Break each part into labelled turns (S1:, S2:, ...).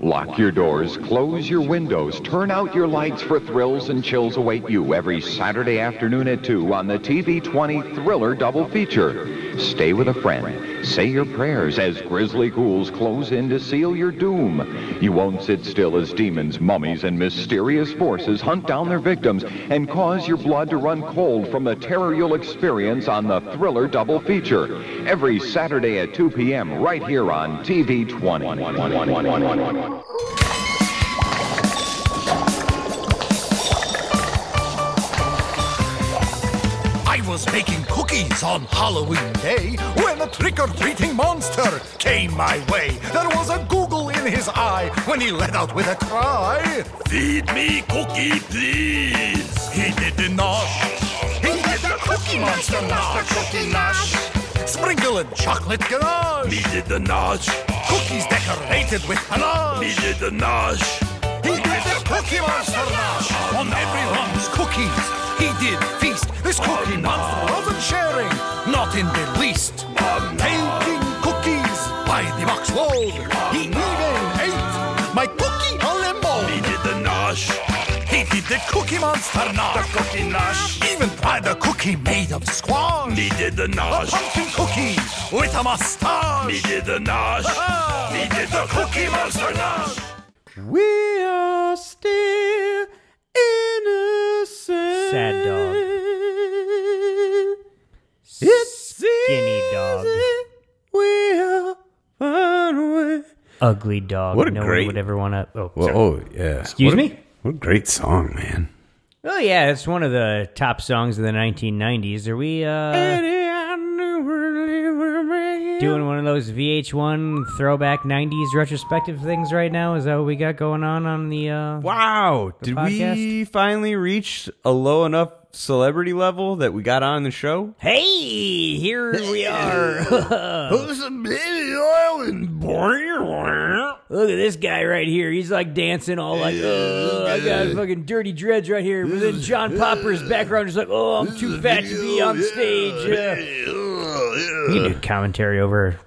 S1: Lock your doors, close your windows, turn out your lights for thrills and chills await you every Saturday afternoon at 2 on the TV20 Thriller Double Feature. Stay with a friend. Say your prayers as grisly ghouls close in to seal your doom. You won't sit still as demons, mummies, and mysterious forces hunt down their victims and cause your blood to run cold from the terror you'll experience on the Thriller Double Feature. Every Saturday at 2 p.m. right here on TV20.
S2: I was making cookies on Halloween Day when a trick or treating monster came my way. There was a Google in his eye when he let out with a cry Feed me cookie, please. He did the nosh. He did the cookie monster nosh. Cookie nosh. Sprinkle and chocolate ganache. Me did the nosh. Cookies decorated with panache. Me did the nosh. He did the cookie monster nosh. On everyone's cookies, he did feast. This cookie monster wasn't sharing, not in the least. Taking cookies by the box wall, he even ate my cookie all in all. He did the nosh. He did the cookie monster nosh. The cookie nosh. Even tried a cookie made of squash. He did the nosh. pumpkin cookie with a mustache. He did the nosh. he did the cookie monster nosh.
S3: We are still innocent.
S4: Sad dog.
S3: It's
S4: Skinny dog.
S3: easy. We'll find a way.
S4: Ugly dog.
S5: What a
S4: no
S5: great-
S4: one would ever want to. Oh,
S5: Well,
S4: sorry.
S5: oh yeah.
S4: Excuse
S5: What a-
S4: me?
S5: What a great song, man.
S4: oh yeah, it's one of the top songs of the 1990s. Are we uh,
S3: Eddie, I knew really we're making
S4: doing one of those VH1 throwback 90s retrospective things right now? Is that what we got going on on the? Uh...
S5: Wow.
S4: did we podcast?
S5: finally reach a low enough celebrity level that we got on the show?
S4: Hey, here we are.
S5: Who's a Uh, baby oil and boring?
S4: Look at this guy right here. He's like dancing all like, oh, I got fucking dirty dreads right here. But then John Popper's background is like, oh, I'm too fat to be on stage. Uh, you can do commentary over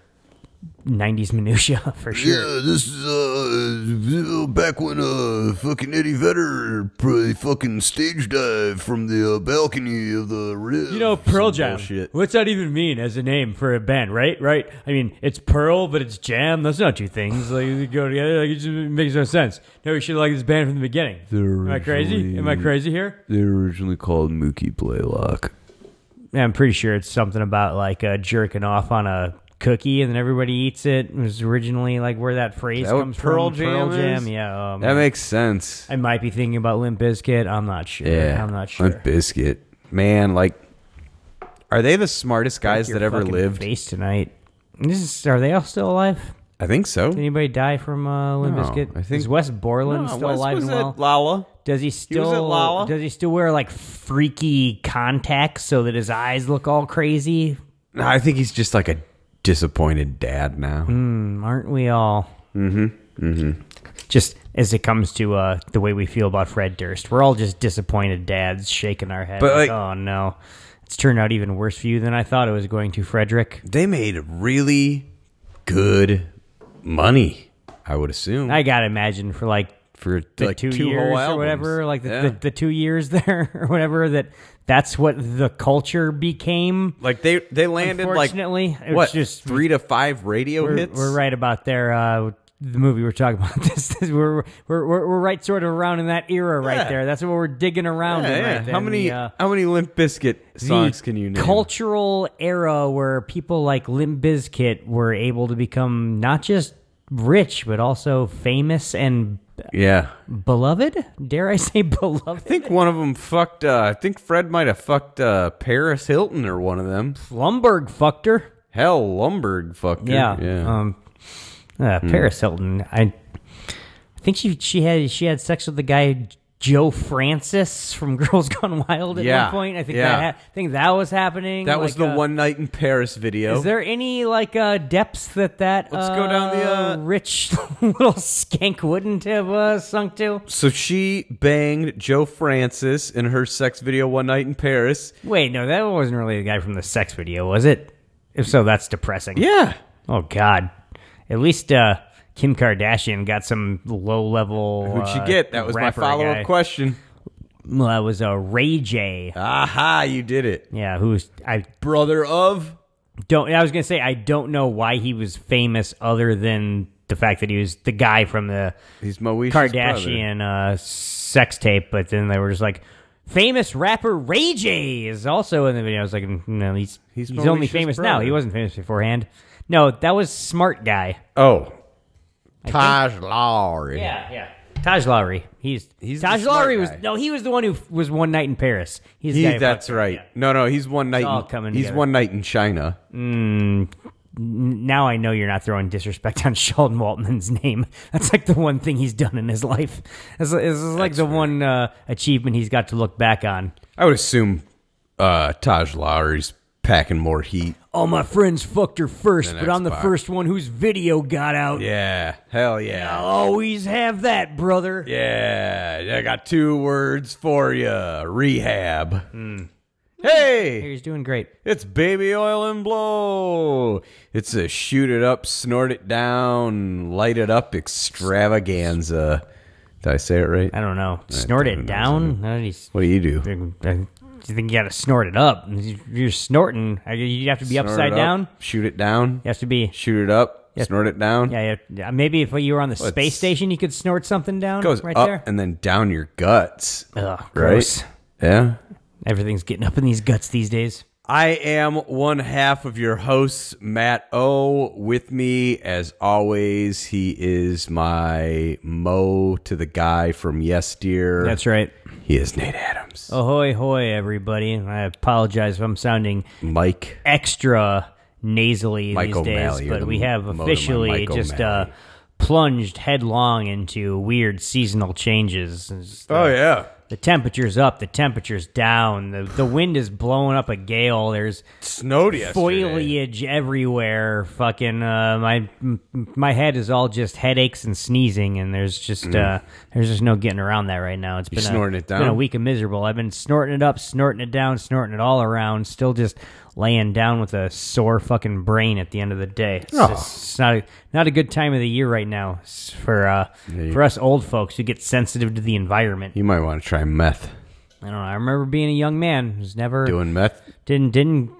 S4: 90s minutia for sure.
S6: Yeah, this is uh back when uh fucking Eddie Vedder probably fucking stage dive from the uh, balcony of the rib.
S4: You know, Pearl Jam.
S5: bullshit.
S4: What's that even mean as a name for a band, right? Right? I mean, it's Pearl, but it's Jam. That's not two things. Like, they go together. Like, it just makes no sense. No, we should like this band from the beginning. Am I crazy? Am I crazy here?
S5: They were originally called Mookie Blaylock.
S4: Yeah, I'm pretty sure it's something about like uh, jerking off on a cookie and then everybody eats it. It was originally like where that phrase
S5: That what
S4: comes
S5: Pearl
S4: from.
S5: Jam
S4: Pearl Jam,
S5: is?
S4: yeah. Um,
S5: That makes sense.
S4: I might be thinking about Limp Bizkit. I'm not sure.
S5: Yeah,
S4: I'm not sure.
S5: Limp Biscuit, man. Like, are they the smartest guys
S4: Your
S5: that ever
S4: fucking
S5: lived?
S4: Face tonight. This is, are they all still alive?
S5: I think so.
S4: Did anybody die from uh, Limp
S5: No,
S4: Bizkit?
S5: I think-
S4: is Wes Borland
S5: No,
S4: still
S5: Wes
S4: alive
S5: was
S4: and
S5: at
S4: well?
S5: Lala.
S4: Does he
S5: was at
S4: still?
S5: Lala.
S4: Does he still wear like freaky contacts so that his eyes look all crazy?
S5: No, I think he's just like a disappointed dad now.
S4: aren't we all? Mm-hmm. Mm-hmm. Just as it comes to uh, the way we feel about Fred Durst, we're all just disappointed dads shaking our head.
S5: But, like-
S4: oh no, it's turned out even worse for you than I thought it was going to, Frederick.
S5: They made really good money. I would assume
S4: I gotta imagine for like
S5: for
S4: the
S5: like
S4: two,
S5: two whole
S4: years or
S5: albums.
S4: whatever, like the,
S5: Yeah.
S4: the, the two years there or whatever, that that's what the culture became.
S5: like they they landed like
S4: Unfortunately, it was
S5: what
S4: just-
S5: three to five radio
S4: we're,
S5: hits.
S4: we're right about there. Uh, the movie we're talking about. This, this we're, we're we're we're right sort of around in that era right
S5: Yeah.
S4: there. That's what we're digging around.
S5: Yeah,
S4: in
S5: yeah.
S4: Right there.
S5: how
S4: in
S5: many
S4: the, uh,
S5: how many Limp Biscuit songs can you name?
S4: Cultural era where people like Limp Bizkit were able to become not just rich but also famous and
S5: Yeah,
S4: beloved. Dare I say beloved?
S5: I think one of them fucked. Uh, I think Fred might have fucked uh, Paris Hilton or one of them.
S4: Lumberg fucked her.
S5: Hell, Lumberg fucked. her.
S4: Yeah.
S5: yeah. Hmm.
S4: Um, uh, Paris Hilton. I, I think she she had she had sex with the guy Joe Francis from Girls Gone Wild at
S5: Yeah.
S4: one point. I think
S5: Yeah.
S4: that ha- I think that was happening.
S5: that was
S4: Like,
S5: the
S4: uh,
S5: one night in Paris video.
S4: Is there any like uh, depths that that
S5: Oh. Let's go down the,
S4: uh,
S5: uh,
S4: rich little skank wouldn't have uh, sunk to?
S5: so she banged Joe Francis in her sex video one night in Paris.
S4: Wait, no, that wasn't really the guy from the sex video, was it? If so, that's depressing.
S5: Yeah.
S4: Oh God. At least uh, Kim Kardashian got some low level.
S5: Who'd you get? That was my follow up question.
S4: Well, that was a Ray J.
S5: Aha, you did it.
S4: Yeah, who's I
S5: Brother of.
S4: don't. I was gonna say I don't know why he was famous other than the fact that he was the guy from the
S5: He's Moesha's
S4: Kardashian uh, sex tape, but then they were just like, famous rapper Ray J is also in the video. I was like, no, he's
S5: He's
S4: he's, only
S5: Moesha's
S4: famous now.
S5: brother.
S4: He wasn't famous beforehand. No, that was Smart Guy.
S5: brother. Oh. Taj Lowry.
S4: Yeah, yeah. Taj Lowry. He's,
S5: He's
S4: Taj
S5: the smart
S4: Lowry was
S5: guy.
S4: no, he was the one who f- was one night in Paris. He's the
S5: He,
S4: guy who
S5: that's
S4: fucked-
S5: right. No, no, he's one night.
S4: all
S5: in,
S4: coming
S5: he's
S4: together.
S5: one night in China.
S4: Now I know you're not throwing disrespect on Sheldon Waltman's name. That's like the one thing he's done in his life. This this is like the one uh, achievement he's got to look back on.
S5: I would assume uh, Taj Lowry's packing more heat.
S4: All my friends fucked her first,
S5: The
S4: but I'm the
S5: next part.
S4: first one whose video got out.
S5: Yeah, hell yeah.
S4: I'll always have that, brother.
S5: Yeah, I got two words for you rehab.
S4: Hmm.
S5: Hey,
S4: He's doing great.
S5: it's baby oil and blow. It's a shoot it up, snort it down, light it up extravaganza. Did I say it right?
S4: I don't know. Snort
S5: who
S4: it
S5: knows?
S4: down? No, he's-
S5: What do you do?
S4: I you think you got to snort it up? If You're snorting. I- You have to be
S5: Snort it
S4: upside
S5: up,
S4: down.
S5: Shoot it down.
S4: You have to be.
S5: Shoot it up, snort it down.
S4: Yeah, yeah, yeah. Maybe if you were on the
S5: it's-
S4: space station, you could snort something down.
S5: goes
S4: right
S5: up
S4: there.
S5: and then down your guts.
S4: Ugh, gross.
S5: Right? Yeah.
S4: Everything's getting up in these guts these days.
S5: I am one half of your hosts, Matt O. With me, as always, he is my Mo to the guy from Yes Dear.
S4: That's right.
S5: He is Nate Adams.
S4: Ahoy, hoy, everybody. I apologize if I'm sounding
S5: Mike.
S4: extra nasally
S5: Mike
S4: these days,
S5: O'Malley, you're
S4: but
S5: the
S4: we have
S5: modem on
S4: officially
S5: Mike
S4: just uh,
S5: O'Malley.
S4: plunged headlong into weird seasonal changes. It's the-
S5: yeah.
S4: The temperature's up, the temperature's down, the, the wind is blowing up a gale, there's
S5: Snowed yesterday.
S4: foliage everywhere. Fucking uh, my m- my head is all just headaches and sneezing, and there's just uh, there's just no getting around that right now. It's been a,
S5: Mm. snorting it
S4: Been a
S5: down?
S4: week of miserable. I've been snorting it up, snorting it down, snorting it all around. Still just laying down with a sore fucking brain at the end of the day.
S5: Oh.
S4: It's, just- it's not a, not a good time of the year right now s- for uh, for us old folks who get sensitive to the environment.
S5: You might want to try meth.
S4: I don't know. I remember being a young man who's never
S5: Doing meth.
S4: didn't didn't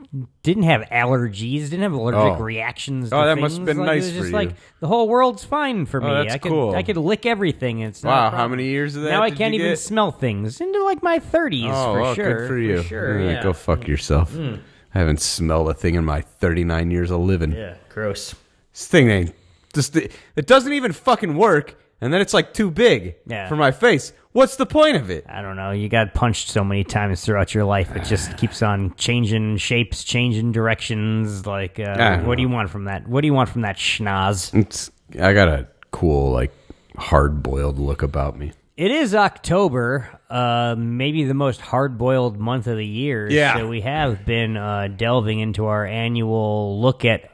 S4: didn't have allergies, didn't have allergic
S5: Oh.
S4: reactions.
S5: Oh,
S4: to
S5: that must've
S4: things.
S5: been
S4: like,
S5: nice
S4: it was just
S5: for you. Oh,
S4: Like the whole world's fine for me.
S5: that's
S4: I could
S5: cool.
S4: I could lick everything. and It's not a
S5: Wow, how
S4: problem.
S5: many years of that
S4: Now I
S5: did
S4: can't
S5: you
S4: even
S5: get?
S4: smell things into like my thirties
S5: oh,
S4: for
S5: well,
S4: sure.
S5: good for you. Hmm.
S4: sure,
S5: Yeah,
S4: yeah.
S5: Go fuck yourself. I haven't smelled a thing in my 39 years of living.
S4: Yeah, gross.
S5: this thing ain't this thi- it doesn't even fucking work and then it's like too big
S4: Yeah.
S5: for my face what's the point of it
S4: I don't know. You got punched so many times throughout your life. It just keeps on changing shapes, changing directions. Like, uh,
S5: don't
S4: what do you want from that? What do you want from that schnoz?
S5: it's i got a cool like hard-boiled look about me
S4: It is October, uh, maybe the most hard-boiled month of the year.
S5: Yeah.
S4: So we have been uh, delving into our annual look at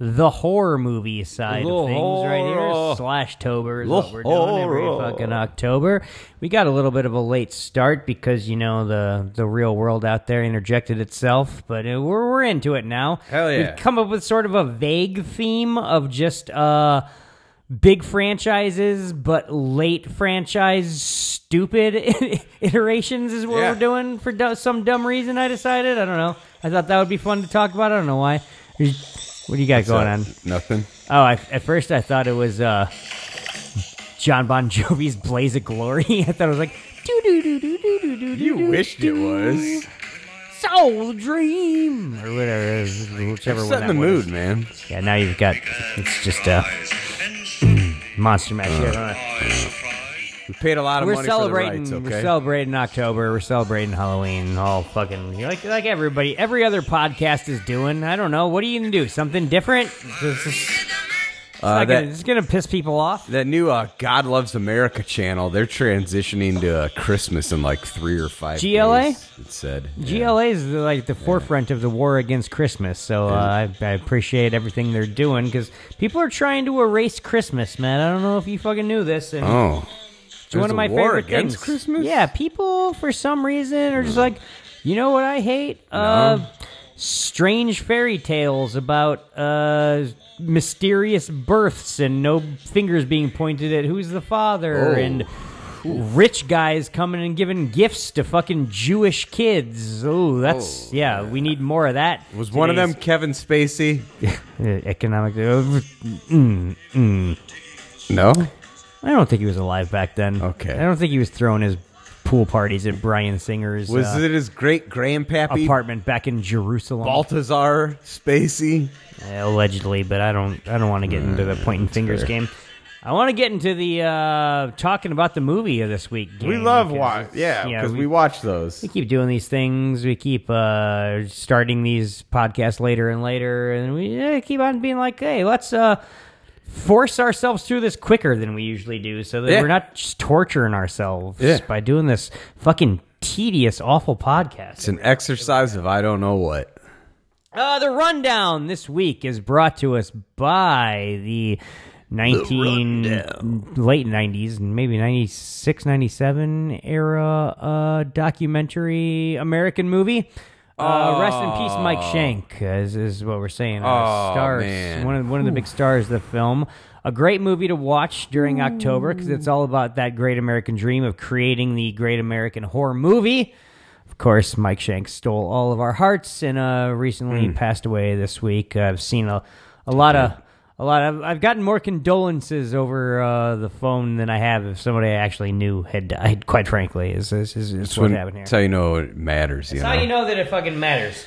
S4: the horror movie side
S5: Little
S4: of things right
S5: horror.
S4: here. Slash Tober is
S5: Little
S4: what we're doing every
S5: horror.
S4: fucking October. We got a little bit of a late start because you know the the real world out there interjected itself, but uh, we're we're into it now.
S5: Hell yeah.
S4: We've come up with sort of a vague theme of just uh big franchises but late franchise stupid iterations is what
S5: Yeah.
S4: we're doing for du- some dumb reason i decided i don't know i thought that would be fun to talk about i don't know why what do you got going on
S5: nothing
S4: oh I, at first i thought it was uh john bon jovi's blaze of glory i thought it was like doo doo doo doo doo doo doo
S5: you wished it was
S4: soul dream or whatever whichever one
S5: set
S4: that
S5: in the
S4: was.
S5: mood man
S4: yeah now you've got it's just uh monster mash Yeah, I don't know.
S5: we paid a lot of
S4: we're
S5: money
S4: celebrating.
S5: for the rights, okay
S4: We're celebrating October. We're celebrating Halloween. All fucking like like everybody, every other podcast is doing. I don't know. What are you gonna do? Something different? This is- it's
S5: uh,
S4: not gonna-
S5: that,
S4: it's gonna piss people off.
S5: that new uh, god loves america channel they're transitioning to uh, christmas in like three or five
S4: GLA?
S5: days, it said
S4: GLA is like the forefront of the war against Christmas, so uh, I, I appreciate everything they're doing because people are trying to erase Christmas, man. I don't know if you fucking knew this, and
S5: oh
S4: It's one
S5: There's
S4: of
S5: a
S4: my
S5: war
S4: favorite
S5: against
S4: things.
S5: Christmas?
S4: Yeah, people for some reason are just like, you know what I hate? Uh, strange fairy tales about uh, mysterious births and no fingers being pointed at who's the
S5: Oh.
S4: father and rich guys coming and giving gifts to fucking Jewish kids. Oh, that's yeah, we need more of that. Uh,
S5: Was one of them Kevin Spacey?
S4: economic? Mm, mm.
S5: No.
S4: I don't think he was alive back then.
S5: Okay.
S4: I don't think he was throwing his pool parties at Brian Singer's
S5: Was
S4: uh,
S5: it his great grandpappy
S4: apartment back in Jerusalem.
S5: Baltazar Spacey?
S4: allegedly, but I don't I don't want to get into
S5: Mm,
S4: the point and fingers game. I want to get into the uh, talking about the movie of this week.
S5: We
S4: game,
S5: love
S4: 'cause
S5: watch.
S4: it's-
S5: Yeah, because we,
S4: we,
S5: watch those.
S4: we keep doing these things. We keep uh, starting these podcasts later and later, and we uh, keep on being like, hey, let's. Uh, Force ourselves through this quicker than we usually do, so that
S5: Yeah.
S4: we're not just torturing ourselves
S5: Yeah.
S4: by doing this fucking tedious, awful podcast.
S5: It's an exercise of I don't know what.
S4: Uh, the rundown this week is brought to us by the 19 late 90s maybe 96 97 era uh, documentary american movie uh, rest in peace mike shank is, is what we're saying uh,
S5: Oh,
S4: stars
S5: man.
S4: one of one of the big stars of the film a great movie to watch during october because it's all about that great american dream of creating the great american horror movie of course, Mike Shanks stole all of our hearts and uh, recently
S5: Hmm.
S4: passed away this week. I've seen a, a lot of a lot of I've gotten more condolences over uh, the phone than I have if somebody I actually knew had died. Quite frankly, is is, is, is what happened here.
S5: That's how you know it matters. You
S4: That's how
S5: know?
S4: you know that it fucking matters.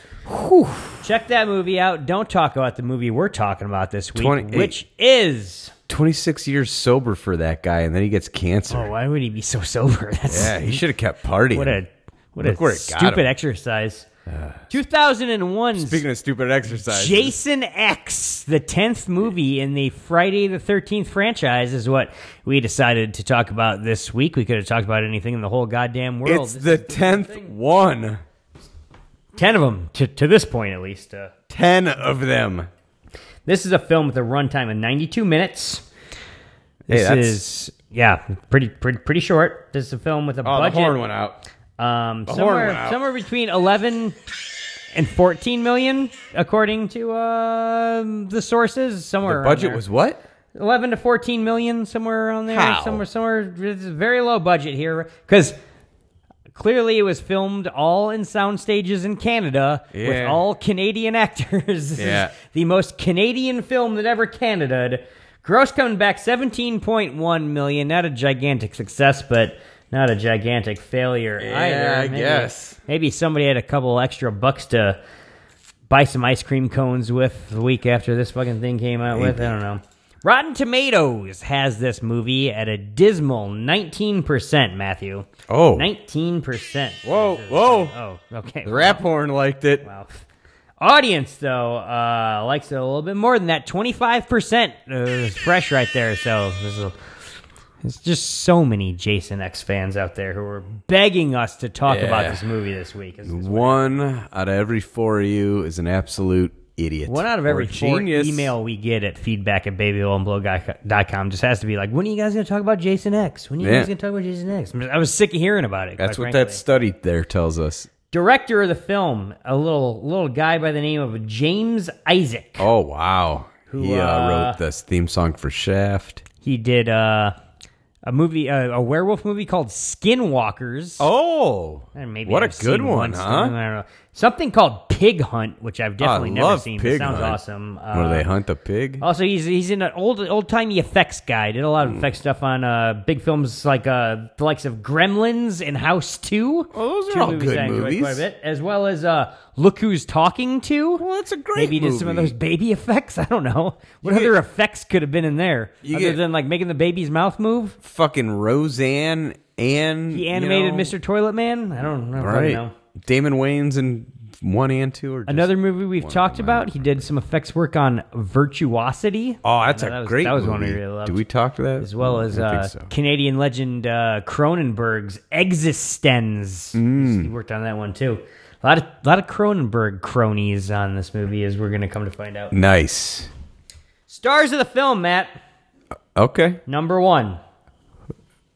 S4: Check that movie out. Don't talk about the movie we're talking about this week,
S5: 28.
S4: which is
S5: 26 years sober for that guy, and then he gets cancer.
S4: oh, why would he be so sober? That's
S5: yeah, he should have kept partying.
S4: what a what
S5: Look
S4: a
S5: where it got
S4: stupid
S5: him. Uh.
S4: exercise. Two thousand and one.
S5: Speaking of stupid exercise,
S4: Jason X, the 10th movie in the Friday the 13th franchise, is what we decided to talk about this week. We could have talked about anything in the whole goddamn world.
S5: it's the 10th one.
S4: 10 of them, to, to this point at least. Uh,
S5: 10 of them.
S4: this is a film with a runtime of 92 minutes. This
S5: that's-
S4: is, yeah, pretty, pretty pretty short. This is a film with a
S5: Oh,
S4: budget.
S5: the horn went out.
S4: Um,
S5: horn
S4: somewhere,
S5: went out.
S4: somewhere between 11 and 14 million, according to uh, the sources. Somewhere
S5: The
S4: around
S5: budget
S4: there.
S5: was what?
S4: 11 to 14 million somewhere around there
S5: How?
S4: somewhere somewhere it's a very low budget here cuz clearly it was filmed all in sound stages in Canada with
S5: Yeah.
S4: all Canadian actors this
S5: Yeah.
S4: is the most Canadian film that ever Canada gross coming back 17.1 million not a gigantic success but not a gigantic failure either
S5: I guess.
S4: maybe somebody had a couple extra bucks to buy some ice cream cones with the week after this fucking thing came out with. I don't know. Rotten Tomatoes has this movie at a dismal 19%, Matthew.
S5: Oh.
S4: 19%.
S5: Whoa, whoa.
S4: Oh, okay.
S5: The rap horn liked it.
S4: Wow. Audience, though, uh, likes it a little bit more than that. 25% is fresh right there. So this is a, there's just so many Jason X fans out there who are begging us to talk about
S5: Yeah.
S4: this movie this week. It's- it's
S5: One out of every four of you is an absolute idiot.
S4: One out of every
S5: Or
S4: four
S5: genius.
S4: email we get at feedback at babyloandblow.com just has to be like, when are you guys going to talk about Jason X? When are you
S5: Yeah.
S4: guys going to talk about Jason X? I was sick of hearing about it.
S5: That's
S4: quite
S5: what
S4: frankly.
S5: that study there tells us.
S4: Director of the film, a little little guy by the name of James Isaac.
S5: Oh wow. he uh,
S4: uh,
S5: wrote this theme song for Shaft.
S4: He did uh, a movie, uh, a werewolf movie called Skinwalkers.
S5: Oh,
S4: And maybe
S5: what
S4: I've
S5: a good
S4: seen
S5: one,
S4: once,
S5: huh?
S4: I don't know. Something called Pig Hunt, which I've definitely never
S5: love
S4: seen.
S5: Pig
S4: It sounds
S5: Hunt.
S4: awesome. Uh,
S5: Where they hunt the pig?
S4: Also, he's he's in an old old timey effects guy. Did a
S5: Hmm.
S4: lot of effects stuff on uh, big films like uh, the likes of Gremlins and House Two.
S5: Oh, those are
S4: Two
S5: all
S4: movies
S5: good
S4: I enjoyed
S5: movies.
S4: Quite a bit, as well as uh, Look Who's Talking To. Well,
S5: that's a great
S4: Maybe he did some of
S5: movie.
S4: those baby effects. I don't know what other effects could have been in there
S5: You
S4: other
S5: get-
S4: than like making the baby's mouth move.
S5: Fucking Roseanne and
S4: He
S5: you
S4: animated
S5: know,
S4: Mr. Toilet Man. I don't, I don't
S5: All
S4: fucking
S5: right,
S4: know.
S5: Damon Wayans and one and two or just,
S4: Another movie we've talked about. He did some effects work on Virtuosity.
S5: Oh, that's
S4: No,
S5: a
S4: that was-
S5: great.
S4: that was
S5: movie.
S4: one I really loved.
S5: Do we talk to that
S4: as well as
S5: I
S4: uh,
S5: think so.
S4: Canadian legend uh, Cronenberg's Existenz.
S5: Mm.
S4: He worked on that one too. A lot of lot of Cronenberg cronies on this movie, as we're going to come to find out.
S5: Nice.
S4: Stars of the film, Matt.
S5: Okay,
S4: Number one,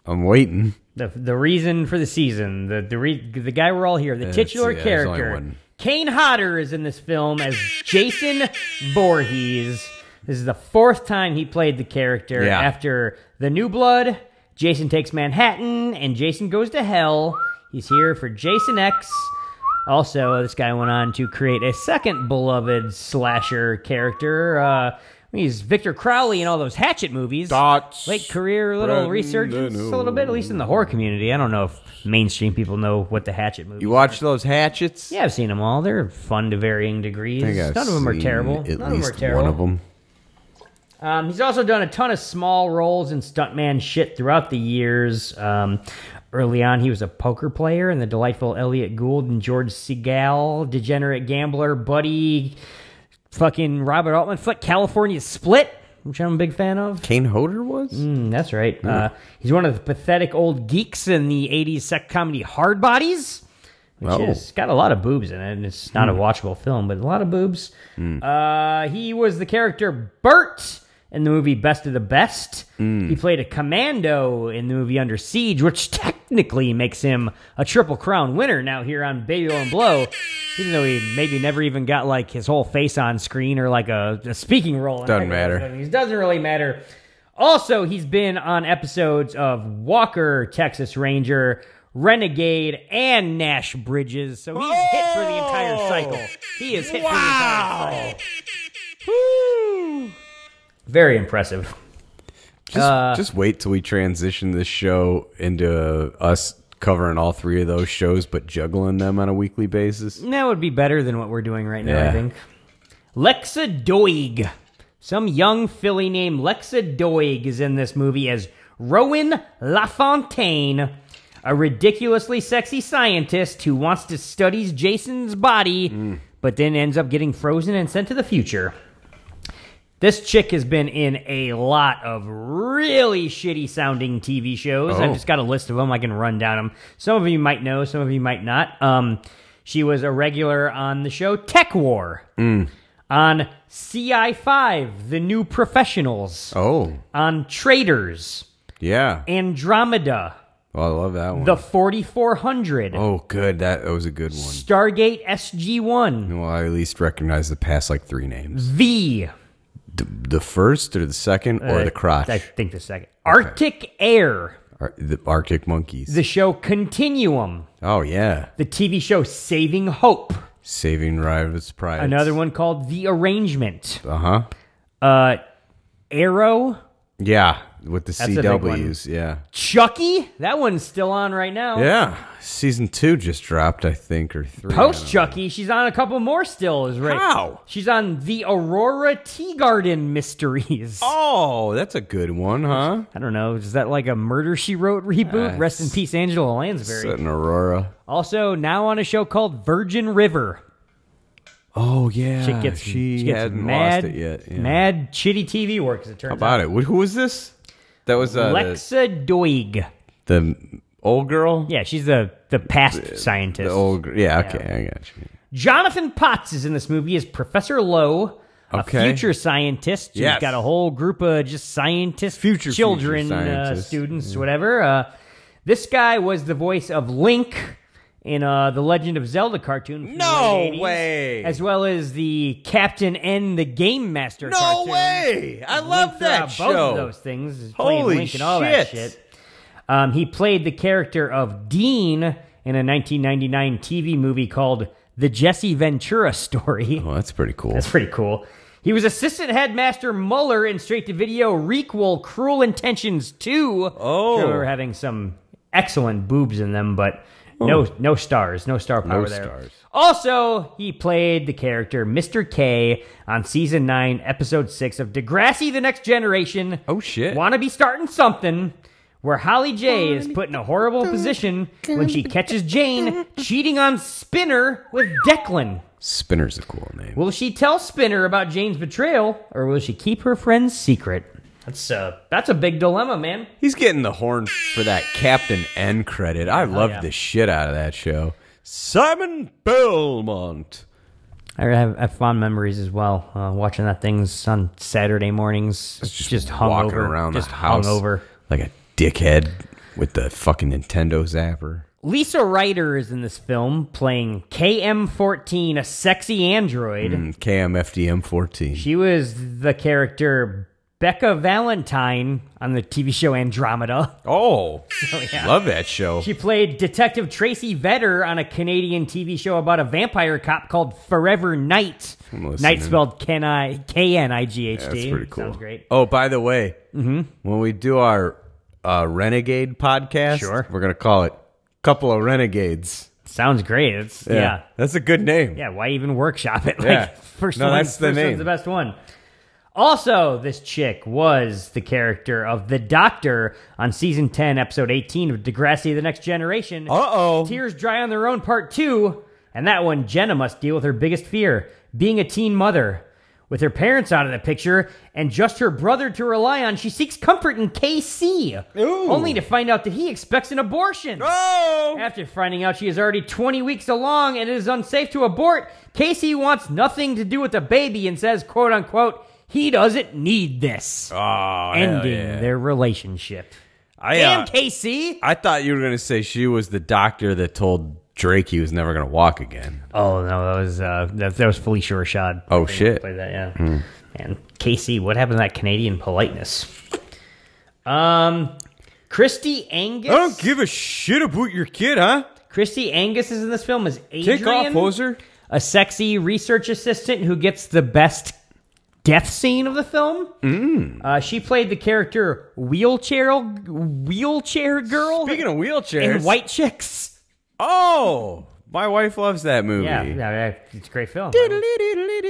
S5: I'm waiting.
S4: the the reason for the season, the the re, the guy we're all here, the titular
S5: yeah, there's only
S4: character.
S5: one.
S4: Kane Hodder is in this film as Jason Voorhees, This is the fourth time he played the character
S5: Yeah.
S4: after The New Blood, Jason Takes Manhattan, and Jason Goes to Hell. He's here for Jason X. Also, this guy went on to create a second beloved slasher character. Uh, he's Victor Crowley in all those Hatchet movies.
S5: Thoughts.
S4: Late career, little
S5: Brendan
S4: resurgence, a little bit, at least in the horror community. I don't know if mainstream people know what the Hatchet movies
S5: You watch those hatchets?
S4: yeah, I've seen them all. They're fun to varying degrees.
S5: I think I've
S4: None of them are
S5: seen
S4: terrible.
S5: At
S4: None of them
S5: least
S4: are terrible.
S5: one of them.
S4: Um, he's also done a ton of small roles in stuntman shit throughout the years. Um, early on, he was a poker player in the delightful Elliot Gould and George Segal, degenerate gambler, buddy, fucking Robert Altman, fuck California Split, which I'm a big fan of.
S5: Kane Hodder was?
S4: Mm, that's right. Uh, he's one of the pathetic old geeks in the 80s sex comedy Hard Bodies, which
S5: Oh.
S4: has got a lot of boobs in it. And it's not a watchable film, but a lot of boobs. Uh, he was the character Bert in the movie Best of the Best.
S5: Hmm.
S4: He played a commando in the movie Under Siege, which technically makes him a Triple Crown winner now here on Baby Oil and Blow. Even though he maybe never even got like his whole face on screen or like a, a speaking role. in
S5: Doesn't
S4: either
S5: matter.
S4: of those movies. Doesn't really matter. Also, he's been on episodes of Walker, Texas Ranger, Renegade, and Nash Bridges. So he's hit for the entire cycle. He is hit for the entire cycle. Woo. Very impressive.
S5: Just,
S4: Uh,
S5: just wait till we transition this show into us covering all three of those shows, but juggling them on a weekly basis.
S4: That would be better than what we're doing right now, I
S5: Yeah.
S4: think. Lexa Doig. Some young filly named Lexa Doig is in this movie as Rowan LaFontaine, a ridiculously sexy scientist who wants to study Jason's body, but then ends up getting frozen and sent to the future. This chick has been in a lot of really shitty sounding TV shows.
S5: Oh.
S4: I've just got a list of them. I can run down them. Some of you might know, some of you might not. Um, she was a regular on the show Tech War,
S5: Mm.
S4: on CI5, The New Professionals,
S5: Oh,
S4: on Traders,
S5: yeah.
S4: Andromeda,
S5: Oh, I love that one.
S4: The 4400,
S5: oh, good. That, that was a good one.
S4: Stargate SG1,
S5: Well, I at least recognize the past like three names.
S4: V.
S5: The, the first or the second or the crotch.
S4: Uh, I think the second. Arctic Air,
S5: Ar- the Arctic Monkeys.
S4: the show Continuum.
S5: oh, yeah.
S4: the TV show Saving Hope,
S5: Saving Rivals Pride.
S4: another one called The Arrangement,
S5: Uh huh.
S4: uh, Arrow,
S5: Yeah. With the
S4: a big
S5: CWs. Yeah.
S4: Chucky. That one's still on right now.
S5: Yeah. Season two just dropped, I think, or three. I
S4: Post
S5: don't
S4: Chucky, she's on a couple more still. Is right.
S5: How?
S4: She's on The Aurora Tea Garden Mysteries.
S5: know. Oh, that's a good one, huh?
S4: I don't know. Is that like a Murder She Wrote reboot?
S5: Uh,
S4: Rest in
S5: it's-
S4: peace, Angela Lansbury.
S5: Set in Aurora.
S4: Also, now on a show called Virgin River.
S5: Oh yeah.
S4: She gets
S5: she,
S4: gets
S5: hadn't
S4: mad,
S5: lost it yet. Yeah.
S4: mad shitty TV work as it turns
S5: How about
S4: out.
S5: it? Wh- Who was this? That was uh, the,
S4: Lexa Doig.
S5: the old girl.
S4: Yeah, she's the the past scientist.
S5: The old girl. Yeah. Okay, I got you.
S4: Jonathan Potts is in this movie as Professor Lowe, a
S5: Okay.
S4: future scientist. who's
S5: Yes.
S4: got a whole group of just scientists,
S5: Future, future
S4: children, uh,
S5: scientists.
S4: students, whatever. Uh, this guy was the voice of Link in uh, the Legend of Zelda cartoon. from the
S5: No
S4: late 80s,
S5: way.
S4: As well as the Captain and the Game Master. cartoon.
S5: I
S4: Link throughout Both of those things, is playing
S5: Holy
S4: Link and all that
S5: shit.
S4: shit. Um, he played the character of Dean in a 1999 TV movie called The Jesse Ventura Story.
S5: Well, that's pretty cool.
S4: That's pretty cool. He was assistant headmaster Muller in straight to video requel Cruel Intentions 2.
S5: Oh.
S4: Sure, we're having some excellent boobs in them, but no no stars, no star power there.
S5: Oh. stars.
S4: Also, he played the character Mr. K on season 9, episode 6 of Degrassi The Next Generation.
S5: Oh, shit.
S4: Wanna be starting something. Where Holly J is put in a horrible position when she catches Jane cheating on Spinner with Declan.
S5: Spinner's a cool name.
S4: Will she tell Spinner about Jane's betrayal, or will she keep her friend's secret? That's
S5: uh,
S4: a that's a big dilemma, man.
S5: He's getting the horn for that Captain N credit. I love
S4: Oh, yeah.
S5: the shit out of that show. Simon Belmont.
S4: I have, I have fond memories as well. Uh, watching that things on Saturday mornings, just, hung
S5: walking
S4: over,
S5: around
S4: just
S5: the house
S4: hung over.
S5: like a dickhead with the fucking Nintendo zapper.
S4: Lisa Ryder is in this film playing KM14, a sexy android.
S5: Mm, KMFDM 14.
S4: She was the character Becca Valentine on the TV show Andromeda.
S5: Oh, love that show.
S4: She played Detective Tracy Vetter on a Canadian TV show about a vampire cop called Forever Night.
S5: listening.
S4: Night spelled K N I K N I G H T.
S5: That's pretty cool.
S4: Sounds great.
S5: Oh, by the way,
S4: Mm-hmm.
S5: when we do our uh, Renegade podcast,
S4: Sure.
S5: we're going to call it Couple of Renegades.
S4: Sounds great. It's yeah. yeah.
S5: That's a good name.
S4: why even workshop it? Like
S5: Yeah.
S4: first
S5: No,
S4: one,
S5: that's the
S4: first
S5: name.
S4: one's the best one. Also, this chick was the character of the Doctor on season ten, episode eighteen of Degrassi: The Next Generation.
S5: Uh oh.
S4: Tears Dry on Their Own Part 2. And that one, Jenna must deal with her biggest fear being a teen mother. With her parents out of the picture and just her brother to rely on, she seeks comfort in KC, only to find out that he expects an abortion.
S5: Oh.
S4: After finding out she is already 20 weeks along and it is unsafe to abort, Casey wants nothing to do with the baby and says, quote unquote, he doesn't need this. ending their relationship.
S5: Oh, I,
S4: Damn,
S5: uh,
S4: Casey!
S5: I thought you were going to say she was the doctor that told Drake he was never going to walk again.
S4: Oh no, that was uh, that, that was Felicia Rashad.
S5: Oh, shit. Hmm.
S4: played that, yeah. And Casey, what happened to that Canadian politeness? Um, Christy Angus.
S5: I don't give a shit about your kid, huh?
S4: Christy Angus is in this film as Adrian,
S5: Take off, poser.
S4: a sexy research assistant who gets the best death scene of the film.
S5: Mm.
S4: Uh, she played the character wheelchair wheelchair girl
S5: Speaking of wheelchairs.
S4: in Oh. White Chicks.
S5: Oh, my wife loves that movie.
S4: Yeah, yeah, yeah, it's a great film.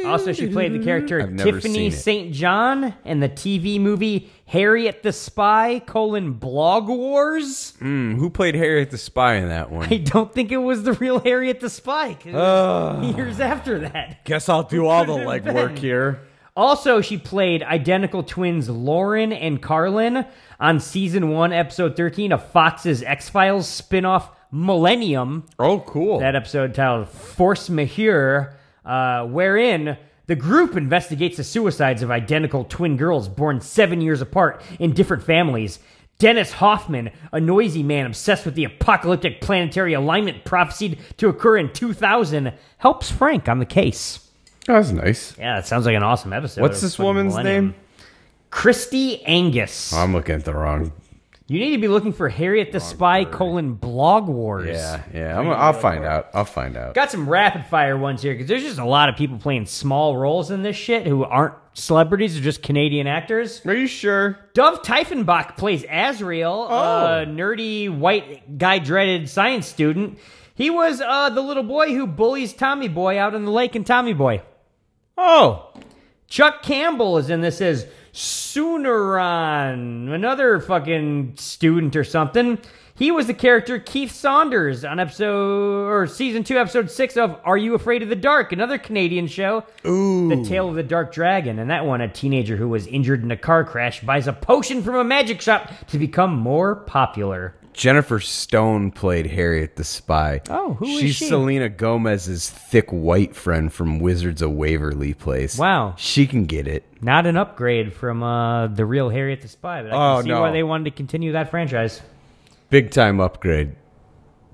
S4: Also, she played the character
S5: I've never
S4: Tiffany
S5: seen it.
S4: St. John in the TV movie Harriet the Spy, colon, Blog Wars.
S5: Mm, Who played Harriet the Spy in
S4: I
S5: that one?
S4: don't think it was the real Harriet the Spy, 'cause it was years after that.
S5: Guess I'll do all the
S4: could it have
S5: legwork
S4: been?
S5: here.
S4: Also, she played identical twins Lauren and Carlin on season one, episode 13 of Fox's X-Files spin-off Millennium.
S5: Oh, cool.
S4: that episode titled Force Majeure, uh, wherein the group investigates the suicides of identical twin girls born seven years apart in different families. Dennis Hoffman, a noisy man obsessed with the apocalyptic planetary alignment prophesied to occur in 2000, helps Frank on the case.
S5: Oh, That's nice.
S4: Yeah, that sounds like an awesome episode.
S5: What's
S4: of
S5: this
S4: fucking
S5: woman's
S4: Millennium.
S5: name?
S4: Christy Angus.
S5: I'm looking at the wrong.
S4: you need to be looking for Harriet the Spy colon blog wars.
S5: Yeah, yeah. I'm, I'll find out. I'll find out.
S4: Got some rapid fire ones here because there's just a lot of people playing small roles in this shit who aren't celebrities, they're just Canadian actors.
S5: Are you sure?
S4: Dove Tiefenbach plays Azrael, a nerdy white guy dreaded science student. He was uh, the little boy who bullies Tommy Boy out on the lake and Tommy Boy.
S5: Oh,
S4: Chuck Campbell is in this as Sooneron, another fucking student or something. He was the character Keith Saunders on episode or season two, episode six of Are You Afraid of the Dark? Another Canadian show. Ooh.
S5: Hmm.
S4: The Tale of the Dark Dragon. And that one, a teenager who was injured in a car crash buys a potion from a magic shop to become more popular.
S5: Jennifer Stone played Harriet the Spy.
S4: Oh, who is
S5: She's
S4: she?
S5: Selena Gomez's thick white friend from Wizards of Waverly Place.
S4: Wow.
S5: She can get it.
S4: Not an upgrade from uh, the real Harriet the Spy, but I can
S5: Oh,
S4: see
S5: no.
S4: why they wanted to continue that franchise.
S5: Big time upgrade.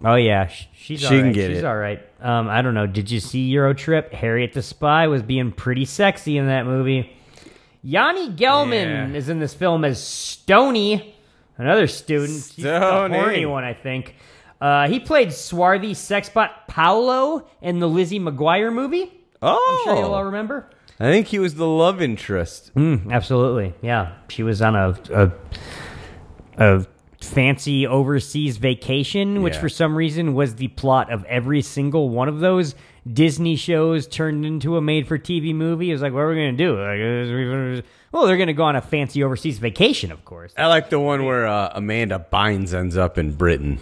S4: Oh yeah, sh- she's
S5: She
S4: all right.
S5: can get
S4: she's
S5: it.
S4: all right. Um, I don't know. Did you see Euro Trip? Harriet the Spy was being pretty sexy in that movie. Yanni Gelman
S5: Yeah.
S4: is in this film as Stony, another student. He's the
S5: Stoney.
S4: horny one, I think. Uh, he played swarthy sexbot Paolo in the Lizzie McGuire movie.
S5: Oh,
S4: I'm sure you'll all remember.
S5: I think he was the love interest.
S4: Mm, absolutely, yeah. She was on a a, a fancy overseas vacation, which
S5: Yeah.
S4: for some reason was the plot of every single one of those Disney shows turned into a made-for-TV movie. It was like, what are we gonna do? Like, uh, well, they're gonna go on a fancy overseas vacation, of course.
S5: I like the one where uh, Amanda Bynes ends up in Britain.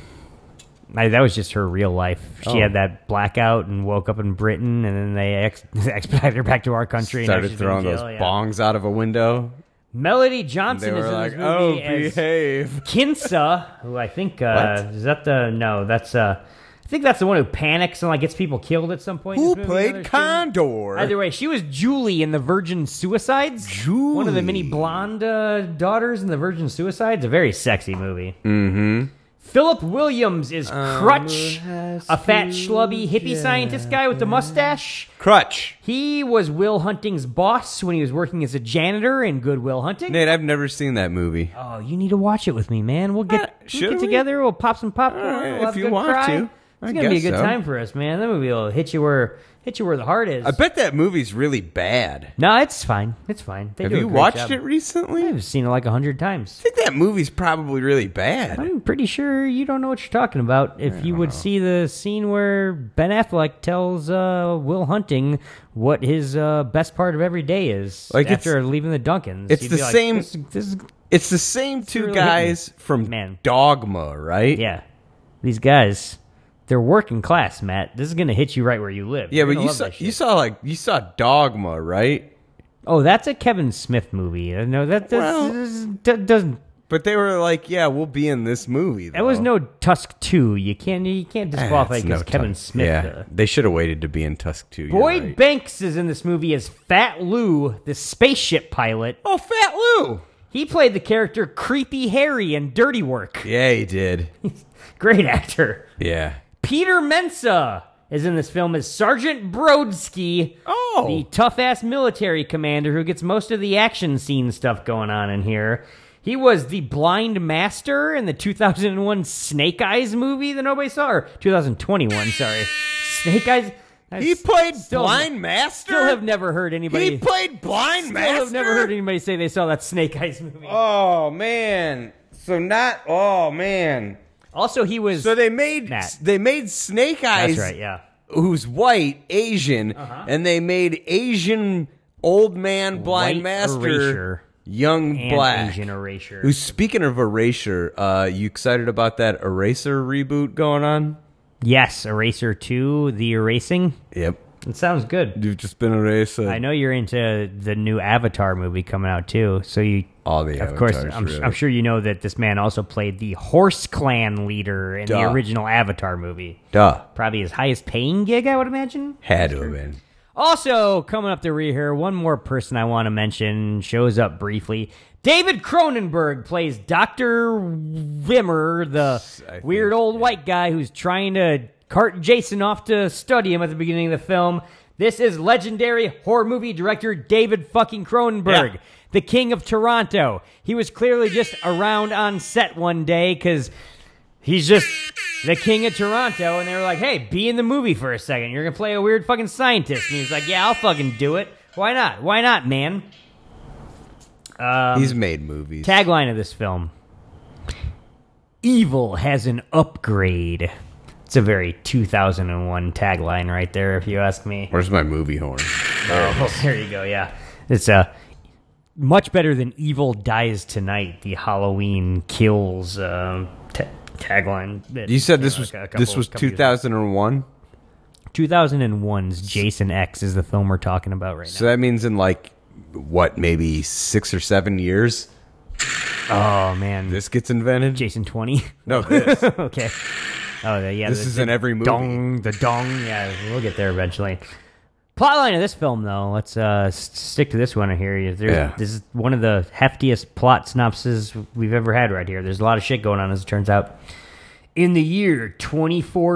S4: I, that was just her real life. She
S5: oh.
S4: had that blackout and woke up in Britain, and then they ex- expedited her back to our country. and now
S5: Started
S4: she's in
S5: throwing
S4: jail,
S5: those
S4: yeah.
S5: bongs out of a window.
S4: Melody
S5: They
S4: Johnson is
S5: were
S4: in
S5: like,
S4: this
S5: "Oh,
S4: movie as
S5: behave."
S4: Kinsa, who I think uh, is that the no, that's uh, I think that's the one who panics and like gets people killed at some point. in
S5: Who
S4: this movie,
S5: played
S4: another student.
S5: Condor?
S4: Either way, she was Julie in the Virgin Suicides. Julie, one of the many blonde uh, daughters in the Virgin Suicides, a very sexy movie. Mm-hmm. Philip Williams is Crutch, a fat, schlubby, hippie scientist guy with the mustache.
S5: Crutch.
S4: He was Will Hunting's boss when he was working as a janitor in Good Will Hunting.
S5: Nate, I've never seen that movie.
S4: Oh, you need to watch it with me, man. We'll get,
S5: Uh,
S4: we'll
S5: should
S4: get
S5: we?
S4: together. We'll pop some popcorn.
S5: All right,
S4: we'll
S5: if
S4: have a
S5: you
S4: good
S5: want
S4: cry.
S5: to.
S4: it's
S5: I
S4: gonna be a
S5: guess
S4: good
S5: so.
S4: time for us, man. That movie will hit you where hit you where the heart is.
S5: I bet that movie's really bad.
S4: no, it's fine. It's fine. They
S5: Have
S4: do a
S5: you
S4: great
S5: watched
S4: job.
S5: it recently? I
S4: I've seen it like a hundred times.
S5: think that movie's probably really bad.
S4: I'm pretty sure you don't know what you're talking about. If you would see the scene where Ben Affleck tells uh, Will Hunting what his uh, best part of every day is
S5: Like, it's-
S4: after leaving the Duncans,
S5: it's
S4: You'd
S5: the
S4: be like,
S5: same-
S4: This, this is-
S5: It's the same two
S4: really
S5: guys from
S4: Man.
S5: Dogma, right?
S4: yeah, these guys, they're working class, Matt. This is gonna hit you right where you live.
S5: Yeah,
S4: You're
S5: but
S4: gonna
S5: you
S4: love
S5: saw
S4: that shit.
S5: you saw like you saw Dogma, right?
S4: Oh, that's a Kevin Smith movie. Uh, No, that that's,
S5: Well-
S4: this- that doesn't.
S5: But they were like, yeah, we'll be in this movie.
S4: That was
S5: though.
S4: no Tusk Two. You can't you can't
S5: Eh,
S4: disqualify
S5: it's
S4: because
S5: no
S4: Kevin
S5: Tusk.
S4: Smith.
S5: Yeah,
S4: uh,
S5: they should have waited to be in Tusk Two. you're
S4: Boyd
S5: right.
S4: Banks is in this movie as Fat Lou, the spaceship pilot.
S5: oh, Fat Lou.
S4: He played the character Creepy Harry in Dirty Work.
S5: Yeah, he did.
S4: Great actor.
S5: Yeah.
S4: Peter Mensa is in this film as Sergeant Brodsky,
S5: Oh.
S4: the tough ass military commander who gets most of the action scene stuff going on in here. He was the blind master in the 2001 Snake Eyes movie that nobody saw, or 2021, sorry. Snake Eyes. I
S5: He
S4: s-
S5: played
S4: still-
S5: Blind Master.
S4: Still have never heard anybody.
S5: He played Blind
S4: still
S5: Master.
S4: have never heard anybody say they saw that Snake Eyes movie.
S5: Oh man. So not. Oh man.
S4: also, he was.
S5: So they made
S4: Matt.
S5: they made Snake Eyes,
S4: that's right, Uh-huh. yeah.
S5: who's white Asian, and they made Asian old man Blind
S4: White
S5: Master
S4: Erasure
S5: young
S4: and
S5: black.
S4: Asian erasure.
S5: Who's speaking of Erasure? Uh, you excited about that Eraser reboot going on?
S4: Yes, Eraser 2, The Erasing.
S5: Yep.
S4: It sounds good.
S5: You've just been erased.
S4: I know you're into the new Avatar movie coming out too, so you.
S5: All the
S4: Of course,
S5: avatars,
S4: I'm,
S5: really.
S4: I'm sure you know that this man also played the Horse Clan leader in the
S5: Duh.
S4: original Avatar movie.
S5: Duh.
S4: Probably his highest paying gig, I would imagine.
S5: Had to have been.
S4: Also, coming up to re here, one more person I want to mention shows up briefly. David Cronenberg plays Dr. Wimmer, the
S5: I
S4: weird
S5: think,
S4: old white guy who's trying to cart Jason off to study him at the beginning of the film. This is legendary horror movie director David fucking Cronenberg,
S5: Yeah.
S4: the king of Toronto. He was clearly just around on set one day because He's just the king of Toronto, and they were like, "Hey, be in the movie for a second. You're gonna play a weird fucking scientist." And he's like, "Yeah, I'll fucking do it. Why not? Why not, man?"
S5: He's made movies.
S4: Tagline of this film: "Evil has an upgrade." It's a very 2001 tagline, right there, if you ask me.
S5: Where's my movie horn?
S4: There you go. Yeah, it's uh, much better than "Evil dies tonight." The Halloween kills uh, ta- tagline. that
S5: You said
S4: came
S5: this
S4: out
S5: was
S4: a couple-
S5: this was
S4: couple years ago.
S5: 2001.
S4: 2001's Jason X is the film we're talking about right
S5: So that means in like what, maybe six or seven years,
S4: now. Oh man,
S5: this gets invented.
S4: Jason 20.
S5: no, this.
S4: okay. Oh the- yeah,
S5: This
S4: the-
S5: is
S4: the
S5: in every movie.
S4: Dong, the dong. Yeah, we'll get there eventually. Plotline of this film, though, let's uh, s- stick to this one here. There's,
S5: Yeah.
S4: This is one of the heftiest plot synopses we've ever had right here. There's a lot of shit going on, as it turns out. In the year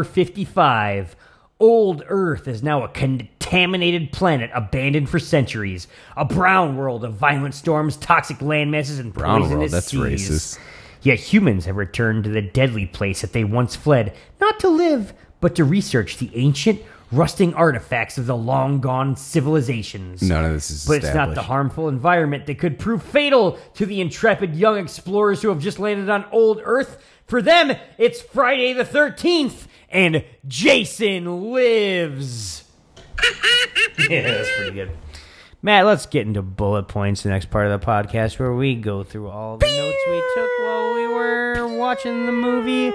S4: 2455, old Earth is now a contaminated planet abandoned for centuries. A brown world of violent storms, toxic landmasses, and
S5: Brown world,
S4: poisonous
S5: that's
S4: seas.
S5: racist.
S4: Yet humans have returned to the deadly place that they once fled, not to live, but to research the ancient, rusting artifacts of the long gone civilizations.
S5: None of this is
S4: But it's not the
S5: established.
S4: harmful environment that could prove fatal to the intrepid young explorers who have just landed on old Earth. For them, it's Friday the 13th, and Jason lives. yeah, that's pretty good. Matt, let's get into bullet points the next part of the podcast where we go through all the notes we took while we were watching the movie.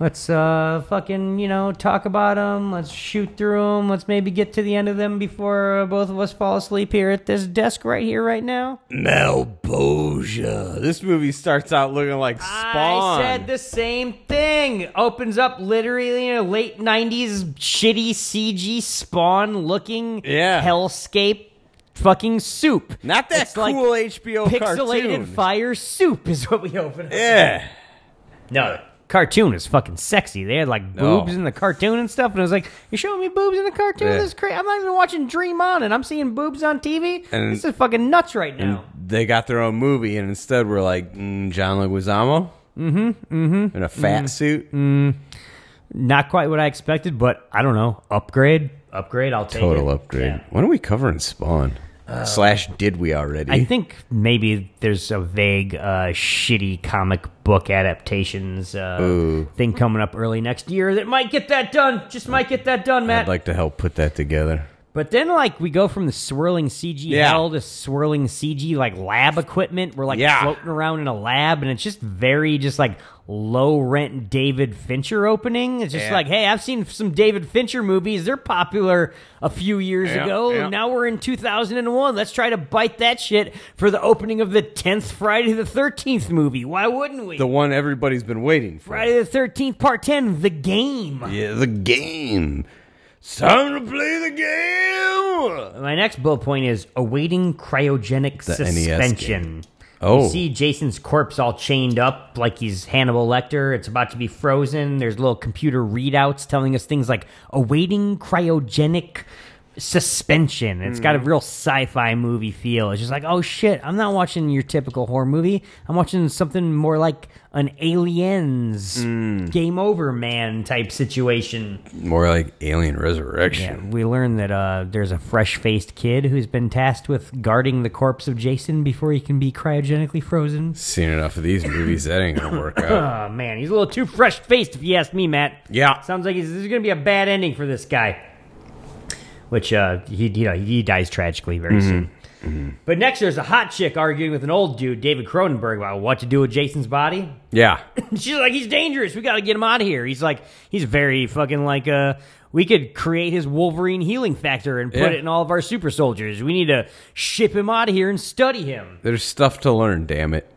S4: Let's uh fucking, you know, talk about them. Let's shoot through them. Let's maybe get to the end of them before uh, both of us fall asleep here at this desk right here right now.
S5: Malbosia. This movie starts out looking like Spawn.
S4: I said the same thing. Opens up literally in a late 90s shitty CG spawn looking
S5: Yeah.
S4: hellscape fucking soup.
S5: Not that
S4: It's
S5: cool
S4: like
S5: HBO
S4: pixelated
S5: cartoon.
S4: fire soup is what we open up.
S5: yeah.
S4: No, cartoon was fucking sexy. They had like
S5: No.
S4: boobs in the cartoon and stuff, and I was like, "You're showing me boobs in a cartoon?
S5: Yeah.
S4: This is crazy. I'm not even watching Dream On, and I'm seeing boobs on TV.
S5: And-
S4: this is fucking nuts right now."
S5: They got their own movie, and instead we're like mm, John Leguizamo, mm-hmm, mm-hmm, in a
S4: Mm.
S5: fat suit.
S4: Not quite what I expected, but I don't know. Upgrade, upgrade. I'll take
S5: Total
S4: it.
S5: upgrade. Why don't we cover in Spawn? Uh, Slash, did we already?
S4: I think maybe there's a vague, uh, shitty comic book adaptations uh, thing coming up early next year that might get that done. Just might get that done, Matt.
S5: I'd like to help put that together.
S4: but then, like, we go from the swirling CG
S5: Yeah.
S4: hell to swirling CG like lab equipment. We're like
S5: Yeah.
S4: floating around in a lab, and it's just very just like low rent David Fincher opening. It's just
S5: Yeah.
S4: like, hey, I've seen some David Fincher movies. They're popular a few years
S5: Yeah,
S4: ago.
S5: yeah.
S4: Now we're in 2001. Let's try to bite that shit for the opening of the 10th Friday the 13th movie. Why wouldn't we?
S5: The one everybody's been waiting for.
S4: Friday the 13th, part 10, The Game.
S5: Yeah, the game. It's time to play the game.
S4: My next bullet point is awaiting cryogenic
S5: NES
S4: suspension.
S5: Oh.
S4: You see Jason's corpse all chained up like he's Hannibal Lecter. It's about to be frozen. There's little computer readouts telling us things like awaiting cryogenic suspension. It's got a real sci-fi movie feel. It's just like, "Oh shit, I'm not watching your typical horror movie. I'm watching something more like an aliens game over man type situation."
S5: More like Alien
S4: Yeah,
S5: Resurrection.
S4: we learned that uh, there's a fresh-faced kid who's been tasked with guarding the corpse of Jason before he can be cryogenically frozen.
S5: Seen enough of these movies, that ain't gonna work out.
S4: Oh man, he's a little too fresh-faced, if you ask me, Matt.
S5: Yeah.
S4: sounds like he's, this is going to be a bad ending for this guy. Which uh, he you know he dies tragically very soon. But next, there's a hot chick arguing with an old dude, David Cronenberg, about what to do with Jason's body.
S5: Yeah,
S4: She's like, he's dangerous. We got to get him out of here. He's like, he's very fucking like, uh, we could create his Wolverine healing factor and put
S5: Yeah.
S4: it in all of our super soldiers. We need to ship him out of here and study him.
S5: there's stuff to learn. Damn it.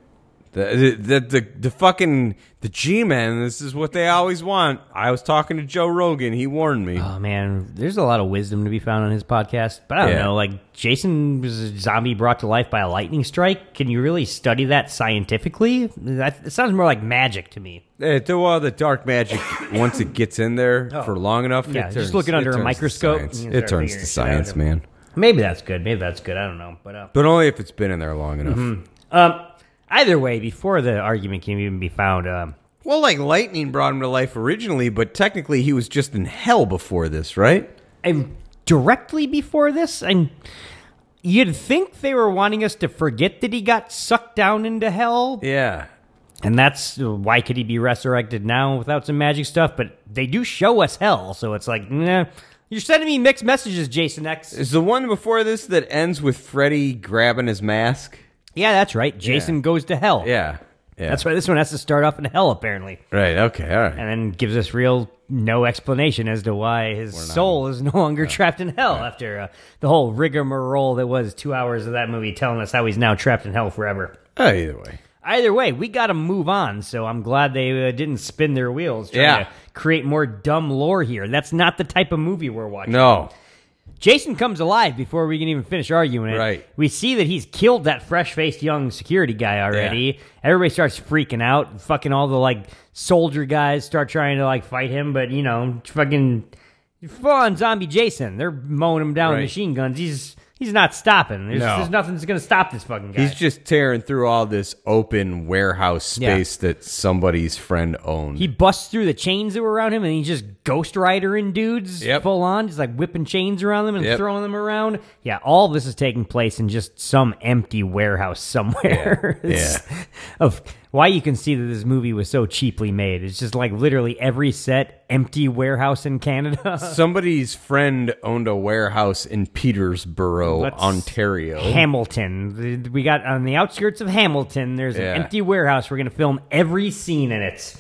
S5: The, the, the, the fucking the G-men. This is what they always want. I was talking to Joe Rogan. He warned me.
S4: Oh man, there's a lot of wisdom to be found on his podcast. But I don't
S5: Yeah.
S4: know, like Jason was a zombie brought to life by a lightning strike. Can you really study that scientifically? That it sounds more like magic to me.
S5: Eh, the, well, the dark magic once it gets in there for long enough,
S4: Oh. Yeah,
S5: it
S4: just
S5: turns,
S4: look it under a
S5: turns to
S4: microscope,
S5: science.
S4: you can
S5: It
S4: start
S5: turns
S4: figuring
S5: to
S4: shit out
S5: science,
S4: of it.
S5: man.
S4: Maybe that's good. Maybe that's good. I don't know, but. Uh,
S5: But only if it's been in there long enough.
S4: um, either way, before the argument can even be found, um,
S5: Well, like lightning brought him to life originally, but technically he was just in hell before this, right?
S4: and directly before this, and you'd think they were wanting us to forget that he got sucked down into hell,
S5: Yeah.
S4: and that's uh, why could he be resurrected now without some magic stuff? But they do show us hell, so it's like, nah, you're sending me mixed messages, Jason X.
S5: Is the one before this that ends with Freddy grabbing his mask?
S4: Yeah, that's right. Jason goes to hell.
S5: Yeah. Yeah.
S4: that's why this one has to start off in hell, apparently,
S5: right. Okay. All right.
S4: and then gives us real no explanation as to why his soul is no longer trapped in hell after uh, the whole rigmarole that was two hours of that movie telling us how he's now trapped in hell forever.
S5: Oh, either way.
S4: Either way, we got to move on. So I'm glad they uh, didn't spin their wheels trying
S5: Yeah.
S4: to create more dumb lore here. That's not the type of movie we're watching.
S5: No.
S4: Jason comes alive before we can even finish arguing it.
S5: Right.
S4: We see that he's killed that fresh-faced young security guy already. Everybody starts freaking out. Fucking all the like soldier guys start trying to like fight him, but you know, fucking full on zombie Jason. They're mowing him down with
S5: Right.
S4: machine guns. He's he's not stopping. There's,
S5: No.
S4: there's nothing that's gonna stop this fucking guy.
S5: He's just tearing through all this open warehouse space that somebody's friend owned.
S4: He busts through the chains that were around him, and he's just ghost ridering dudes
S5: Yep.
S4: full on, just like whipping chains around them and
S5: Yep.
S4: throwing them around. Yeah, all this is taking place in just some empty warehouse somewhere.
S5: Yeah.
S4: It's- Of why you can see that this movie was so cheaply made. It's just like literally every set empty warehouse in Canada.
S5: somebody's friend owned a warehouse in Petersboro,
S4: Let's-
S5: Ontario.
S4: Hamilton. The- We got on the outskirts of Hamilton. There's
S5: Yeah.
S4: an empty warehouse. We're gonna film every scene in it.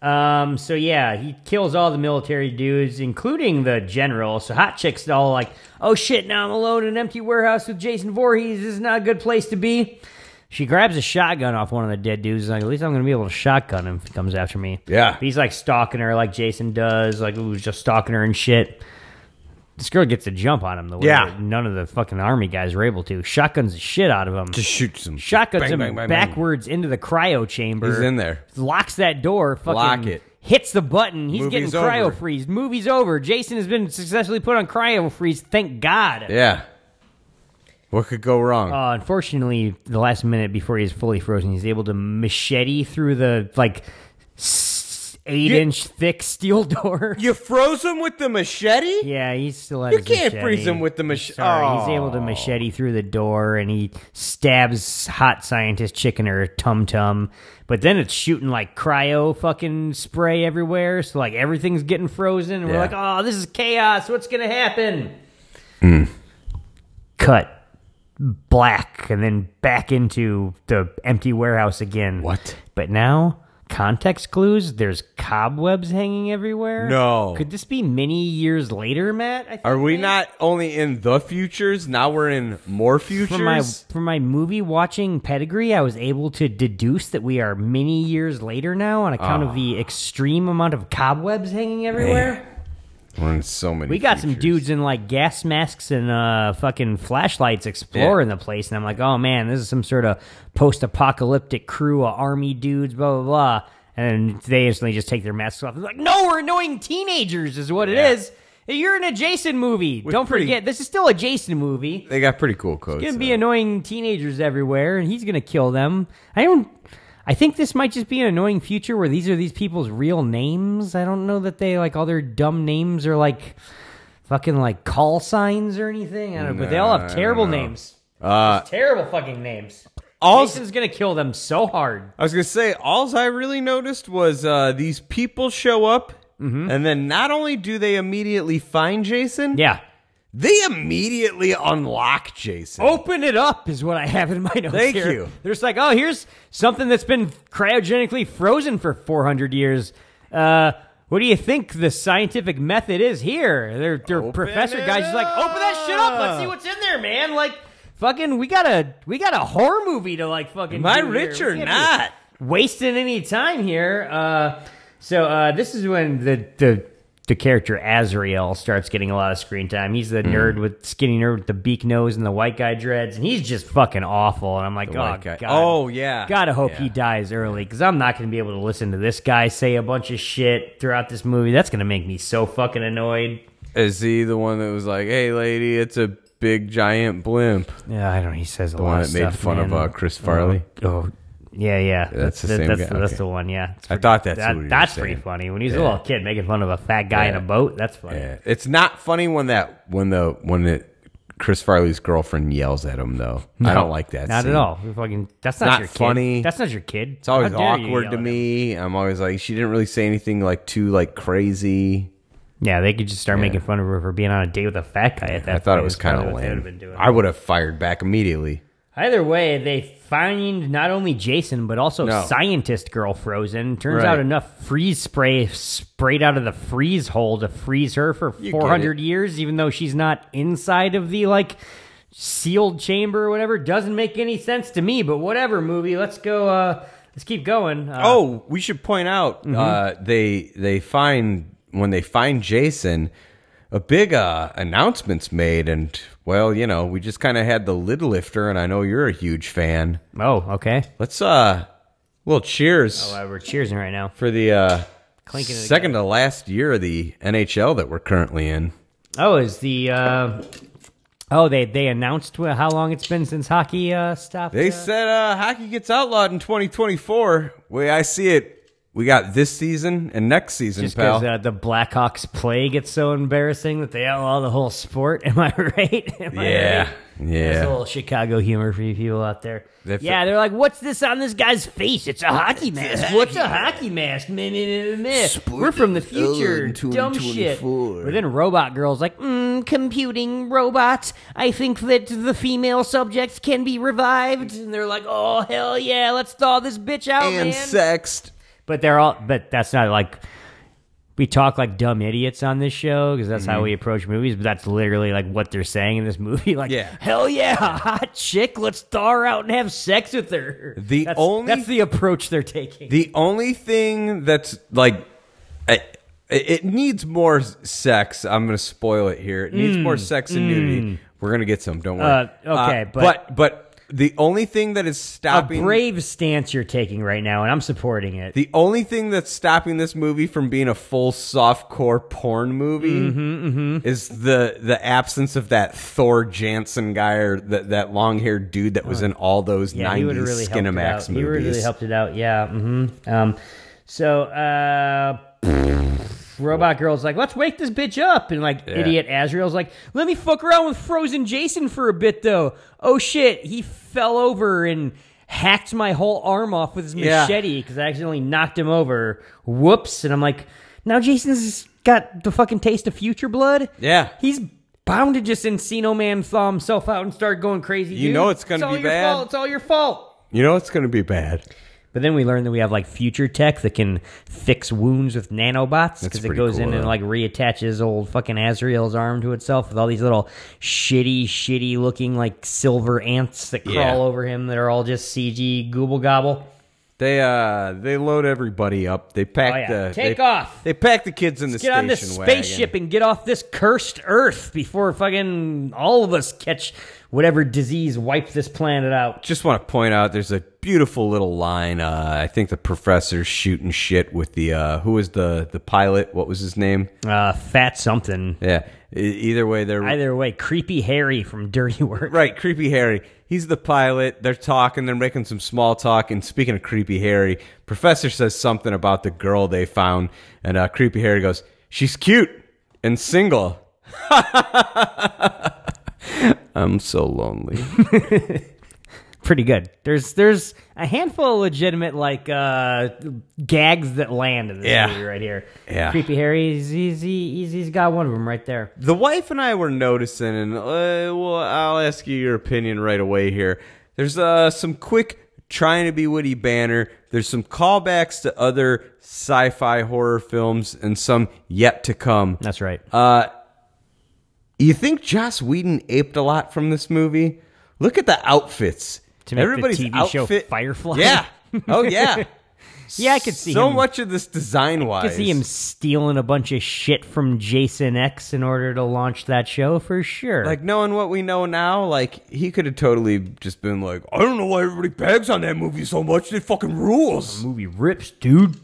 S4: Um. So yeah, he kills all the military dudes, including the general. So hot chicks all like, "Oh shit! Now I'm alone in an empty warehouse with Jason Voorhees. This is not a good place to be." She grabs a shotgun off one of the dead dudes. Like, at least I'm gonna be able to shotgun him if he comes after me.
S5: Yeah.
S4: He's like stalking her, like Jason does, like ooh, just stalking her and shit. This girl gets a jump on him the way
S5: Yeah.
S4: that none of the fucking army guys were able to. Shotguns the shit out of him.
S5: Just shoot some
S4: Shotguns
S5: Bang,
S4: him
S5: bang, bang, bang.
S4: backwards into the cryo chamber.
S5: He's in there.
S4: Locks that door. Fucking
S5: Lock it.
S4: Hits the button. He's
S5: Movie's
S4: getting cryo
S5: over.
S4: freeze. Movie's over. Jason has been successfully put on cryo freeze. Thank God.
S5: Yeah. What could go wrong?
S4: Uh, unfortunately, the last minute before he's fully frozen, he's able to machete through the like s- eight inch thick steel door.
S7: You froze him with the machete?
S4: Yeah, he's still at
S7: You
S4: his
S7: can't
S4: machete.
S7: freeze him with the machete.
S4: Sorry, he's able to machete through the door and he stabs hot scientist chicken or tum tum. But then it's shooting like cryo fucking spray everywhere, so like everything's getting frozen. And we're
S5: Yeah.
S4: like, oh, this is chaos. What's gonna happen?
S7: Hmm.
S4: Cut black and then back into the empty warehouse again.
S5: What?
S4: But now. Context clues. There's cobwebs hanging everywhere.
S5: No.
S4: could this be many years later, Matt? I think
S5: Oh. Are we
S4: maybe?
S5: not only in the futures? Now we're in more futures.
S4: for my for my movie watching pedigree, I was able to deduce that we are many years later now on account
S5: Ah.
S4: of the extreme amount of cobwebs hanging everywhere.
S5: we're in so many.
S4: We got some
S5: futures.
S4: dudes in like gas masks and uh, fucking flashlights exploring the place, and I'm like, oh man, this is some sort of post-apocalyptic crew of army dudes, blah blah blah. And they instantly just take their masks off. It's like, no, we're annoying teenagers, is what it is. You're in a Jason movie. Don't
S5: pretty-
S4: forget, this is still a Jason movie.
S5: They got pretty cool codes.
S4: gonna
S5: though.
S4: be annoying teenagers everywhere, and he's gonna kill them. I don't. I think this might just be an annoying future where these are these people's real names. I don't know that they like all their dumb names are like fucking like call signs or anything. I don't know, Uh, but they all have terrible names. Just terrible fucking names.
S5: All-
S4: Jason's gonna kill them so hard.
S5: I was gonna say, alls I really noticed was uh, these people show up,
S4: Mm-hmm.
S5: and then not only do they immediately find Jason,
S4: Yeah.
S5: they immediately unlock Jason.
S4: Open it up is what I have in my notes.
S5: Thank
S4: here.
S5: you.
S4: They're just like, oh, here's something that's been cryogenically frozen for 400 years. Uh, what do you think the scientific method is here? Their their professor
S5: it
S4: guy's just like, open that shit up. Let's see what's in there, man. Like, fucking, we got a we got a horror movie to like fucking.
S5: Am I
S4: do
S5: rich
S4: here.
S5: or
S4: We can't be
S5: not?
S4: Wasting any time here. Uh, so uh, this is when the the the character Azrael starts getting a lot of screen time. He's the
S5: Hmm.
S4: nerd with skinny nerd with the beak nose and the white guy dreads, and he's just fucking awful. And I'm like, oh
S5: white guy.
S4: god,
S5: Oh, yeah.
S4: gotta hope he
S5: Yeah.
S4: dies early because I'm not gonna be able to listen to this guy say a bunch of shit throughout this movie. That's gonna make me so fucking annoyed.
S5: Is he the one that was like, "Hey, lady, it's a big giant blimp"?
S4: Yeah, I don't. He says a
S5: The one
S4: lot of
S5: that made
S4: stuff,
S5: fun of
S4: man.
S5: uh, Chris Farley.
S4: Oh, yeah, yeah.
S5: that's the
S4: that-
S5: same
S4: that's,
S5: guy.
S4: The, that's
S5: Okay.
S4: the one. Yeah, It's
S5: I thought that's
S4: that,
S5: who you were
S4: that's
S5: saying.
S4: pretty funny. When he's a little kid making fun of a fat guy in a
S5: Yeah.
S4: boat, that's funny.
S5: Yeah. It's not funny when that when the when it Chris Farley's girlfriend yells at him though. I don't like that.
S4: Not
S5: scene.
S4: at all. You fucking, that's not,
S5: Not
S4: your kid.
S5: funny.
S4: That's not your kid.
S5: It's always awkward to me. I'm always like, she didn't really say anything like too like crazy.
S4: Yeah, they could just start making fun of her for being on a date with a fat guy at that.
S5: I thought it
S4: point.
S5: was
S4: That's
S5: kind
S4: probably
S5: of
S4: what they would've been
S5: lame.
S4: doing.
S5: I would have fired back immediately.
S4: Either way, they find not only Jason but also
S5: No.
S4: scientist girl frozen. Turns
S5: Right.
S4: out enough freeze spray sprayed out of the freeze hole to freeze her for
S5: get
S4: 400 years, even though she's not inside of the like sealed chamber or whatever. Doesn't make any sense to me, but whatever. Movie, let's go. Uh, let's keep going. Uh,
S5: oh, we should point out uh, they they find when they find Jason, a big uh, announcement's made, and well, you know, we just kind of had the lid lifter, and I know you're a huge fan.
S4: oh, okay.
S5: Let's uh, well, cheers
S4: Uh, we're cheersing right now.
S5: for the uh,
S4: Clinking it
S5: second to last year of the NHL that we're currently in.
S4: Oh, is the uh, oh they they announced wh- how long it's been since hockey uh, stopped.
S5: They
S4: uh,
S5: said uh, hockey gets outlawed in 2024. Way I see it, we got this season and next season,
S4: Just
S5: pal.
S4: because uh, the Blackhawks play gets so embarrassing that they outlaw the whole sport. Am I right? Am I
S5: yeah,
S4: right? That's a
S5: yeah.
S4: little Chicago humor for you people out there.
S5: They fi-
S4: yeah, they're like, "What's this on this guy's face? It's a hockey mask. What's a hockey mask? Meh, meh, meh, meh, meh.
S6: Sport
S4: We're from the
S6: is held
S4: future.
S6: in
S4: Dumb shit."
S6: 2024.
S4: But then Robot Girl's like, mm, "Computing robots. I think that the female subjects can be revived." And they're like, "Oh hell yeah, let's thaw this bitch out,
S5: and
S4: Oh, man."
S5: sexed.
S4: But they're all. But that's not like we talk like dumb idiots on this show because that's
S5: Mm-hmm.
S4: how we approach movies. But that's literally like what they're saying in this movie. Like,
S5: Yeah.
S4: hell yeah, hot chick, let's thaw her out and have sex with her.
S5: The
S4: that's,
S5: only-
S4: that's the approach they're taking.
S5: The only thing that's like, I, it it needs more s- sex. I'm going to spoil it here. It needs more sex and nudity. We're going to get some. Don't worry.
S4: Mm, Uh, okay,
S5: but but the only thing that is
S4: A
S5: stopping
S4: brave stance you're taking right now, and I'm supporting it.
S5: the only thing that's stopping this movie from being a full softcore porn movie
S4: Mm-hmm,
S5: is the the absence of that Thor Jansen guy or that that long haired dude that was in all those
S4: Uh, yeah, he would have
S5: 90s
S4: really helped it out.
S5: Skinamax
S4: He would've really
S5: movies.
S4: helped it out. Yeah. hmm Um, so uh, Robot Girl's like, let's wake this bitch up, and like idiot Azrael's like, let me fuck around with Frozen Jason for a bit though. Oh shit, he fell over and hacked my whole arm off with his
S5: Yeah.
S4: machete because I accidentally knocked him over. Whoops! And I'm like, now Jason's got the fucking taste of future blood.
S5: Yeah.
S4: he's. Bound to just Encino Man thaw himself out and start going crazy.
S5: You
S4: dude.
S5: know it's gonna
S4: all
S5: be
S4: your
S5: bad.
S4: fault. It's all your fault.
S5: You know it's going to be bad.
S4: But then we learned that we have like future tech that can fix wounds with nanobots because it
S5: pretty
S4: goes
S5: cool,
S4: in and
S5: though.
S4: like reattaches old fucking Azrael's arm to itself with all these little shitty, shitty looking like silver ants that crawl
S5: Yeah.
S4: over him that are all just CG goobble gobble.
S5: They uh they load everybody up. They pack
S4: Oh, yeah.
S5: the
S4: Take
S5: they-
S4: off.
S5: They pack the kids in the
S4: Get
S5: station
S4: on this
S5: wagon.
S4: spaceship and get off this cursed Earth before fucking all of us catch whatever disease wipes this planet out.
S5: Just want to point out there's a beautiful little line. Uh, I think the professor's shooting shit with the uh, who was the the pilot? What was his name?
S4: Uh, fat something.
S5: Yeah. E- Either way, they're
S4: Either way, creepy Harry from Dirty Work.
S5: right. Creepy Harry. He's the pilot. They're talking. They're making some small talk. And speaking of Creepy Harry, Professor says something about the girl they found, and uh, Creepy Harry goes, "She's cute and single." I'm so lonely.
S4: pretty good. There's there's a handful of legitimate like uh gags that land in this
S5: Yeah.
S4: movie right here.
S5: Yeah.
S4: Creepy Harry, he's, he's, he's, he's got one of them right there.
S5: the wife and I were noticing, and uh, well, I'll ask you your opinion right away here. There's uh, some quick trying to be witty banner. There's some callbacks to other sci-fi horror films, and some yet to come.
S4: That's right.
S5: Uh, you think Joss Whedon aped a lot from this movie? Look at the outfits.
S4: To make the
S5: Everybody's
S4: TV show
S5: outfit,
S4: Firefly.
S5: Yeah. Oh yeah.
S4: yeah, I could see
S5: so
S4: him.
S5: much of this design
S4: I
S5: wise.
S4: could see him stealing a bunch of shit from Jason X in order to launch that show for sure.
S5: Like knowing what we know now, like he could have totally just been like, I don't know why everybody bags on that movie so much. It fucking rules.
S4: movie rips, dude.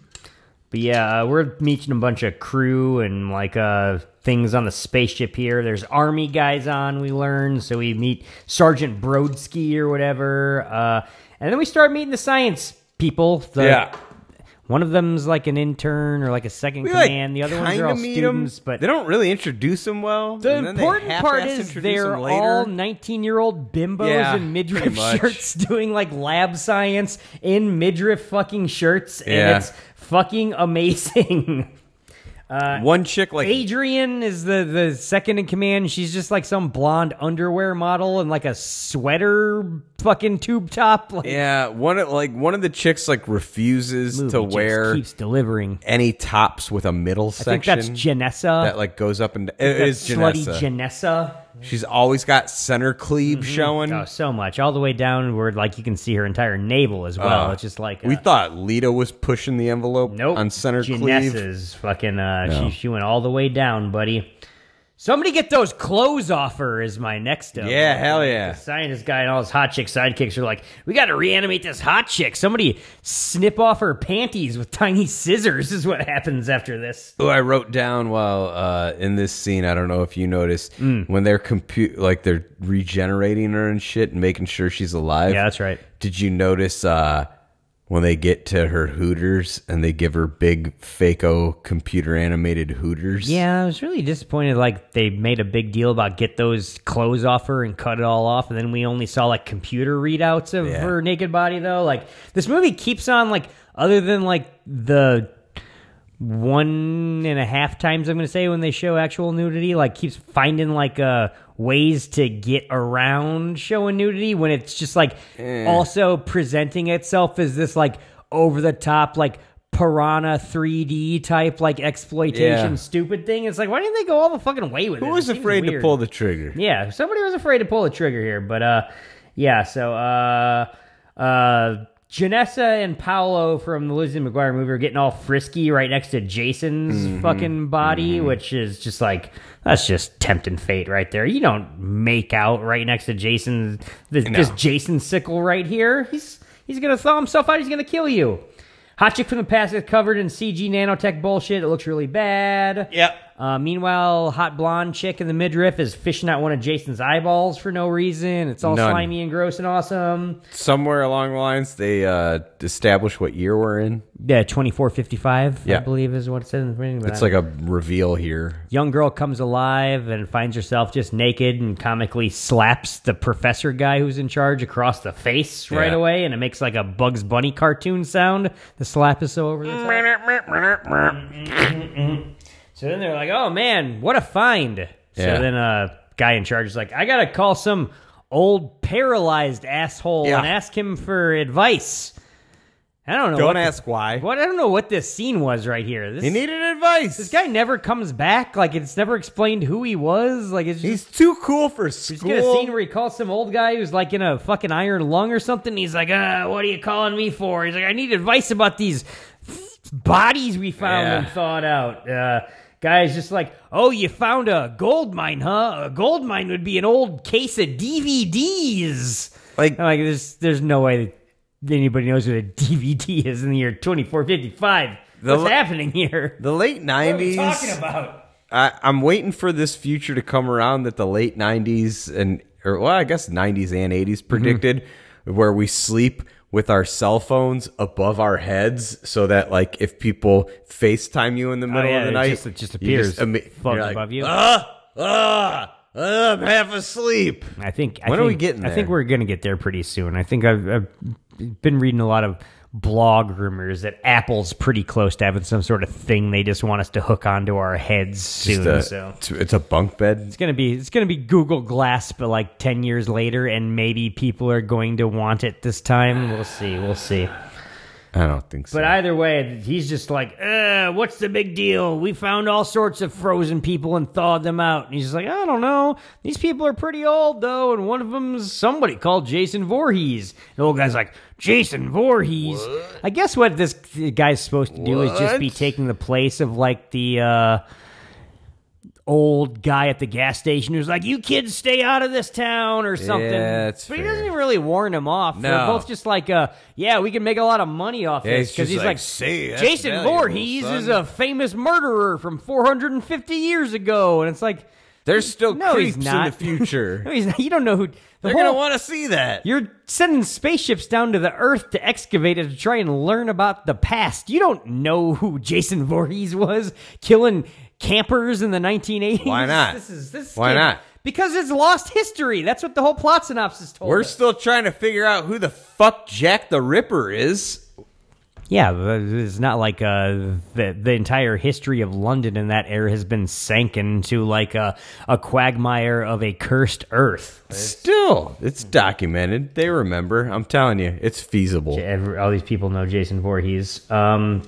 S4: But yeah, uh, we're meeting a bunch of crew and like uh things on the spaceship here. There's army guys on. We learn, so we meet Sergeant Brodsky or whatever, uh, and then we start meeting the science people. The,
S5: Yeah.
S4: one of them's like an intern or like a second
S5: We, like,
S4: command. the other ones
S5: kinda
S4: are all
S5: meet
S4: students,
S5: him,
S4: but
S5: they don't really introduce him well.
S4: the
S5: and then they
S4: important
S5: half-ass
S4: part is
S5: introduce
S4: they're
S5: him later.
S4: all 19 year old bimbos
S5: Yeah,
S4: in midriff
S5: pretty much.
S4: shirts doing like lab science in midriff fucking shirts, and
S5: Yeah.
S4: it's fucking amazing.
S5: one chick like
S4: Adrian is the, the second in command. She's just like some blonde underwear model and like a sweater fucking tube top. Like,
S5: yeah, one of like one of the chicks like refuses
S4: movie
S5: to
S4: just
S5: wear
S4: keeps delivering.
S5: any tops with a middle
S4: I
S5: section.
S4: think that's Janessa.
S5: that like goes up and it
S4: That
S5: is
S4: slutty
S5: Janessa.
S4: Janessa.
S5: She's always got center cleave showing.
S4: Oh, so much. All the way down where like you can see her entire navel as well.
S5: Uh,
S4: it's just like
S5: we
S4: uh,
S5: thought Lita was pushing the envelope
S4: Nope.
S5: on center cleave.
S4: Janessa's fucking. Uh, she she went all the way down, buddy. Somebody get those clothes off her is my next. up.
S5: Yeah, hell yeah.
S4: The scientist guy and all his hot chick sidekicks are like, we got to reanimate this hot chick. Somebody snip off her panties with tiny scissors is what happens after this.
S5: who I wrote down while uh, in this scene. I don't know if you noticed
S4: Mm.
S5: when they're compute like they're regenerating her and shit and making sure she's alive.
S4: Yeah, that's right.
S5: Did you notice uh, when they get to her Hooters and they give her big fakeo computer animated Hooters?
S4: Yeah, I was really disappointed. Like they made a big deal about get those clothes off her and cut it all off, and then we only saw like computer readouts of
S5: Yeah.
S4: her naked body. Though, like this movie keeps on like other than like the one and a half times I'm gonna say when they show actual nudity, like keeps finding like uh ways to get around showing nudity when it's just like
S5: Eh.
S4: also presenting itself as this like over the top like piranha 3D type like exploitation
S5: Yeah.
S4: stupid thing. It's like why didn't they go all the fucking way with it?
S5: Who was
S4: It seems
S5: afraid to
S4: weird.
S5: pull the trigger?
S4: Yeah, somebody was afraid to pull the trigger here, but uh, yeah. So uh, uh, Janessa and Paolo from the Lizzie McGuire movie are getting all frisky right next to Jason's
S5: Mm-hmm.
S4: fucking body, which is just like that's just tempting fate right there. You don't make out right next to Jason's this, this Jason sickle right here. He's he's gonna thaw himself out. He's gonna kill you. Hot chick from the past is covered in CG nanotech bullshit. It looks really bad.
S7: Yep.
S4: Uh, meanwhile, hot blonde chick in the midriff is fishing out one of Jason's eyeballs for no reason. It's all
S5: None.
S4: slimy and gross and awesome.
S5: Somewhere along the lines, they uh, establish what year we're in.
S4: Yeah, twenty four fifty five. I
S5: Yeah.
S4: believe is what it said in the beginning. but
S5: It's
S4: I-
S5: like a reveal here.
S4: young girl comes alive and finds herself just naked and comically slaps the professor guy who's in charge across the face right
S5: Yeah.
S4: away, and it makes like a Bugs Bunny cartoon sound. The slap is so over the top. So then they're like, "Oh man, what a find!"
S5: Yeah.
S4: So then a guy in charge is like, "I gotta call some old paralyzed asshole
S5: Yeah.
S4: and ask him for advice." I don't know. what
S5: Don't
S4: the-
S5: ask why.
S4: what I don't know what this scene was right here. This
S5: He needed advice.
S4: this guy never comes back. Like it's never explained who he was. Like it's just.
S5: He's too cool for
S4: He's
S5: school.
S4: got a scene where he calls some old guy who's like in a fucking iron lung or something. He's like, uh, what are you calling me for? He's like, I need advice about these bodies we found
S5: Yeah.
S4: and thawed out. Uh, guy's just like, oh, you found a gold mine, huh? A gold mine would be an old case of DVDs.
S5: Like-
S4: I'm like there's, there's no way that anybody knows what a DVD is in the year 2455.
S5: The
S4: What's
S5: l-
S4: happening here?
S5: the late nineties.
S4: talking about?
S5: I, I'm waiting for this future to come around that the late 90s and, or well, I guess 90s and 80s
S4: Mm-hmm.
S5: predicted, where we sleep with our cell phones above our heads so that, like, if people FaceTime you in the middle
S4: Oh, yeah,
S5: of the
S4: it
S5: night,
S4: just- it just
S5: you
S4: appears floating
S5: you're like,
S4: above you.
S5: Ah, ah, ah, I'm half asleep.
S4: I think. I
S5: When are
S4: think,
S5: we getting
S4: I think
S5: there?
S4: we're going to get there pretty soon. I think I've, I've been reading a lot of blog rumors that Apple's pretty close to having some sort of thing they just want us to hook onto our heads soon.
S5: Just a-
S4: so
S5: it's, it's a bunk bed.
S4: it's gonna be it's gonna be Google Glass, but like ten years later, and maybe people are going to want it this time. We'll see. We'll see.
S5: I don't think so.
S4: But either way, he's just like, uh, what's the big deal? We found all sorts of frozen people and thawed them out. And he's just like, I don't know. These people are pretty old, though, and one of them's somebody called Jason Voorhees. The old guy's like, Jason Voorhees? I guess what this guy's supposed to do is just be taking the place of, like, the, uh, old guy at the gas station who's like, "You kids stay out of this town" or something.
S5: Yeah, that's
S4: but he
S5: fair.
S4: doesn't even really warn him off. They're
S5: No.
S4: both just like, uh, "Yeah, we can make a lot of money off
S5: Yeah,
S4: this
S5: he's
S4: because
S5: just
S4: he's
S5: like,
S4: like,
S5: "See, that's
S4: Jason
S5: valuable,
S4: Voorhees is
S5: son."
S4: a famous murderer from 450 years ago," and it's like,
S5: There's still
S4: No, he's
S5: creeps in
S4: not.
S5: the future.
S4: "No, he's not. You don't know who." The
S5: They're
S4: whole,
S5: going to want to see that.
S4: you're sending spaceships down to the Earth to excavate it to try and learn about the past. You don't know who Jason Voorhees was killing campers in the 1980s.
S5: Why not?
S4: This is this.
S5: Why
S4: can't-
S5: not?
S4: Because it's lost history. That's what the whole plot synopsis told
S5: We're
S4: us.
S5: still trying to figure out who the fuck Jack the Ripper is.
S4: Yeah, but it's not like uh, the the entire history of London in that era has been sank into like a, a quagmire of a cursed Earth.
S5: Still, it's documented. They remember. I'm telling you, it's feasible.
S4: Every, all these people know Jason Voorhees. Um,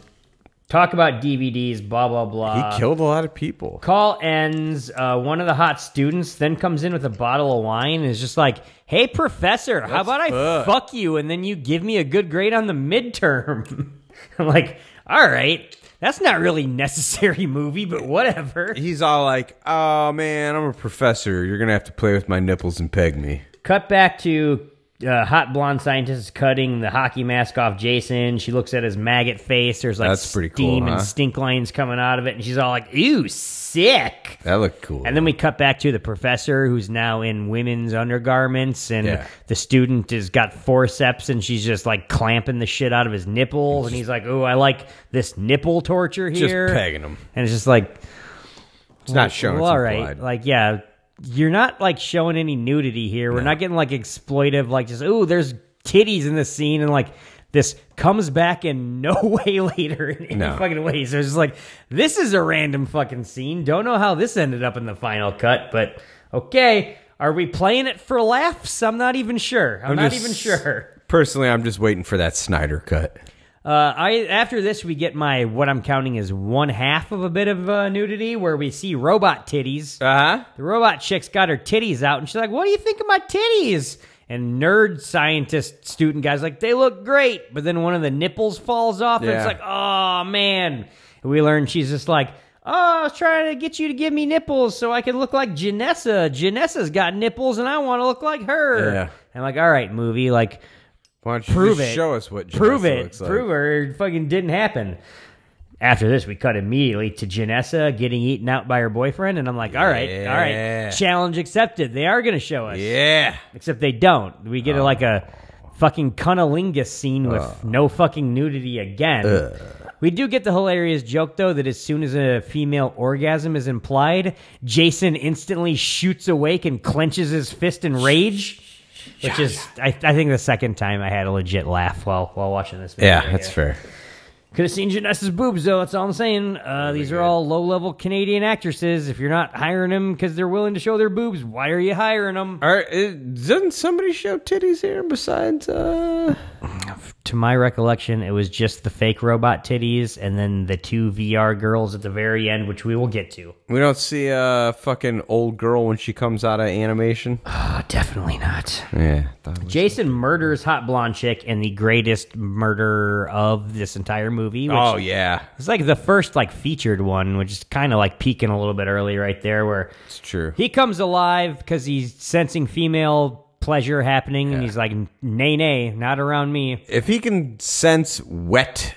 S4: talk about DVDs, blah blah blah.
S5: he killed a lot of people.
S4: Call ends. Uh, one of the hot students then comes in with a bottle of wine and is just like, "Hey, professor, how about I
S5: fuck."
S4: fuck you and then you give me a good grade on the midterm?" I'm like, "All right, that's not really necessary, movie, but whatever."
S5: He's all like, "Oh man, I'm a professor. You're gonna have to play with my nipples and peg me."
S4: Cut back to uh, hot blonde scientist cutting the hockey mask off Jason. She looks at his maggot face. There's like
S5: That's pretty cool,
S4: steam and
S5: huh?
S4: stink lines coming out of it, and she's all like, "Ew, sick."
S5: That looked cool.
S4: And then we cut back to the professor who's now in women's undergarments, and
S5: Yeah.
S4: the student has got forceps, and she's just like clamping the shit out of his nipples, and he's like, "Oh, I like this nipple torture
S5: just
S4: here."
S5: pegging him.
S4: And it's just like,
S5: It's not showing.
S4: well,
S5: it's
S4: all right,
S5: implied.
S4: like yeah, you're not like showing any nudity here. We're not getting like exploitive, like just oh, there's titties in this scene, and like this comes back in no way later in any
S5: No.
S4: fucking way. So it's just like this is a random fucking scene. Don't know how this ended up in the final cut, but okay. Are we playing it for laughs? I'm not even sure. I'm,
S5: I'm
S4: not
S5: just-
S4: even sure.
S5: Personally, I'm just waiting for that Snyder cut.
S4: Uh, I after this we get my what I'm counting is one half of a bit of uh, nudity where we see robot titties.
S5: Uh huh.
S4: Uh-huh. The robot chick's got her titties out, and she's like, "What do you think of my titties?" And nerd scientist student guys like they look great, but then one of the nipples falls off, and it's
S5: Yeah.
S4: like, oh man. And we learn she's just like, oh, I was trying to get you to give me nipples so I could look like Janessa. Janessa's got nipples, and I want to look like her.
S5: Yeah.
S4: I'm like, all right, movie, like
S5: Why don't you
S4: prove
S5: just
S4: it.
S5: show us what
S4: prove
S5: Janessa
S4: it.
S5: looks like?
S4: Prove her. It fucking didn't happen. After this, we cut immediately to Janessa getting eaten out by her boyfriend, and I'm like, all right, all
S5: Yeah.
S4: right, challenge accepted. They are going to show us,
S5: Yeah.
S4: except they don't. We get like a
S5: Oh.
S4: fucking cunnilingus scene with
S5: Uh.
S4: no fucking nudity again. We do get the hilarious joke though that as soon as a female orgasm is implied, Jason instantly shoots awake and clenches his fist in rage. Which is, I, I think, the second time I had a legit laugh while while watching this. Movie
S5: Yeah,
S4: right
S5: that's
S4: here.
S5: fair.
S4: Could have seen Janessa's boobs, though. That's all I'm saying.
S5: Oh,
S4: Uh, these are all low level Canadian actresses. If you're not hiring them because they're willing to show their boobs, why are you hiring them?
S5: All right, it, doesn't somebody show titties here besides uh
S4: To my recollection, it was just the fake robot titties and then the two VR girls at the very end, which we will get to.
S5: we don't see a fucking old girl when she comes out of animation?
S4: Oh, definitely not.
S5: Yeah.
S4: Jason murders Hot Blonde Chick in the greatest murder of this entire movie. Which
S5: Oh yeah.
S4: It's like the first like featured one, which is kind of like peaking a little bit early right there, where
S5: It's true.
S4: he comes alive because he's sensing female pleasure happening, and he's like, "Nay, nay, not around me."
S5: if he can sense wet,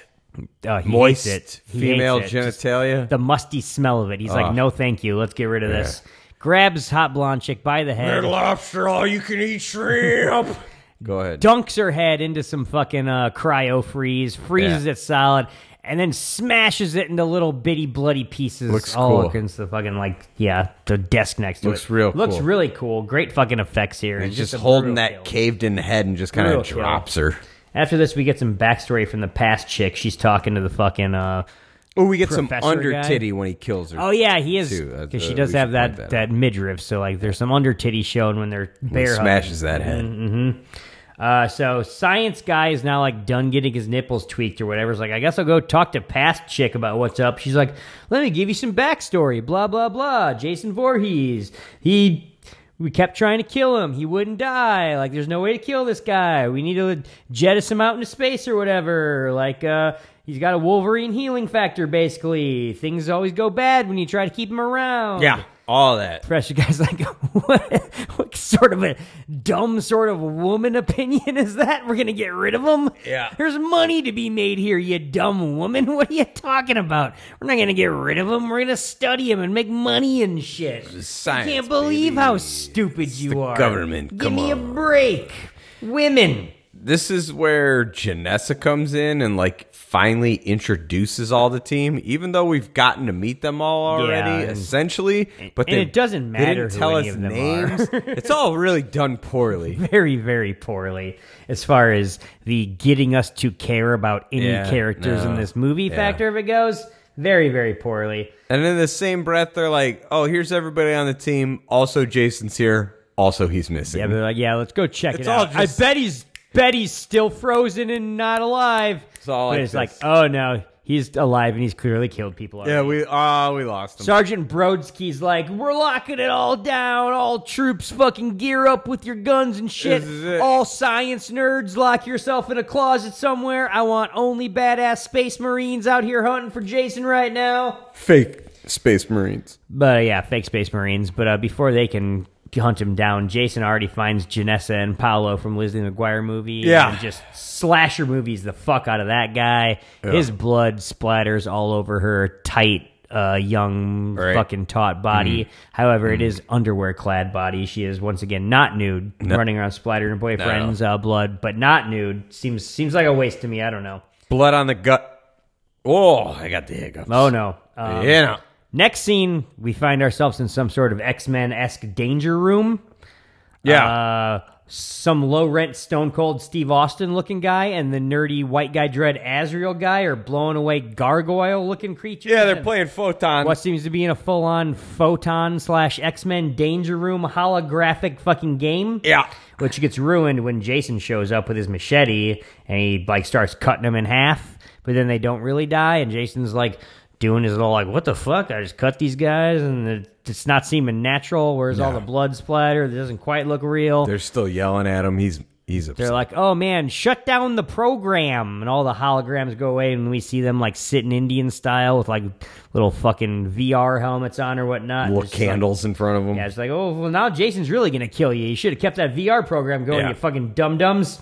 S4: Uh, he
S5: moist
S4: hates it. He hates
S5: female
S4: it. Just
S5: genitalia,
S4: the musty smell of it. He's like, "No, thank you. Let's get rid of this." Grabs hot blonde chick by the head,
S5: lobster, all you can eat shrimp. Go ahead.
S4: dunks her head into some fucking uh, cryo freeze, freezes
S5: Yeah.
S4: it solid, and then smashes it into little bitty bloody pieces.
S5: Looks
S4: all
S5: cool.
S4: against the fucking like yeah, the desk next to
S5: Looks
S4: it.
S5: real
S4: Looks
S5: cool.
S4: really cool. Great fucking effects here.
S5: He's
S4: It's
S5: just,
S4: a
S5: holding
S4: brutal
S5: that
S4: kill.
S5: caved-in head and just kind
S4: Brutal
S5: of
S4: kill.
S5: drops her.
S4: After this, we get some backstory from the past chick. She's talking to the fucking. uh
S5: Oh, we get
S4: Professor
S5: some under
S4: guy?
S5: titty when he kills her.
S4: Oh yeah, he is
S5: Too, uh,
S4: because she
S5: uh,
S4: does
S5: we
S4: have
S5: should
S4: that
S5: point
S4: that,
S5: that
S4: midriff. So like, there's some under titty shown when they're
S5: He
S4: bear hugging.
S5: smashes that head.
S4: Mm-hmm. Uh, so science guy is now like done getting his nipples tweaked or whatever. He's like, I guess I'll go talk to past chick about what's up. She's like, let me give you some backstory. Blah blah blah. Jason Voorhees. He. We kept trying to kill him. He wouldn't die. Like, there's no way to kill this guy. We need to jettison him out into space or whatever. Like, uh, he's got a Wolverine healing factor, basically. Things always go bad when you try to keep him around
S5: Yeah, all that.
S4: fresh. You guys like what, what sort of a dumb sort of woman opinion is that? We're gonna get rid of them?
S5: Yeah.
S4: There's money to be made here, you dumb woman. What are you talking about? We're not gonna get rid of them. We're gonna study them and make money and shit.
S5: science,
S4: I can't believe how
S5: baby.
S4: stupid you
S5: the
S4: are.
S5: government.
S4: Give
S5: Come
S4: me a
S5: on.
S4: break, women.
S5: This is where Janessa comes in and like finally introduces all the team, even though we've gotten to meet them all
S4: Yeah,
S5: already,
S4: and-
S5: essentially. But
S4: and
S5: they,
S4: it doesn't
S5: they
S4: matter
S5: didn't
S4: who
S5: tell
S4: any
S5: us
S4: of them are.
S5: names. it's all really done poorly.
S4: very, very poorly as far as the getting us to care about any
S5: Yeah,
S4: characters in
S5: no.
S4: this movie factor of it goes. Very, very poorly.
S5: And in the same breath, they're like, "Oh, here's everybody on the team. Also, Jason's here. Also, he's missing."
S4: Yeah, they're like, yeah, let's go check
S5: It's
S4: it out.
S5: all just-
S4: I bet he's bet he's still frozen and not alive.
S5: It's all
S4: but
S5: like
S4: it's like,
S5: this.
S4: oh no, he's alive and he's clearly killed people. Already.
S5: Yeah, we ah, we lost him.
S4: Sergeant Brodsky's like, we're locking it all down. All troops fucking gear up with your guns and shit.
S5: This is it.
S4: All science nerds, lock yourself in a closet somewhere. I want only badass space marines out here hunting for Jason right now.
S5: Fake space marines.
S4: But uh, yeah, fake space marines. But uh, before they can hunt him down, Jason already finds Janessa and Paolo from Lizzie McGuire movie.
S5: Yeah.
S4: And just slasher movies the fuck out of that guy. His blood splatters all over her tight, uh, young,
S5: Right. Mm-hmm.
S4: fucking taut body. However, it is underwear clad body. She is once again not nude, running around splattering her boyfriend's uh, blood, but not nude. Seems seems like a waste to me. I don't know.
S5: Blood on the gut. Oh, I got the hiccups.
S4: Oh no. Um,
S5: yeah. no.
S4: Next scene, we find ourselves in some sort of X Men esque danger room.
S5: Yeah.
S4: Uh, some low rent Stone Cold Steve Austin looking guy and the nerdy white guy Dread Azrael guy are blowing away gargoyle looking creatures.
S5: yeah, they're
S4: And
S5: playing photon.
S4: What seems to be in a full on photon slash X Men danger room holographic fucking game.
S5: Yeah.
S4: Which gets ruined when Jason shows up with his machete and he like starts cutting them in half, but then they don't really die, and Jason's like, doing his little like, what the fuck? I just cut these guys, and it, it's not seeming natural. Where's all the blood splatter? It doesn't quite look real.
S5: They're still yelling at him. He's he's upset.
S4: They're like, oh man, shut down the program. And all the holograms go away, and we see them like sitting Indian style with like little fucking VR helmets on or whatnot.
S5: little
S4: It's just like-
S5: candles in front of him.
S4: yeah, it's like, oh, well, now Jason's really going to kill you. You should have kept that VR program going,
S5: Yeah.
S4: you fucking dum dums.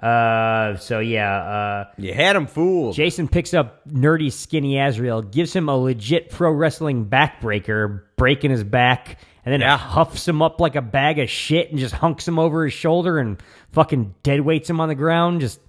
S4: Uh, so yeah, uh,
S5: You had him fooled.
S4: Jason picks up nerdy skinny Azrael, gives him a legit pro wrestling backbreaker, breaking his back, and then
S5: Yeah.
S4: huffs him up like a bag of shit and just hunks him over his shoulder and fucking dead weights him on the ground. Just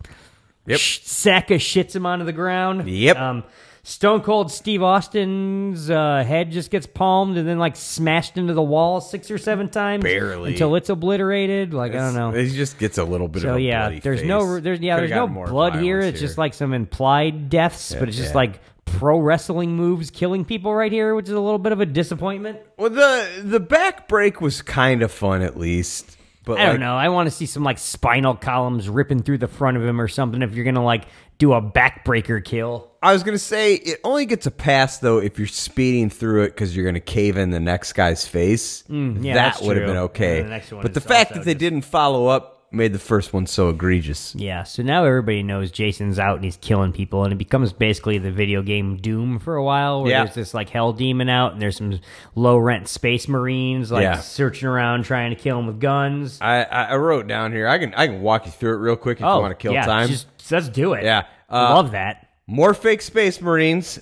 S5: Yep.
S4: sh- sack of shits him onto the ground.
S5: Yep.
S4: Um, Stone Cold Steve Austin's uh, head just gets palmed and then like smashed into the wall six or seven times,
S5: Barely.
S4: until it's obliterated. Like I don't know.
S5: He just gets a little bit
S4: So
S5: of a
S4: yeah,
S5: bloody
S4: there's
S5: face.
S4: no there's yeah
S5: Could've
S4: there's no
S5: gotten more
S4: blood here.
S5: violence
S4: It's just like some implied deaths, but it's just like pro wrestling moves killing people right here, which is a little bit of a disappointment.
S5: well, the the back break was kind of fun at least. But
S4: I don't
S5: like,
S4: know. I want to see some like spinal columns ripping through the front of him or something. If you're gonna like do a backbreaker kill,
S5: I was gonna say it only gets a pass though if you're speeding through it because you're gonna cave in the next guy's face.
S4: Mm, yeah,
S5: that
S4: that's
S5: would have
S4: true.
S5: been okay.
S4: And the next one
S5: but the
S4: is
S5: fact
S4: also
S5: that they
S4: just-
S5: didn't follow up made the first one so egregious.
S4: yeah. So now everybody knows Jason's out and he's killing people, and it becomes basically the video game Doom for a while, where
S5: Yeah.
S4: there's this like hell demon out, and there's some low rent space marines like
S5: Yeah.
S4: searching around trying to kill him with guns.
S5: I, I I wrote down here. I can I can walk you through it real quick if you want to kill
S4: Oh, yeah,
S5: time.
S4: Just, let's do it.
S5: Yeah, uh,
S4: Love that.
S5: More fake space marines.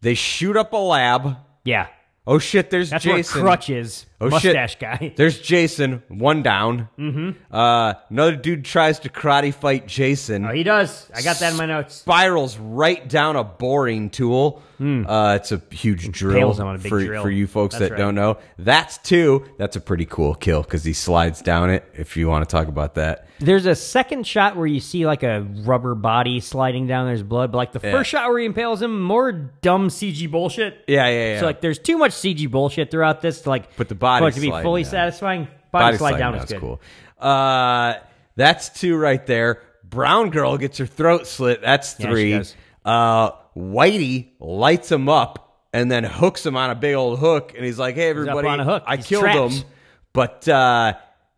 S5: They shoot up a lab.
S4: Yeah.
S5: Oh shit! There's
S4: That's
S5: Jason.
S4: where Crutch is.
S5: Oh, shit.
S4: mustache guy.
S5: There's Jason, one down. Mm-hmm. Uh, another dude tries to karate fight Jason.
S4: Oh, he does. I got that in my notes.
S5: Spirals right down a boring tool. Uh, it's a huge drill,
S4: Hmm. him on a big
S5: for,
S4: drill.
S5: for you folks
S4: That's
S5: that
S4: right.
S5: don't know. That's two. That's a pretty cool kill because he slides down it. If you want to talk about that,
S4: There's a second shot where you see like a rubber body sliding down. There's blood, but like the first shot where he impales him, more dumb CG bullshit.
S5: yeah, yeah, yeah.
S4: So like, there's too much CG bullshit throughout this to like,
S5: But the body
S4: for it to be
S5: sliding
S4: fully
S5: down.
S4: satisfying. Body,
S5: Body
S4: slide
S5: sliding
S4: down is
S5: down's
S4: good.
S5: cool. Uh, that's two right there. Brown girl gets her throat slit. That's
S4: Yeah, she
S5: three.
S4: does.
S5: uh, Whitey lights him up and then hooks him on a big old hook, and he's like, "Hey,
S4: up
S5: everybody,
S4: on a hook.
S5: I
S4: He's
S5: killed
S4: trapped."
S5: him." But uh,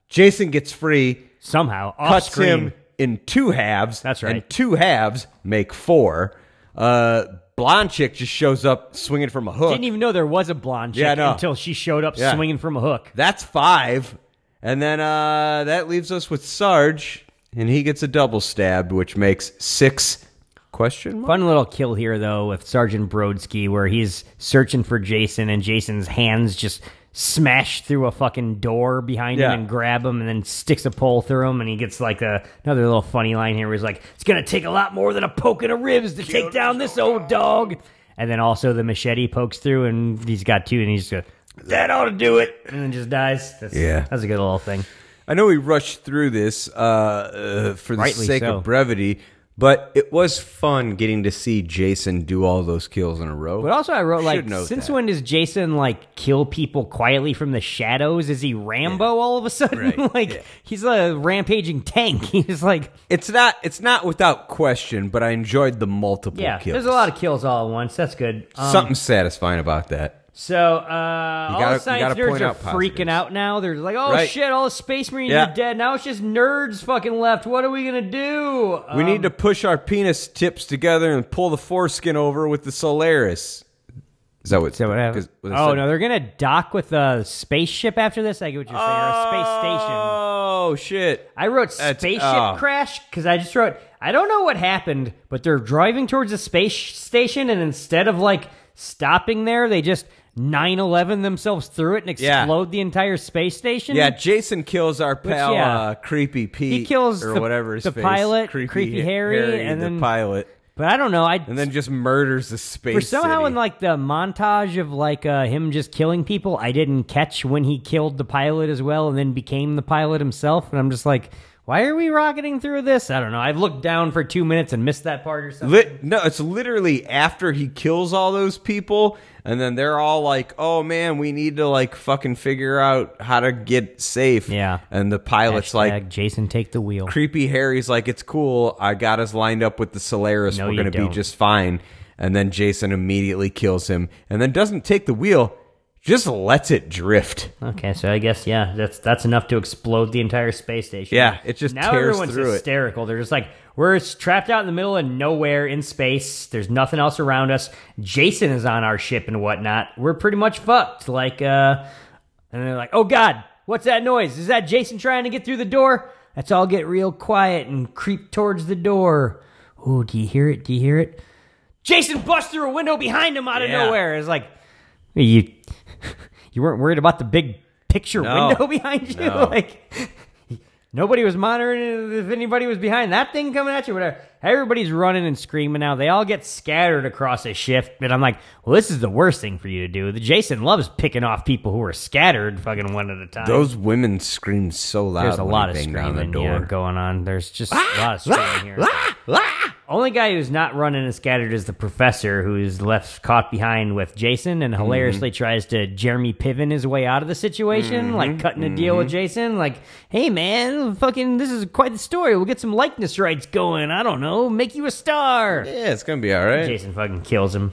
S5: Jason gets free,
S4: Somehow off
S5: cuts
S4: screen.
S5: him in two halves.
S4: That's right.
S5: And two halves make four. Uh, blonde chick just shows up swinging from a hook.
S4: Didn't even know there was a blonde chick
S5: Yeah, I know.
S4: until she showed up
S5: Yeah.
S4: swinging from a hook.
S5: That's five. And then uh, that leaves us with Sarge, and he gets a double stabbed, which makes six question mark.
S4: Fun little kill here, though, with Sergeant Brodsky, where he's searching for Jason, and Jason's hands just smash through a fucking door behind
S5: Yeah.
S4: him and grab him, and then sticks a pole through him, and he gets like a, another little funny line here, where he's like, "It's gonna take a lot more than a poke in the ribs to take down this old dog." And then also the machete pokes through, and he's got two, and he's just goes, "That ought to do it," and then just dies. That's,
S5: Yeah.
S4: that's a good little thing.
S5: I know we rushed through this uh, uh, for the
S4: Rightly
S5: sake
S4: so.
S5: of brevity, but it was fun getting to see Jason do all those kills in a row.
S4: But also, I wrote
S5: Should
S4: like,
S5: know
S4: since
S5: that.
S4: when does Jason like kill people quietly from the shadows? Is he Rambo all of a sudden?
S5: Right,
S4: like
S5: yeah.
S4: he's a rampaging tank. He's like,
S5: it's not it's not without question, but I enjoyed the multiple
S4: yeah.
S5: kills.
S4: There's a lot of kills all at once. That's good. Um,
S5: something satisfying about that.
S4: So uh, all
S5: gotta-
S4: the
S5: you
S4: science
S5: gotta
S4: nerds
S5: point
S4: are
S5: out
S4: freaking
S5: positives.
S4: out now. They're like, oh
S5: Right.
S4: shit, all the space marines
S5: Yeah.
S4: are dead. Now it's just nerds fucking left. What are we gonna do? Uh,
S5: We need to push our penis tips together and pull the foreskin over with the Solaris. Is that what?
S4: So what happened?
S5: 'cause- what I
S4: Oh
S5: said?
S4: no, they're gonna dock with a spaceship after this. I get what you're saying. or a space station.
S5: Oh shit!
S4: I wrote
S5: That's-
S4: spaceship
S5: oh.
S4: crash because I just wrote I don't know what happened, but they're driving towards a space station, and instead of like stopping there, they just 9-11 themselves through it and
S5: Yeah.
S4: explode the entire space station.
S5: Yeah, Jason kills our pal,
S4: yeah.
S5: uh, creepy Pete.
S4: He kills
S5: or
S4: the-
S5: whatever his
S4: the
S5: face.
S4: pilot, Creepy Harry, and
S5: the
S4: then-
S5: pilot,
S4: but I don't know. I
S5: and then just murders the space.
S4: for somehow
S5: city.
S4: in like the montage of like uh, him just killing people, I didn't catch when he killed the pilot as well, and then became the pilot himself. And I'm just like, why are we rocketing through this? I don't know. I've looked down for two minutes and missed that part or something.
S5: Lit, no, it's literally after he kills all those people, and then they're all like, "Oh man, we need to like fucking figure out how to get safe."
S4: Yeah.
S5: and the pilot's like,
S4: Hashtag Jason, take the wheel.
S5: creepy Harry's like, it's cool. I got us lined up with the Solaris.
S4: No,
S5: We're
S4: you
S5: going to be
S4: don't.
S5: just fine. And then Jason immediately kills him and then doesn't take the wheel, just lets it drift.
S4: Okay, so I guess yeah, that's that's enough to explode the entire space station.
S5: Yeah, it just
S4: now
S5: tears
S4: everyone's
S5: through it.
S4: hysterical. They're just like we're s- trapped out in the middle of nowhere in space. There's nothing else around us. Jason is on our ship and whatnot. We're pretty much fucked. Like, uh, and they're like, oh god, what's that noise? Is that Jason trying to get through the door? Let's all get real quiet and creep towards the door. Oh, do you hear it? Do you hear it? Jason busts through a window behind him out of
S5: Yeah.
S4: nowhere. It's like you you weren't worried about the big picture
S5: No.
S4: window behind you like nobody was monitoring if anybody was behind that thing coming at you whatever everybody's running and screaming now they all get scattered across a shift and i'm like well this is the worst thing for you to do the jason loves picking off people who are scattered fucking one at a time
S5: Those women scream so loud.
S4: there's a
S5: when
S4: lot
S5: he
S4: of
S5: banged on the
S4: screaming
S5: door. Ah!
S4: yeah, going on there's just a lot of screaming here only guy who's not running and scattered is the professor who's left caught behind with Jason and
S5: Mm-hmm.
S4: hilariously tries to Jeremy Piven his way out of the situation,
S5: Mm-hmm.
S4: like cutting a deal with Jason, like, hey man, fucking this is quite the story. We'll get some likeness rights going. I don't know, make you a star.
S5: Yeah, it's gonna be all right.
S4: Jason fucking kills him.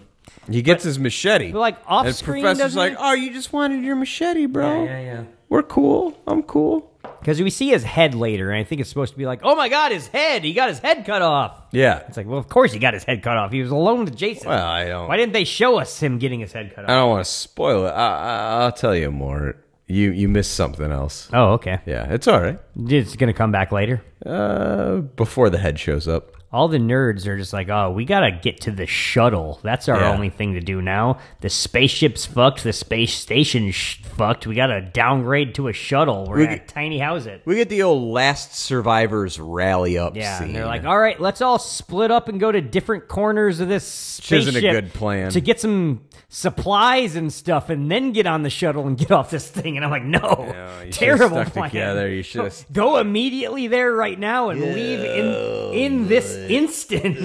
S5: He gets his machete.
S4: But like off
S5: and
S4: screen
S5: professor's
S4: doesn't
S5: like,
S4: he?
S5: "Oh, you just wanted your machete, bro.
S4: yeah, yeah.
S5: We're cool. I'm cool."
S4: Because we see his head later, and I think it's supposed to be like, oh my god, his head! He got his head cut off.
S5: Yeah.
S4: It's like, well, of course he got his head cut off. He was alone with Jason.
S5: Well, I don't.
S4: Why didn't they show us him getting his head cut
S5: I
S4: off?
S5: don't want to spoil it. I, I, I'll tell you more. You you missed something else.
S4: Oh, okay.
S5: Yeah, it's all right.
S4: It's gonna come back later.
S5: Uh, before the head shows up.
S4: All the nerds are just like, oh, we gotta get to the shuttle. That's our
S5: Yeah.
S4: only thing to do now. The spaceship's fucked. The space station's sh- fucked. We gotta downgrade to a shuttle. We're
S5: We
S4: gonna
S5: g-
S4: tiny house it.
S5: We get the old last survivors rally up
S4: yeah,
S5: scene.
S4: and they're like, "Oh, all right, let's all split up and go to different corners of this
S5: isn't a
S4: spaceship.
S5: good plan.
S4: To get some supplies and stuff, and then get on the shuttle and get off this thing. And I'm like, no,
S5: you should've
S4: terrible
S5: stuck
S4: plan.
S5: together. You should've
S4: Go- go immediately there right now and leave in in this instant.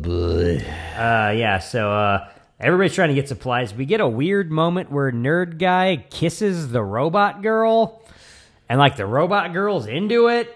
S4: Uh, yeah, so uh, everybody's trying to get supplies. We get a weird moment where Nerd Guy kisses the robot girl, and like the robot girl's into it.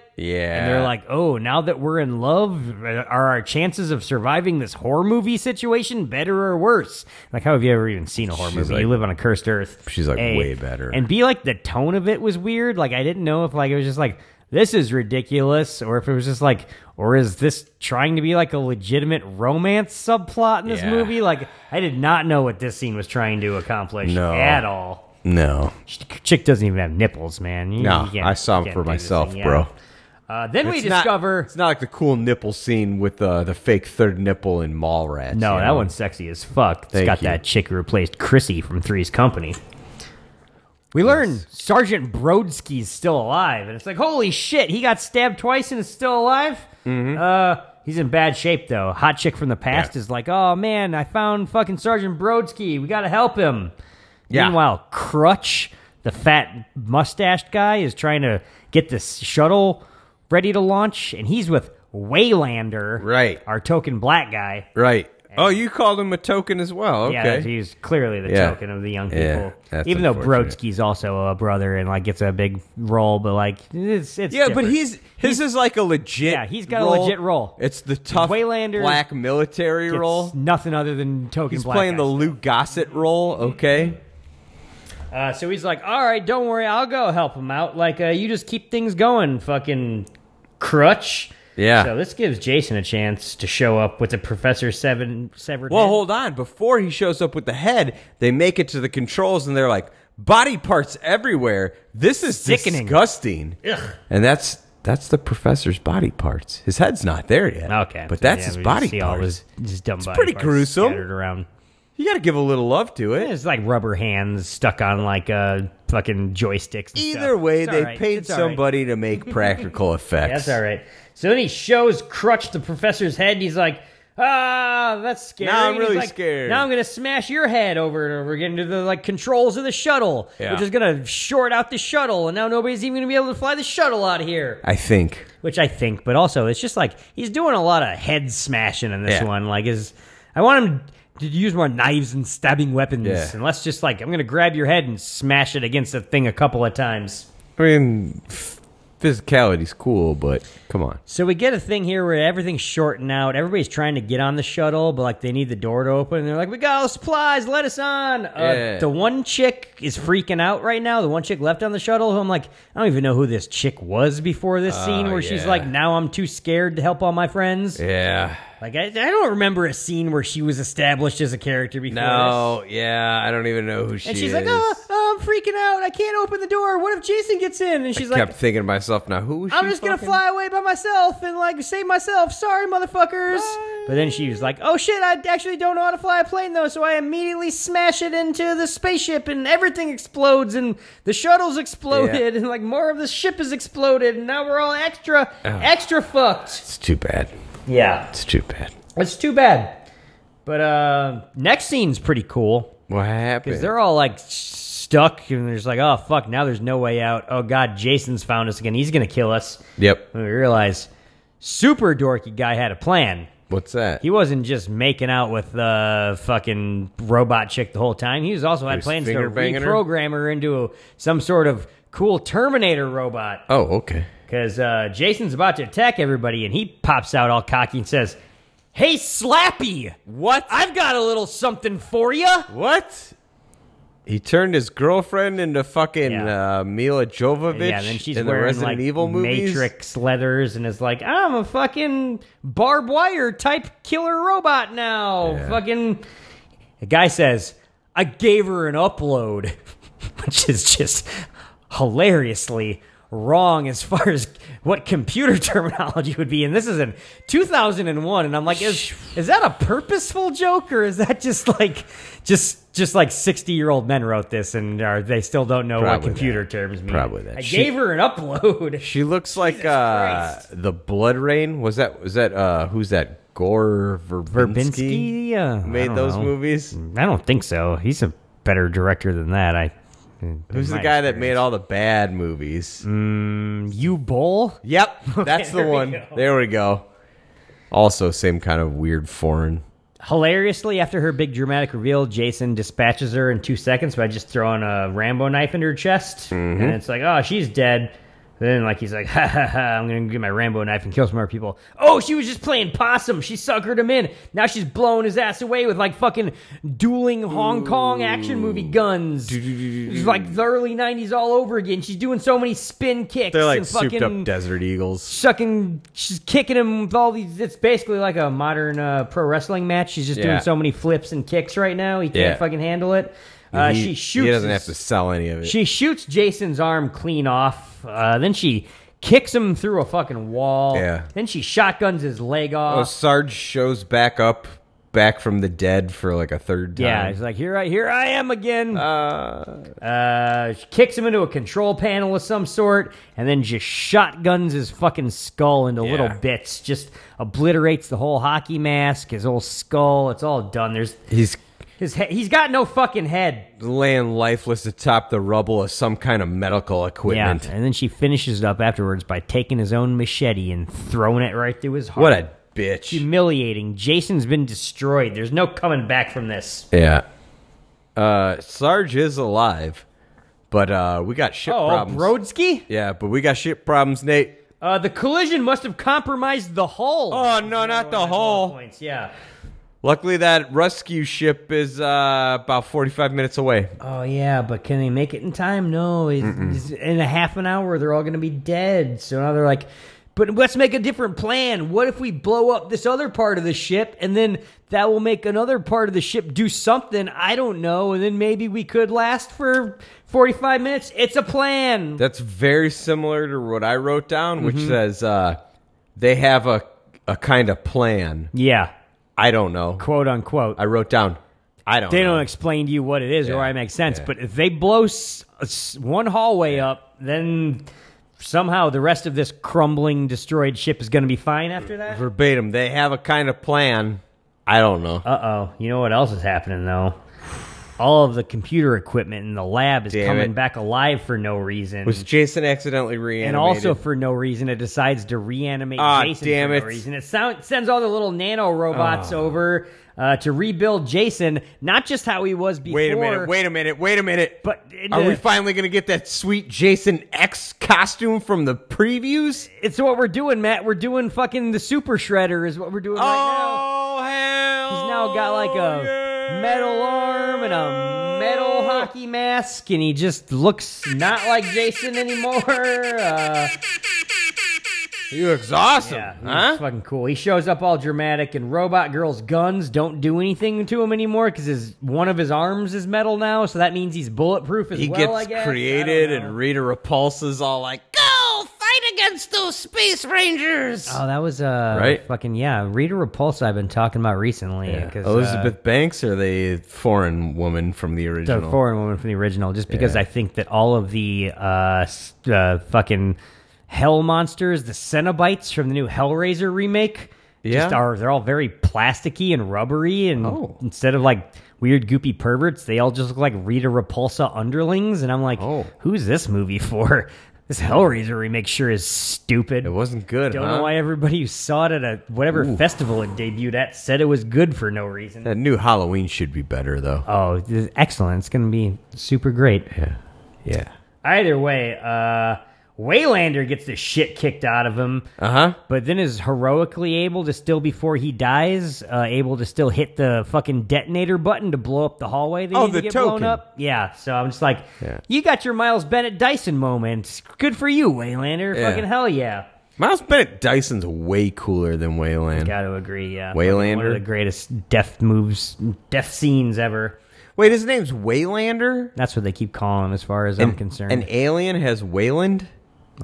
S5: yeah,
S4: And they're like, oh, now that we're in love, are our chances of surviving this horror movie situation better or worse? Like, how have you ever even seen a horror
S5: She's
S4: movie?
S5: like-
S4: you live on a cursed earth.
S5: she's like,
S4: A.
S5: way better.
S4: And B, like, the tone of it was weird. Like, I didn't know if, like, it was just like, this is ridiculous, or if it was just like, or is this trying to be like a legitimate romance subplot in this
S5: Yeah.
S4: movie? Like, I did not know what this scene was trying to accomplish
S5: No.
S4: at all.
S5: no,
S4: Chick doesn't even have nipples, man. You-
S5: no,
S4: you can't-
S5: I saw
S4: you can't
S5: them for
S4: do this
S5: myself,
S4: thing, yeah.
S5: bro.
S4: Uh, then we
S5: It's not-
S4: discover
S5: it's not like the cool nipple scene with uh, the fake third nipple in Mallrats.
S4: No,
S5: you
S4: that
S5: know?
S4: one's sexy as fuck. It's
S5: Thank
S4: got
S5: you.
S4: that chick who replaced Chrissy from Three's Company. We learn Sergeant Brodsky's still alive, and it's like, holy shit, he got stabbed twice and is still alive? Uh, he's in bad shape, though. Hot chick from the past is like, oh man, I found fucking Sergeant Brodsky. We gotta help him.
S5: Yeah.
S4: Meanwhile, Crutch, the fat mustached guy, is trying to get this shuttle ready to launch, and he's with Waylander,
S5: Right.
S4: Our token black guy.
S5: right. Oh, you called him a token as well. Okay.
S4: Yeah, he's clearly the
S5: Yeah.
S4: token of the young people.
S5: Yeah, that's
S4: Even though
S5: unfortunate.
S4: Brodsky's also a brother and like gets a big role, but like it's it's
S5: Yeah, but
S4: different.
S5: he's his is like a legit.
S4: Yeah, he's got a legit role.
S5: It's the tough
S4: Waylander
S5: black military
S4: It's
S5: role.
S4: nothing other than token.
S5: He's
S4: black
S5: playing the
S4: guys.
S5: Lou Gossett role. Okay.
S4: Uh, so he's like, "All right, don't worry, I'll go help him out. Like uh, you just keep things going, fucking crutch."
S5: Yeah.
S4: So this gives Jason a chance to show up with the Professor Seven severed.
S5: Well,
S4: head.
S5: hold on. Before he shows up with the head, they make it to the controls and they're like, body parts everywhere. This is
S4: Sickening.
S5: disgusting. And that's that's the professor's body parts. His head's not there yet.
S4: Okay,
S5: But that's
S4: Yeah,
S5: his
S4: we just
S5: body
S4: see
S5: parts.
S4: All his, his dumb body
S5: pretty
S4: parts
S5: gruesome.
S4: scattered around.
S5: You got to give a little love to it.
S4: It's like rubber hands stuck on like uh, fucking joysticks. and
S5: Either
S4: stuff.
S5: way,
S4: It's
S5: they
S4: alright.
S5: paid
S4: It's alright.
S5: somebody to make practical effects.
S4: That's all right. So then he shows Crutch the professor's head, and he's like, "Ah, that's scary."
S5: Now I'm
S4: And he's
S5: really
S4: like,
S5: scared.
S4: Now I'm gonna smash your head over and over again to the like controls of the shuttle,
S5: Yeah.
S4: which is gonna short out the shuttle, and now nobody's even gonna be able to fly the shuttle out of here.
S5: I think.
S4: Which I think, but also it's just like he's doing a lot of head smashing in this
S5: Yeah.
S4: one. Like, is I want him to use more knives and stabbing weapons,
S5: Yeah.
S4: and let's just like I'm gonna grab your head and smash it against the thing a couple of times.
S5: I mean, f- physicality's cool, but come on.
S4: So we get a thing here where everything's shorting out. Everybody's trying to get on the shuttle, but like they need the door to open. And they're like, "We got all the supplies. Let us on." Uh,
S5: Yeah.
S4: The one chick is freaking out right now. The one chick left on the shuttle. Who I'm like, I don't even know who this chick was before this scene where she's
S5: Oh, yeah.
S4: like, "Now I'm too scared to help all my friends."
S5: Yeah.
S4: Like I, I don't remember a scene where she was established as a character before.
S5: No, yeah, I don't even know who
S4: This.
S5: she
S4: And
S5: is.
S4: she's like, "Oh, oh, I'm freaking out. I can't open the door. What if Jason gets in?" And she's
S5: I
S4: like,
S5: kept thinking to myself, now who is she?
S4: I'm just gonna
S5: fucking?
S4: fly away by myself and like save myself. Sorry, motherfuckers. But then she was like, "Oh shit! I actually don't know how to fly a plane though, so I immediately smash it into the spaceship and everything explodes and the shuttle's exploded and like more of the ship is exploded and now we're all extra, extra fucked."
S5: It's too bad.
S4: Yeah,
S5: It's too bad.
S4: it's too bad. But uh, next scene's pretty cool.
S5: What happened?
S4: Because they're all like stuck, and there's like, oh fuck, now there's no way out. Oh god, Jason's found us again. He's gonna kill us.
S5: Yep.
S4: And we realize super dorky guy had a plan.
S5: What's that?
S4: He wasn't just making out with the fucking robot chick the whole time. He was also had
S5: was
S4: plans to
S5: finger banging her?
S4: reprogram her into some sort of cool Terminator robot.
S5: oh, okay.
S4: Because uh, Jason's about to attack everybody, and he pops out all cocky and says, "Hey, Slappy,
S5: What?
S4: I've got a little something for you."
S5: What? He turned his girlfriend into fucking
S4: Yeah.
S5: uh, Mila Jovovich
S4: Yeah, and then she's
S5: in the
S4: wearing
S5: Resident
S4: like
S5: Evil movies.
S4: Matrix leathers and is like, I'm a fucking barbed wire type killer robot now. Fucking. The guy says, I gave her an upload, which is just hilariously wrong as far as what computer terminology would be. And this is in 2001, and I'm like, is is that a purposeful joke or is that just like just just like 60 year old men wrote this and are they still don't know what
S5: Probably
S4: computer
S5: that.
S4: terms mean?
S5: Probably that.
S4: I
S5: She-
S4: gave her an upload.
S5: She looks like uh,
S4: Christ.
S5: the Blood Rain. Was that? Was that? Uh, who's that? Gore Verbinski,
S4: Verbinski uh, I
S5: made
S4: don't
S5: those
S4: know. Mm,
S5: movies.
S4: I don't think so. He's a better director than that. I
S5: Who's the guy that made all the bad movies?
S4: you bowl?
S5: Yep, that's the
S4: there we
S5: one.
S4: go.
S5: there we go. Also, same kind of weird foreign.
S4: Hilariously, after her big dramatic reveal, Jason dispatches her in two seconds by just throwing a Rambo knife into her chest.
S5: Mm-hmm.
S4: And it's like, oh, she's dead. Then, like, he's like, ha ha ha, I'm going to get my Rambo knife and kill some more people. Oh, she was just playing possum. She suckered him in. Now she's blowing his ass away with, like, fucking dueling Hong Kong action movie guns. It's
S5: Mm.
S4: like the early 90s all over again. She's doing so many spin kicks.
S5: They're like
S4: and fucking
S5: souped up desert eagles.
S4: sucking, she's kicking him with all these. It's basically like a modern uh, pro wrestling match. She's just
S5: Yeah.
S4: doing so many flips and kicks right now. He can't
S5: Yeah.
S4: fucking handle it. Uh, she
S5: He-
S4: shoots.
S5: He doesn't have
S4: his-
S5: to sell any of it.
S4: She shoots Jason's arm clean off. Uh, then she kicks him through a fucking wall.
S5: Yeah.
S4: Then she shotguns his leg
S5: Oh,
S4: off.
S5: Sarge shows back up, back from the dead for like a third time.
S4: yeah, he's like, here I here I am again. Uh, she kicks him into a control panel of some sort, and then just shotguns his fucking skull into little
S5: Yeah.
S4: bits. Just obliterates the whole hockey mask, his whole skull. It's all done. There's
S5: he's
S4: his he- he's got no fucking head.
S5: laying lifeless atop the rubble of some kind of medical equipment.
S4: Yeah, and then she finishes it up afterwards by taking his own machete and throwing it right through his heart.
S5: What a bitch.
S4: humiliating! Jason's been destroyed. There's no coming back from this.
S5: Yeah. Uh, Sarge is alive, but uh, we got ship
S4: Oh,
S5: problems.
S4: Brodsky?
S5: Yeah, but we got ship problems, Nate.
S4: Uh, the collision must have compromised the hull.
S5: Oh no, not the hull.
S4: Points, yeah.
S5: Luckily, that rescue ship is uh, about forty-five minutes away.
S4: Oh yeah, but can they make it in time? No, it's, it's- in a half an hour they're all going to be dead. So now they're like, but let's make a different plan. What if we blow up this other part of the ship, and then that will make another part of the ship do something? I don't know, and then maybe we could last for forty-five minutes. It's a plan.
S5: That's very similar to what I wrote down, which
S4: Mm-hmm.
S5: says uh, they have a a kind of plan.
S4: yeah,
S5: I don't know.
S4: quote unquote.
S5: I wrote down. I don't.
S4: they
S5: know.
S4: don't explain to you what it is or
S5: Yeah,
S4: why it makes sense.
S5: yeah.
S4: But if they blow s- s- one hallway up, then somehow the rest of this crumbling, destroyed ship is going to be fine after that.
S5: verbatim. They have a kind of plan. I don't know.
S4: Uh oh. You know what else is happening though? All of the computer equipment in the lab is
S5: Damn
S4: coming
S5: it.
S4: back alive for no reason.
S5: Was Jason accidentally reanimated?
S4: and also for no reason, it decides to reanimate
S5: Ah,
S4: Jason
S5: damn
S4: for
S5: it. Ah.
S4: no reason. It sound, sends all the little nano robots over. uh, to rebuild Jason, not just how he was before.
S5: Wait a minute. Wait a minute. Wait a minute.
S4: But
S5: are we
S4: uh,
S5: finally going to get that sweet Jason X costume from the previews?
S4: It's what we're doing, Matt. We're doing fucking the Super Shredder is what we're doing right
S5: oh hell!
S4: now. He's now got like
S5: Oh,
S4: a metal arm and a metal hockey mask, and he just looks not like Jason anymore. Uh,
S5: You looks awesome,
S4: yeah, he's
S5: huh?
S4: fucking cool. He shows up all dramatic, and Robot Girl's guns don't do anything to him anymore because his one of his arms is metal now, so that means he's bulletproof as
S5: he
S4: well. I
S5: gets
S4: guess. I don't
S5: created,
S4: know.
S5: and Rita Repulsa's all like, "Go fight against those space rangers!"
S4: Oh, that was uh,
S5: Right?
S4: fucking yeah, Rita Repulsa. I've been talking about recently.
S5: Yeah.
S4: 'cause, uh,
S5: Elizabeth Banks or the foreign woman from the
S4: the
S5: original?
S4: foreign woman from the original, just because
S5: Yeah.
S4: I think that all of the uh, s- uh, fucking hell monsters, the Cenobites from the new Hellraiser remake, just
S5: Yeah.
S4: are they're all very plasticky and rubbery, and
S5: Oh.
S4: instead of like weird goopy perverts, they all just look like Rita Repulsa underlings, and I'm like,
S5: Oh.
S4: who's this movie for? This Hellraiser remake sure is stupid.
S5: It wasn't good,
S4: Don't
S5: huh?
S4: know why everybody who saw it at a whatever festival it debuted at said it was good for no reason.
S5: that new Halloween should be better, though.
S4: Oh, this is excellent. It's going to be super great.
S5: yeah.
S4: Either way, uh, Waylander gets the shit kicked out of him,
S5: Uh huh.
S4: but then is heroically able to still, before he dies, uh, able to still hit the fucking detonator button to blow up the hallway that
S5: Oh,
S4: needs to
S5: the
S4: get blown
S5: token.
S4: up. Yeah, so I'm just like,
S5: Yeah.
S4: you got your Miles Bennett Dyson moment. Good for you, Waylander.
S5: Yeah.
S4: Fucking hell yeah.
S5: Miles Bennett Dyson's way cooler than Wayland.
S4: Got to agree, yeah.
S5: Waylander?
S4: One of the greatest death moves, death scenes ever.
S5: Wait, his name's Waylander?
S4: That's what they keep calling him as far as I'm concerned.
S5: An alien has Wayland?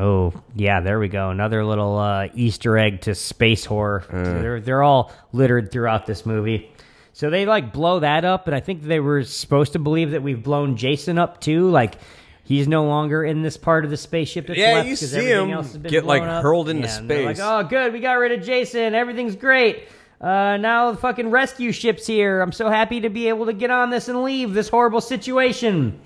S4: Oh yeah, there we go. Another little uh, Easter egg to space horror.
S5: Uh.
S4: They're they're all littered throughout this movie. So they like blow that up, and I think they were supposed to believe that we've blown Jason up too. Like he's no longer in this part of the spaceship. That's
S5: Yeah,
S4: left
S5: you
S4: 'cause
S5: see
S4: everything
S5: him
S4: else has been
S5: get, like,
S4: blown up.
S5: hurled into
S4: Yeah, and they're
S5: space.
S4: Like oh good, we got rid of Jason. Everything's great. Uh, now the fucking rescue ship's here. I'm so happy to be able to get on this and leave this horrible situation.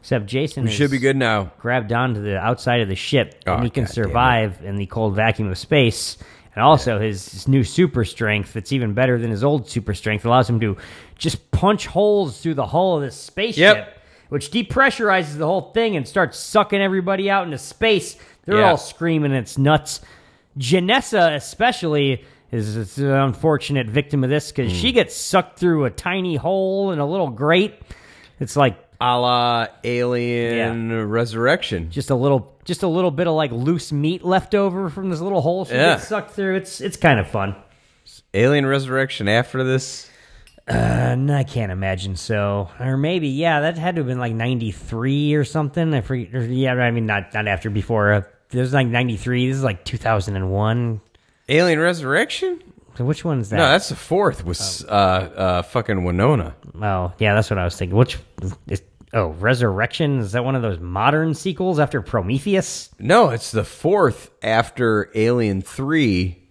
S4: Except Jason
S5: We should be
S4: is-
S5: good now.
S4: grabbed onto the outside of the ship
S5: Oh,
S4: and he can
S5: God damn it.
S4: survive in the cold vacuum of space. And also his, his new super strength that's even better than his old super strength allows him to just punch holes through the hull of this spaceship,
S5: Yep.
S4: which depressurizes the whole thing and starts sucking everybody out into space. They're
S5: Yeah.
S4: all screaming it's nuts. Janessa especially is, is an unfortunate victim of this because
S5: Hmm.
S4: she gets sucked through a tiny hole in a little grate. It's like
S5: A la Alien Resurrection.
S4: just a little just a little bit of like loose meat left over from this little hole she
S5: Yeah.
S4: gets sucked through. It's it's kind of fun.
S5: Alien Resurrection after this.
S4: And I can't imagine so. Or maybe, yeah, that had to have been like ninety three or something. I forget or, yeah, I mean not not after before. Uh, there's like ninety three, this is like two thousand and one.
S5: Alien Resurrection?
S4: So which one's that?
S5: No, that's the fourth was uh, uh, fucking Winona.
S4: oh, yeah, that's what I was thinking. Which is oh, Resurrection? Is that one of those modern sequels after Prometheus?
S5: No, it's the fourth after Alien 3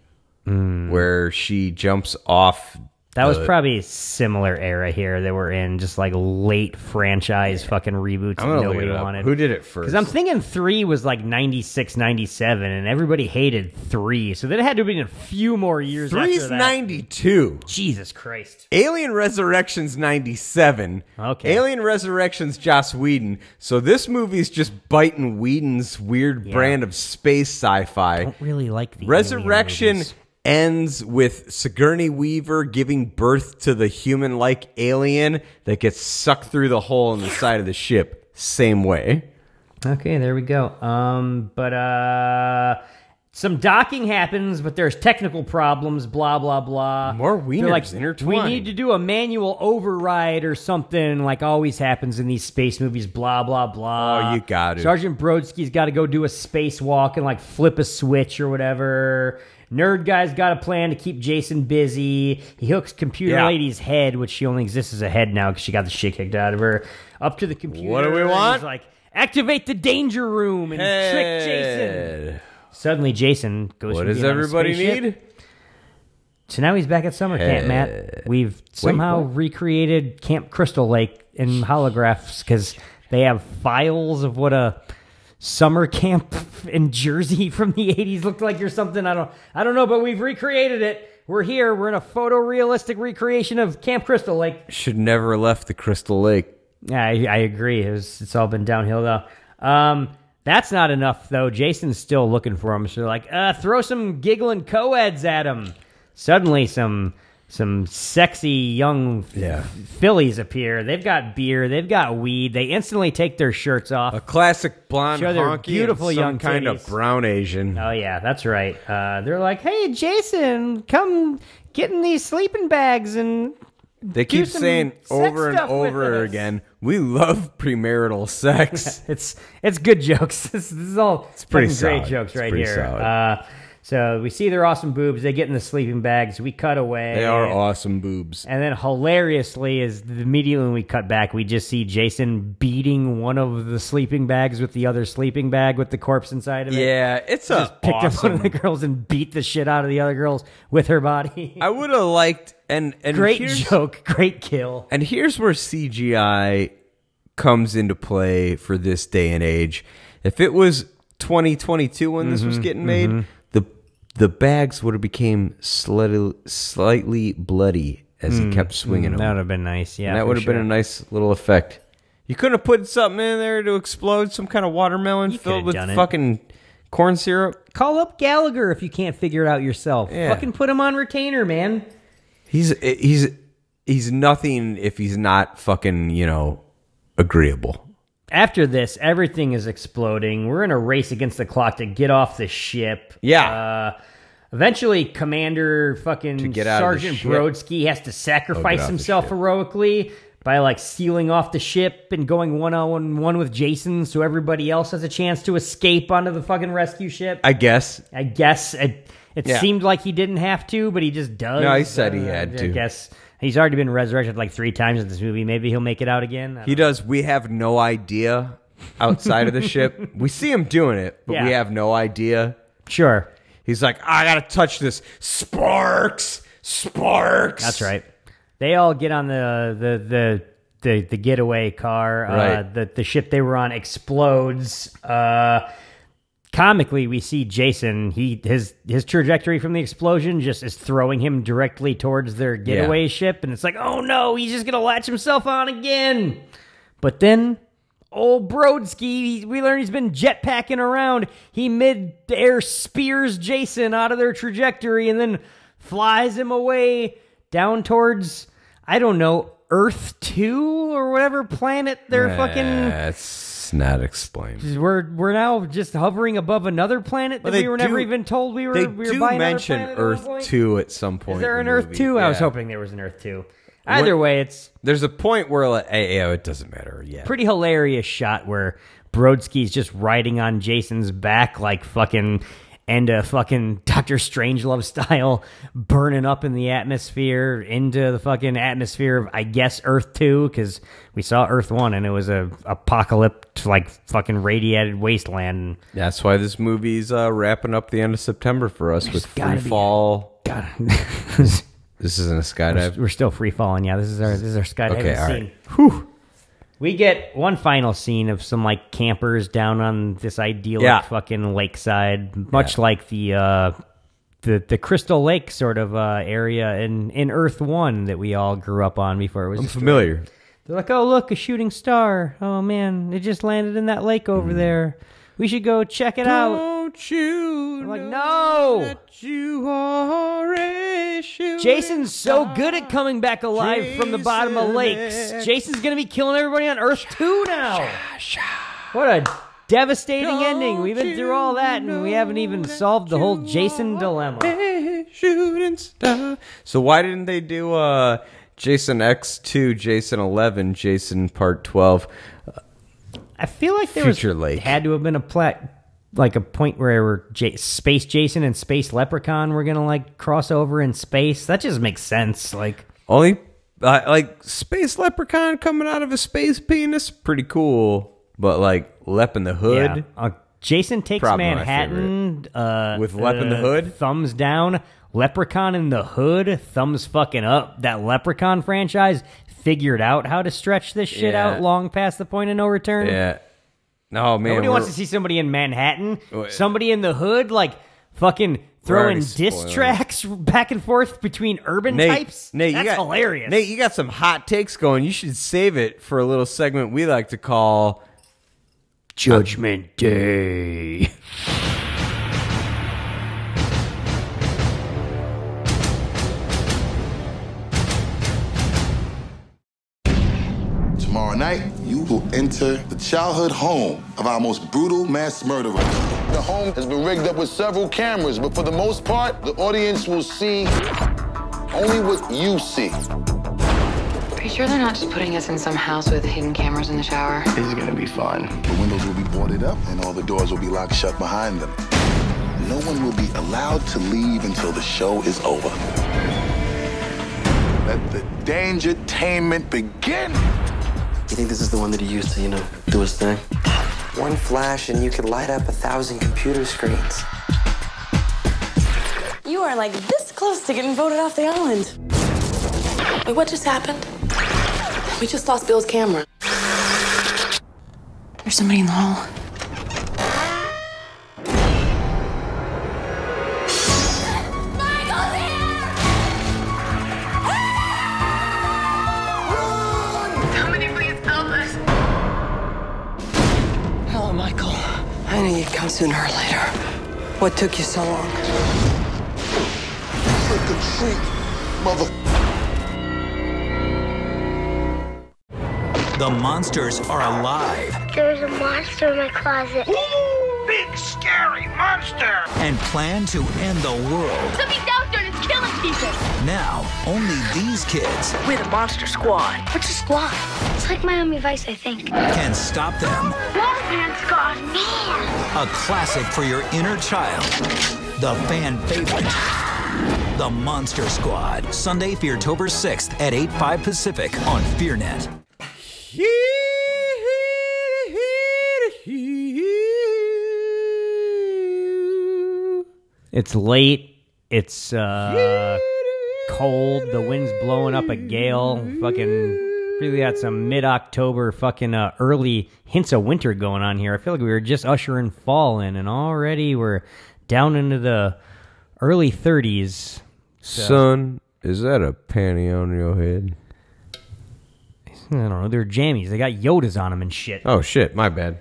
S4: Hmm.
S5: where she jumps off.
S4: That was
S5: the-
S4: probably a similar era here that we're in, just like late franchise fucking reboots
S5: I'm going to look
S4: nobody
S5: it up.
S4: wanted.
S5: Who did it first?
S4: Because I'm thinking three was like 96, 97, and everybody hated three. So then it had to have been a few more years
S5: Three's
S4: after that.
S5: 92.
S4: Jesus Christ.
S5: Alien Resurrection's 97.
S4: Okay.
S5: Alien Resurrection's Joss Whedon. So this movie's just biting Whedon's weird brand of space sci fi.
S4: Don't really like the alien
S5: Resurrection
S4: movies.
S5: ends with Sigourney Weaver giving birth to the human like alien that gets sucked through the hole in the side of the ship. Same way.
S4: Okay, there we go. Um, but uh, some docking happens, but there's technical problems. Blah blah blah.
S5: More
S4: They're
S5: wieners
S4: like,
S5: intertwined."
S4: We need to do a manual override or something, like always happens in these space movies. Blah blah blah.
S5: Oh, you got it.
S4: Sergeant Brodsky's got to go do a spacewalk and like flip a switch or whatever. Nerd guy's got a plan to keep Jason busy. He hooks computer
S5: Yeah.
S4: lady's head, which she only exists as a head now because she got the shit kicked out of her, up to the computer.
S5: What do we
S4: and
S5: want?
S4: he's like activate the danger room and trick Jason.
S5: Hey.
S4: Suddenly, Jason goes.
S5: What
S4: from
S5: does
S4: being on a
S5: everybody
S4: spaceship
S5: need?
S4: So now he's back at summer camp, Matt. We've somehow
S5: what?
S4: recreated Camp Crystal Lake in holographs because they have files of what a summer camp in Jersey from the '80s looked like or something. I don't, I don't know, but we've recreated it. We're here. We're in a photorealistic recreation of Camp Crystal Lake.
S5: Should never have left the Crystal Lake.
S4: I, I agree. It was, it's all been downhill though. Um, that's not enough though. Jason's still looking for him, so they're like, uh, throw some giggling co-eds at him. Suddenly, some some sexy young
S5: Yeah.
S4: fillies appear. They've got beer. They've got weed. They instantly take their shirts off.
S5: A classic blonde
S4: Sure, they're
S5: honky and
S4: beautiful
S5: some
S4: young
S5: kind of
S4: titties.
S5: brown Asian.
S4: Oh yeah, that's right. Uh, they're like, "Hey, Jason, come get in these sleeping bags and
S5: they
S4: do
S5: keep
S4: some
S5: saying
S4: sex
S5: over and
S4: stuff with
S5: over
S4: us."
S5: again, we love premarital sex.
S4: it's it's good jokes. This, this is all it's
S5: pretty
S4: great
S5: solid.
S4: jokes
S5: It's
S4: right
S5: pretty
S4: here.
S5: solid.
S4: Uh, so we see their awesome boobs. They get in the sleeping bags. We cut away.
S5: they are awesome boobs.
S4: And then hilariously, is immediately when we cut back, we just see Jason beating one of the sleeping bags with the other sleeping bag with the corpse inside of it.
S5: Yeah, it's a
S4: Picked up one
S5: awesome.
S4: of the girls and beat the shit out of the other girls with her body.
S5: I would have liked and and
S4: great
S5: here's-
S4: joke, great kill.
S5: And here's where CGI comes into play for this day and age. If it was 2022 when this
S4: Mm-hmm,
S5: was getting made, the the bags would have became slightly, slightly bloody as he kept swinging them.
S4: Mm, That would have been nice. Yeah,
S5: and that
S4: for
S5: would have been
S4: sure.
S5: a nice little effect. You couldn't have put something in there to explode some kind of watermelon
S4: You could
S5: filled
S4: have
S5: with
S4: done it.
S5: fucking corn syrup.
S4: Call up Gallagher if you can't figure it out yourself.
S5: Yeah.
S4: Fucking put him on retainer, man.
S5: He's he's he's nothing if he's not fucking, you know, agreeable.
S4: After this, everything is exploding. We're in a race against the clock to get off the ship.
S5: Yeah.
S4: Uh, eventually, Commander fucking
S5: get out of the
S4: Sergeant
S5: ship. Oh,
S4: Brodsky has to sacrifice
S5: off the
S4: himself
S5: ship.
S4: heroically by like sealing off the ship and going one on one with Jason, so everybody else has a chance to escape onto the fucking rescue ship.
S5: I guess
S4: I guess it, it
S5: Yeah.
S4: seemed like he didn't have to, but he just does. Uh,
S5: No, he said he had
S4: I
S5: to.
S4: guess he's already been resurrected like three times in this movie. Maybe he'll make it out again. I
S5: He does. We have no idea outside of the ship. We see him doing it, but we
S4: Yeah.
S5: have no idea.
S4: don't- sure,
S5: He's like, I gotta touch this. Sparks, sparks.
S4: that's right. They all get on the the the. The, the getaway car, uh,
S5: Right.
S4: the the ship they were on explodes. Uh, comically, we see Jason. He his his trajectory from the explosion just is throwing him directly towards their getaway ship, and it's like, oh no, he's just gonna latch himself on again. But then old Brodsky, he- we learn he's been jetpacking around. He mid-air spears Jason out of their trajectory and then flies him away down towards, I don't know, Earth 2 or whatever planet they're fucking...
S5: That's not explained.
S4: We're, we're now just hovering above another planet that
S5: Well, they
S4: we were never
S5: do-
S4: even told we were,
S5: They
S4: we were
S5: do
S4: by another
S5: mention
S4: planet at one
S5: Earth
S4: point.
S5: Two at some point.
S4: Is there
S5: in
S4: an
S5: the
S4: Earth Oh,
S5: movie.
S4: 2? I was
S5: Yeah.
S4: hoping there was an Earth 2. Either way, it's
S5: There's a point where, like, eh, eh, oh, it doesn't matter. Yeah.
S4: pretty hilarious shot where Brodsky's just riding on Jason's back like fucking and a fucking Doctor Strangelove style burning up in the atmosphere into the fucking atmosphere of I guess Earth 2 cuz we saw Earth 1 and it was a apocalypse like fucking radiated wasteland.
S5: That's why this movie's uh, wrapping up the end of September for us with free
S4: gotta be-
S5: fall.
S4: God.
S5: This isn't a skydive.
S4: We're still free falling. Yeah, this is our this is our skydiving
S5: Okay, all
S4: scene.
S5: right.
S4: We get one final scene of some like campers down on this idyllic
S5: Yeah.
S4: fucking lakeside, much like the uh, the the Crystal Lake sort of uh, area in in Earth One that we all grew up on before it was.
S5: I'm familiar.
S4: They're like, oh look, a shooting star. Oh man, it just landed in that lake over
S5: Hmm.
S4: there. We should go check it out.
S5: Don't you?
S4: I'm like, no.
S5: You are a shooting
S4: Jason's so good at coming back alive from the bottom of
S5: Jason
S4: lakes.
S5: X.
S4: Jason's gonna be killing everybody on Earth too now. What a devastating ending. We've been through all that and we haven't even solved the whole Jason dilemma.
S5: a shooting star. So why didn't they do uh Jason X two, Jason eleven, Jason part twelve?
S4: I feel like there was,
S5: Future Lake.
S4: had to have been a plat like a point where we're J- space Jason and space Leprechaun were gonna like cross over in space. That just makes sense. Like
S5: Only uh, like space leprechaun coming out of a space penis, pretty cool. But like Lep in the Hood,
S4: Yeah. Uh, Jason takes
S5: Probably my
S4: Manhattan. Uh,
S5: With Lep in the
S4: uh,
S5: Hood?
S4: Thumbs down. Leprechaun in the Hood. Thumbs fucking up. That Leprechaun franchise figured out how to stretch this shit
S5: Yeah.
S4: out long past the point of no return.
S5: yeah. No man,
S4: Nobody wants
S5: we're-
S4: to see somebody in Manhattan. Somebody in the Hood, like fucking throwing
S5: already
S4: diss
S5: spoiling.
S4: tracks back and forth between urban
S5: Nate,
S4: types.
S5: Nate,
S4: That's
S5: you got,
S4: hilarious.
S5: Nate, you got some hot takes going. You should save it for a little segment we like to call
S4: Judgment Day.
S8: Tomorrow night, you will enter the childhood home of our most brutal mass murderer. The home has been rigged up with several cameras, but for the most part, the audience will see only what you see.
S9: Are you sure they're not just putting us in some house with hidden cameras in the shower?
S8: This is gonna be fun. The windows will be boarded up, and all the doors will be locked shut behind them. No one will be allowed to leave until the show is over. Let the dangertainment begin.
S10: You think this is the one that he used to, you know, do his thing? One flash and you could light up a thousand computer screens.
S11: You are like this close to getting voted off the island. Wait, what just happened? We just lost Bill's camera.
S9: There's somebody in the hall.
S11: Somebody please help us. Hello, Michael. I knew you'd come sooner or later. What took you so long?
S8: Trick or treat, mother.
S12: The monsters are alive
S13: There's a monster in my closet.
S12: big scary monster! and plan to end the world.
S13: Somebody's out there and it's killing people.
S12: Now, only these kids
S13: We're the Monster Squad. What's a squad? It's like Miami Vice, I think.
S12: can stop them.
S13: Wolfman's got me.
S12: A classic for your inner child. The fan favorite. The Monster Squad. Sunday, Feartober 6th at 8, 5 Pacific on FearNet.
S4: It's late. It's uh, cold. The wind's blowing up a gale. Fucking really got some mid-October fucking uh, early hints of winter going on here. I feel like we were just ushering fall in, and already we're down into the early 30s.
S5: Son, is that a panty on your head?
S4: I don't know. They're jammies. They got Yodas on them and shit.
S5: Oh shit, my bad.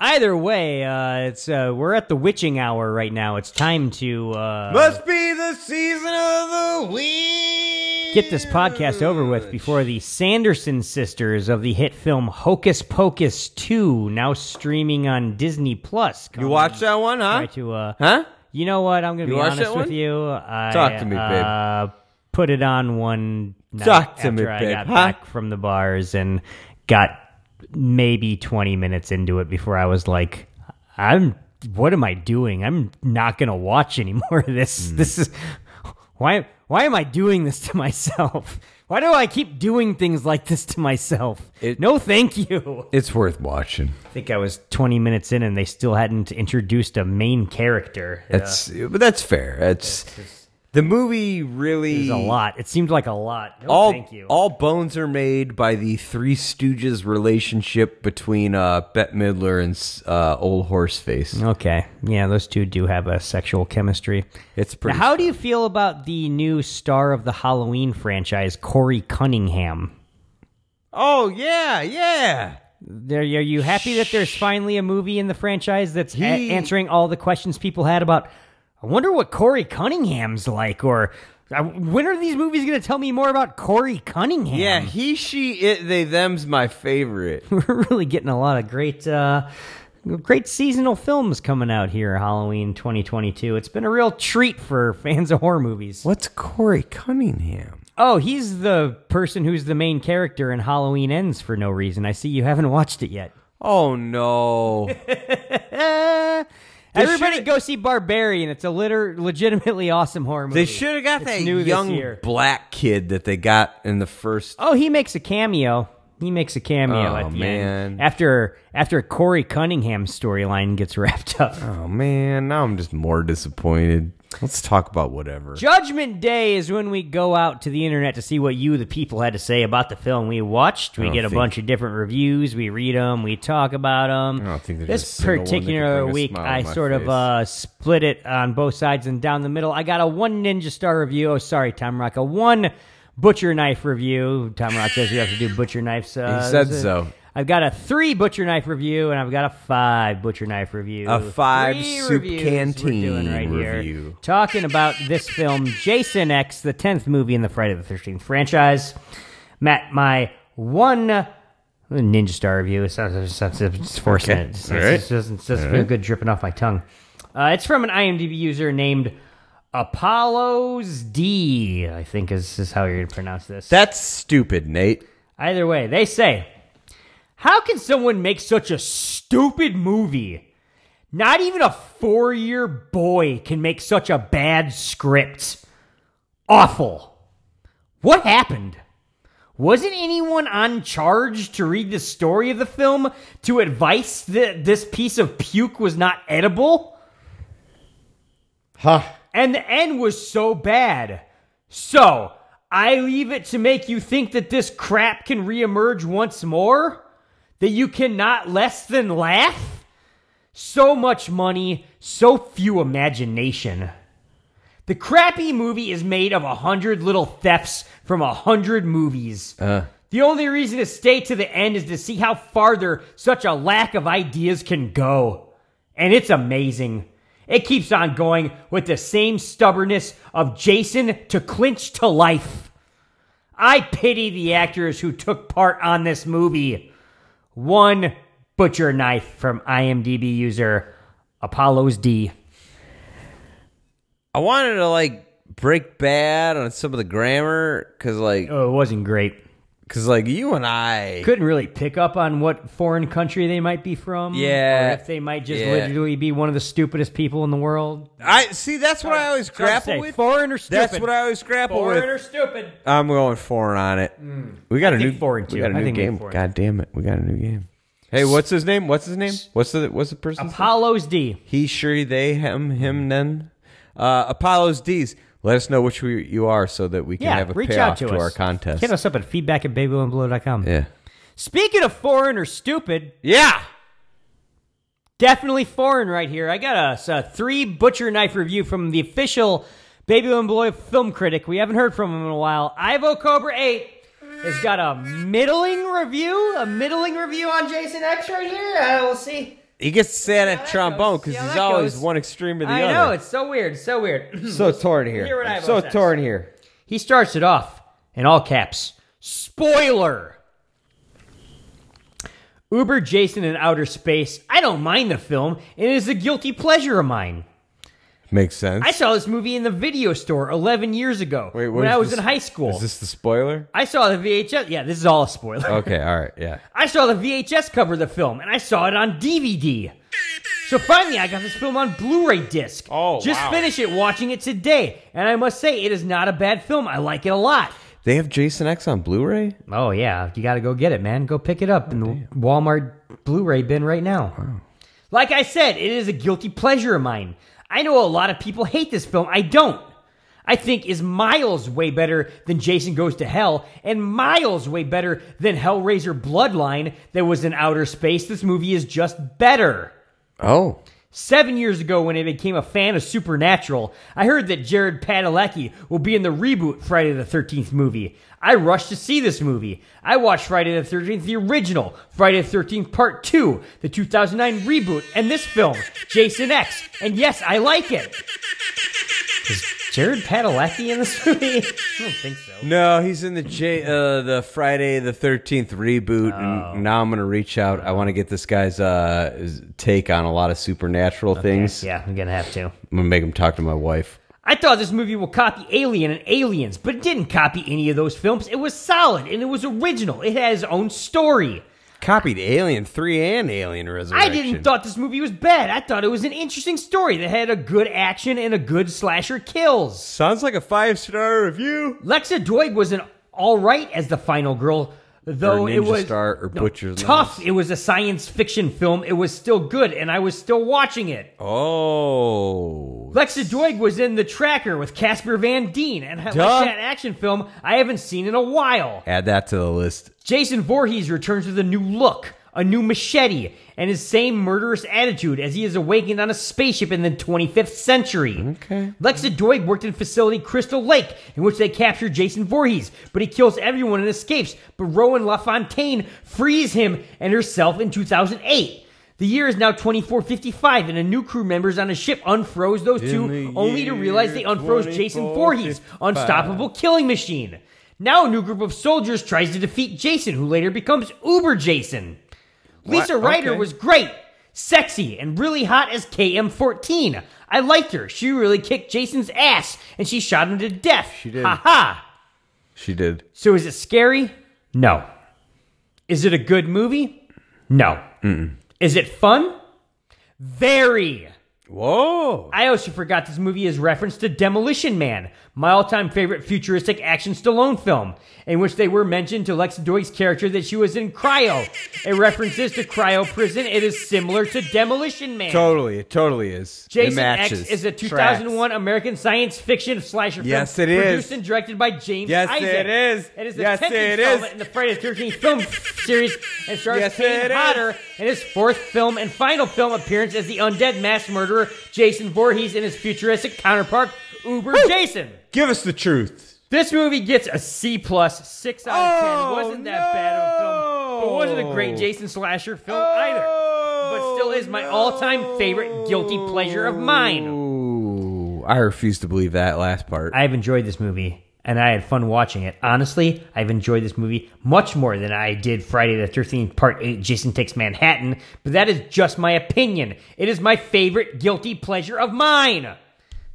S4: Either way, uh, it's uh, we're at the witching hour right now. It's time to uh,
S7: Must be the season of the week.
S4: get this podcast over with before the Sanderson sisters of the hit film Hocus Pocus 2, now streaming on Disney Plus.
S5: You watched that one, huh?
S4: Try to, uh,
S5: Huh?
S4: You know what? I'm going to
S5: You
S4: be
S5: watched
S4: honest
S5: that
S4: with
S5: one?
S4: you. I,
S5: Talk to me, babe.
S4: Uh, put it on one night
S5: Talk to
S4: after
S5: me,
S4: I
S5: babe,
S4: got
S5: huh?
S4: back from the bars and got maybe 20 minutes into it before I was like, I'm. What am I doing? I'm not gonna watch anymore. of
S5: Mm.
S4: This this is why why am I doing this to myself? Why do I keep doing things like this to myself? no, thank you.
S5: It's worth watching.
S4: I think I was 20 minutes in and they still hadn't introduced a main character.
S5: That's but that's fair. That's the movie really
S4: It was a lot. It seemed like a lot. No,
S5: all
S4: Oh, thank you.
S5: all bones are made by the Three Stooges relationship between uh, Bette Midler and s- uh, old Horseface.
S4: Okay. Yeah, those two do have a sexual chemistry.
S5: It's
S4: Now,
S5: pretty.
S4: how do you feel about the new star of the Halloween franchise, Corey Cunningham?
S5: oh yeah, yeah.
S4: There, are you happy that there's finally a movie in the franchise that's a-
S5: He-
S4: answering all the questions people had about? I wonder what Corey Cunningham's like, or I- when are these movies going to tell me more about Corey Cunningham?
S5: Yeah, he, she, it, they, them's my favorite.
S4: we're really getting a lot of great uh great seasonal films coming out here halloween 2022 it's been a real treat for fans of horror movies
S5: What's Corey Cunningham?
S4: oh he's the person who's the main character in halloween ends for no reason i see you haven't watched it yet
S5: Oh no!
S4: Eh, everybody
S5: should've-
S4: go see barbarian it's a liter- legitimately awesome horror movie
S5: they should have got
S4: It's
S5: that
S4: new this
S5: young
S4: year.
S5: black kid that they got in the first.
S4: Oh, he makes a cameo. He makes a cameo
S5: Oh,
S4: at the
S5: man.
S4: end after after Corey Cunningham's storyline gets wrapped up.
S5: Oh man, now I'm just more disappointed. Let's talk about whatever.
S4: Judgment Day is when we go out to the internet to see what you, the people, had to say about the film we watched.
S5: I
S4: We
S5: don't
S4: get a
S5: think-
S4: bunch of different reviews. We read them. We talk about them. I don't think
S5: there's
S4: this
S5: a single one that could
S4: particular
S5: bring a
S4: week,
S5: smile
S4: I
S5: on my
S4: sort of
S5: face.
S4: uh, split it on both sides and down the middle. I got a one ninja star review. Oh, sorry, Tom Rock. A one butcher knife review. Tom Rock says you have to do butcher knives. Uh,
S5: said
S4: this is-
S5: so.
S4: I've got a three butcher knife review and I've got a five butcher knife review.
S5: A five
S4: Three
S5: soup
S4: reviews
S5: canteen
S4: we're doing right here.
S5: review.
S4: Talking about this film, Jason X, the tenth movie in the Friday the Thirteenth franchise. Matt, my one ninja star review. It sounds it's, it's, it's forcing
S14: Okay.
S4: it. It's,
S14: All
S4: it's-
S14: right.
S4: it's just- it's just
S14: All
S4: feel
S14: right.
S4: good dripping off my tongue. Uh, it's from an IMDb user named Apollos D. I think is is how you're gonna pronounce this.
S5: That's stupid, Nate.
S4: Either way, they say, How can someone make such a stupid movie? Not even a four year boy can make such a bad script. Awful. What happened? Wasn't anyone on charge to read the story of the film to advice that this piece of puke was not edible?
S7: Huh.
S4: And the end was so bad. So, I leave it to make you think that this crap can reemerge once more? That you cannot less than laugh? So much money, so few imagination. The crappy movie is made of a hundred little thefts from a hundred movies. The only reason to stay to the end is to see how farther such a lack of ideas can go. And it's amazing. It keeps on going with the same stubbornness of Jason to clinch to life. I pity the actors who took part on this movie. One butcher knife from IMDb user Apollo's D.
S5: I wanted to like break bad on some of the grammar because like
S4: oh, it wasn't great.
S5: Because like you and I
S4: couldn't really pick up on what foreign country they might be from. Or
S5: Yeah.
S4: if they might just
S5: Yeah.
S4: literally be one of the stupidest people in the world.
S5: I see. That's what I always
S4: Trying to
S5: grapple
S4: say,
S5: with.
S4: Foreign or stupid.
S5: That's what I always grapple
S4: foreign
S5: with.
S4: or stupid.
S5: I'm going foreign on it.
S4: Mm.
S5: We got
S4: I
S5: a new
S4: think foreign,
S5: We
S4: too.
S5: got a
S4: I
S5: new
S4: think
S5: game.
S4: foreign.
S5: God damn it, we got a new game. Hey, what's his name? What's his name? What's the what's the person's
S4: Apollo's D.
S5: He, she, they, him, him, then. Uh, Apollo's D's. Let us know which we, you are so that we can
S4: yeah,
S5: have a
S4: reach
S5: payoff
S4: out to, us.
S5: our contest.
S4: Hit us up at feedback at babyoneblow.com.
S5: Yeah.
S4: Speaking of foreign or stupid.
S5: Yeah.
S4: Definitely foreign right here. I got a, s- a three butcher knife review from the official Baby and Boy film critic. We haven't heard from him in a while. Ivo Cobra 8 has got a middling review. A middling review on Jason X right here. Uh, we'll see.
S5: He gets sad at trombone because
S4: See how
S5: he's
S4: that
S5: always
S4: goes.
S5: one extreme to the
S4: I
S5: other.
S4: know it's so weird, so weird.
S5: So torn here.
S4: Hear what
S5: I'm
S4: Ivo
S5: so
S4: says.
S5: torn here.
S4: He starts it off in all caps. Spoiler. Uber Jason in outer space. I don't mind the film. It is a guilty pleasure of mine.
S5: Makes sense.
S4: I saw this movie in the video store 11 years ago
S5: Wait, what
S4: when
S5: is
S4: I was
S5: this-
S4: in high school.
S5: Is this Uh. the spoiler?
S4: I saw the VHS. Yeah, this is all a spoiler.
S5: Okay, all right, yeah.
S4: I saw the VHS cover of the film, and I saw it on DVD. So finally, I got this film on Blu-ray disc. Oh, just
S5: wow.
S4: finished it, watching it today, and I must say it is not a bad film. I like it a lot.
S5: They have Jason X on Blu-ray.
S4: Oh yeah, you got to go get it, man. Go pick it up in the Walmart Blu-ray bin right now. Like I said, it is a guilty pleasure of mine. I know a lot of people hate this film. I don't. I think is miles way better than Jason Goes to Hell, and miles way better than Hellraiser Bloodline that was in outer space. This movie is just better.
S5: Oh.
S4: Seven years ago, when I became a fan of Supernatural, I heard that Jared Padalecki will be in the reboot Friday the 13th movie. I rushed to see this movie. I watched Friday the 13th, the original, Friday the 13th Part 2, the 2009 reboot, and this film, Jason X. And yes, I like it. Is Jared Padalecki in this movie? I don't think so.
S5: No, he's in the J, uh, the Friday the Thirteenth reboot,
S4: Oh.
S5: and now I'm gonna reach out. I want to get this guy's uh, his take on a lot of supernatural things.
S4: Yeah, I'm gonna have to. I'm
S5: gonna make him talk to my wife.
S4: I thought this movie will copy Alien and Aliens, but it didn't copy any of those films. It was solid and it was original. It had its own story.
S5: Copied Alien Three and Alien
S4: I
S5: Resurrection.
S4: didn't thought this movie was bad. I thought it was an interesting story that had a good action and a good slasher kills.
S5: Sounds like a five star review.
S4: Lexa Doig was an all right as the final girl, though
S5: Or
S4: it
S5: Ninja
S4: was
S5: Star or Butcher's
S4: tough. It was a science fiction film. It was still good, and I was still watching it.
S5: Oh,
S4: Lexa Doig was in The Tracker with Casper Van Dien, and I like
S5: Duh.
S4: that action film I haven't seen in a while.
S5: Add that to the list.
S4: Jason Voorhees returns with a new look, a new machete, and his same murderous attitude as he is awakened on a spaceship in the 25th century. Okay. Lexa Doig worked in facility Crystal Lake, in which they capture Jason Voorhees, but he kills everyone and escapes. But Rowan LaFontaine frees him and herself in 2008. The year is now 2455, and a new crew member's on a ship unfroze those two, only to realize they unfroze Jason Voorhees, unstoppable killing machine. Now a new group of soldiers tries to defeat Jason, who later becomes Uber Jason. Lisa
S15: What?
S4: Ryder
S15: Okay.
S4: was great, sexy, and really hot as KM14. I liked her. She really kicked Jason's ass, and she shot him to death. She did. Ha ha.
S5: She did.
S4: So is it scary? No. Is it a good movie? No.
S5: Mm-mm.
S4: Is it fun? Very. Whoa. I also forgot this movie is referenced to Demolition Man, my all time favorite futuristic action Stallone film, in which they were mentioned to Lex Doig's character that she was in cryo. it references to cryo prison. It is similar to Demolition Man.
S5: Totally, it totally is. it
S4: Jason X
S5: matches.
S4: is a 2001 American science fiction slasher film
S5: Yes, it is.
S4: produced and directed by James
S5: Yes,
S4: Isaac.
S5: it is.
S4: It is the
S5: Yes,
S4: 10th
S5: it
S4: installment
S5: is.
S4: in the Friday the 13th film series and stars
S5: Yes, it
S4: Kane
S5: is.
S4: Hodder in his fourth film and final film appearance as the undead mass murderer Jason Voorhees and his futuristic counterpart Uber Jason.
S5: Give us the truth.
S4: This movie gets a C plus, six out of ten. Wasn't
S5: Oh,
S4: that bad of a film? It wasn't a great Jason slasher film either, but
S5: Oh,
S4: still is my all-time favorite guilty pleasure of mine.
S5: Oh, Ooh, I refuse to believe that last part.
S4: I've enjoyed this movie and I had fun watching it. Honestly, I've enjoyed this movie much more than I did Friday the 13th Part 8 Jason Takes Manhattan, but that is just my opinion. It is my favorite guilty pleasure of mine.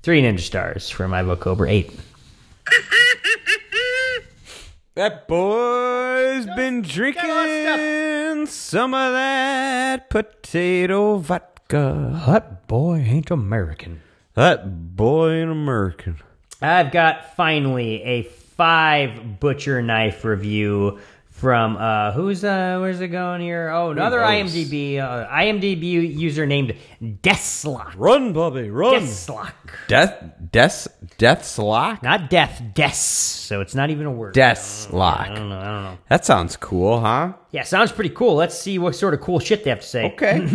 S4: Three ninja stars for my book Cobra 8.
S5: That boy's been drinking some of that potato vodka.
S4: That boy ain't American.
S5: That boy ain't American.
S4: I've got finally a five butcher knife review from uh who's uh where's it going here? Oh, another
S15: knows?
S4: IMDb uh, IMDb user named Deslock.
S5: Run, Bobby, run.
S4: Deslock.
S5: Death, death, death's lock.
S4: Not death, deaths. So it's not even a word.
S5: Death's lock. I
S4: don't know. I don't know.
S5: That sounds cool, huh?
S4: Yeah, sounds pretty cool. Let's see what sort of cool shit they have to say. Okay.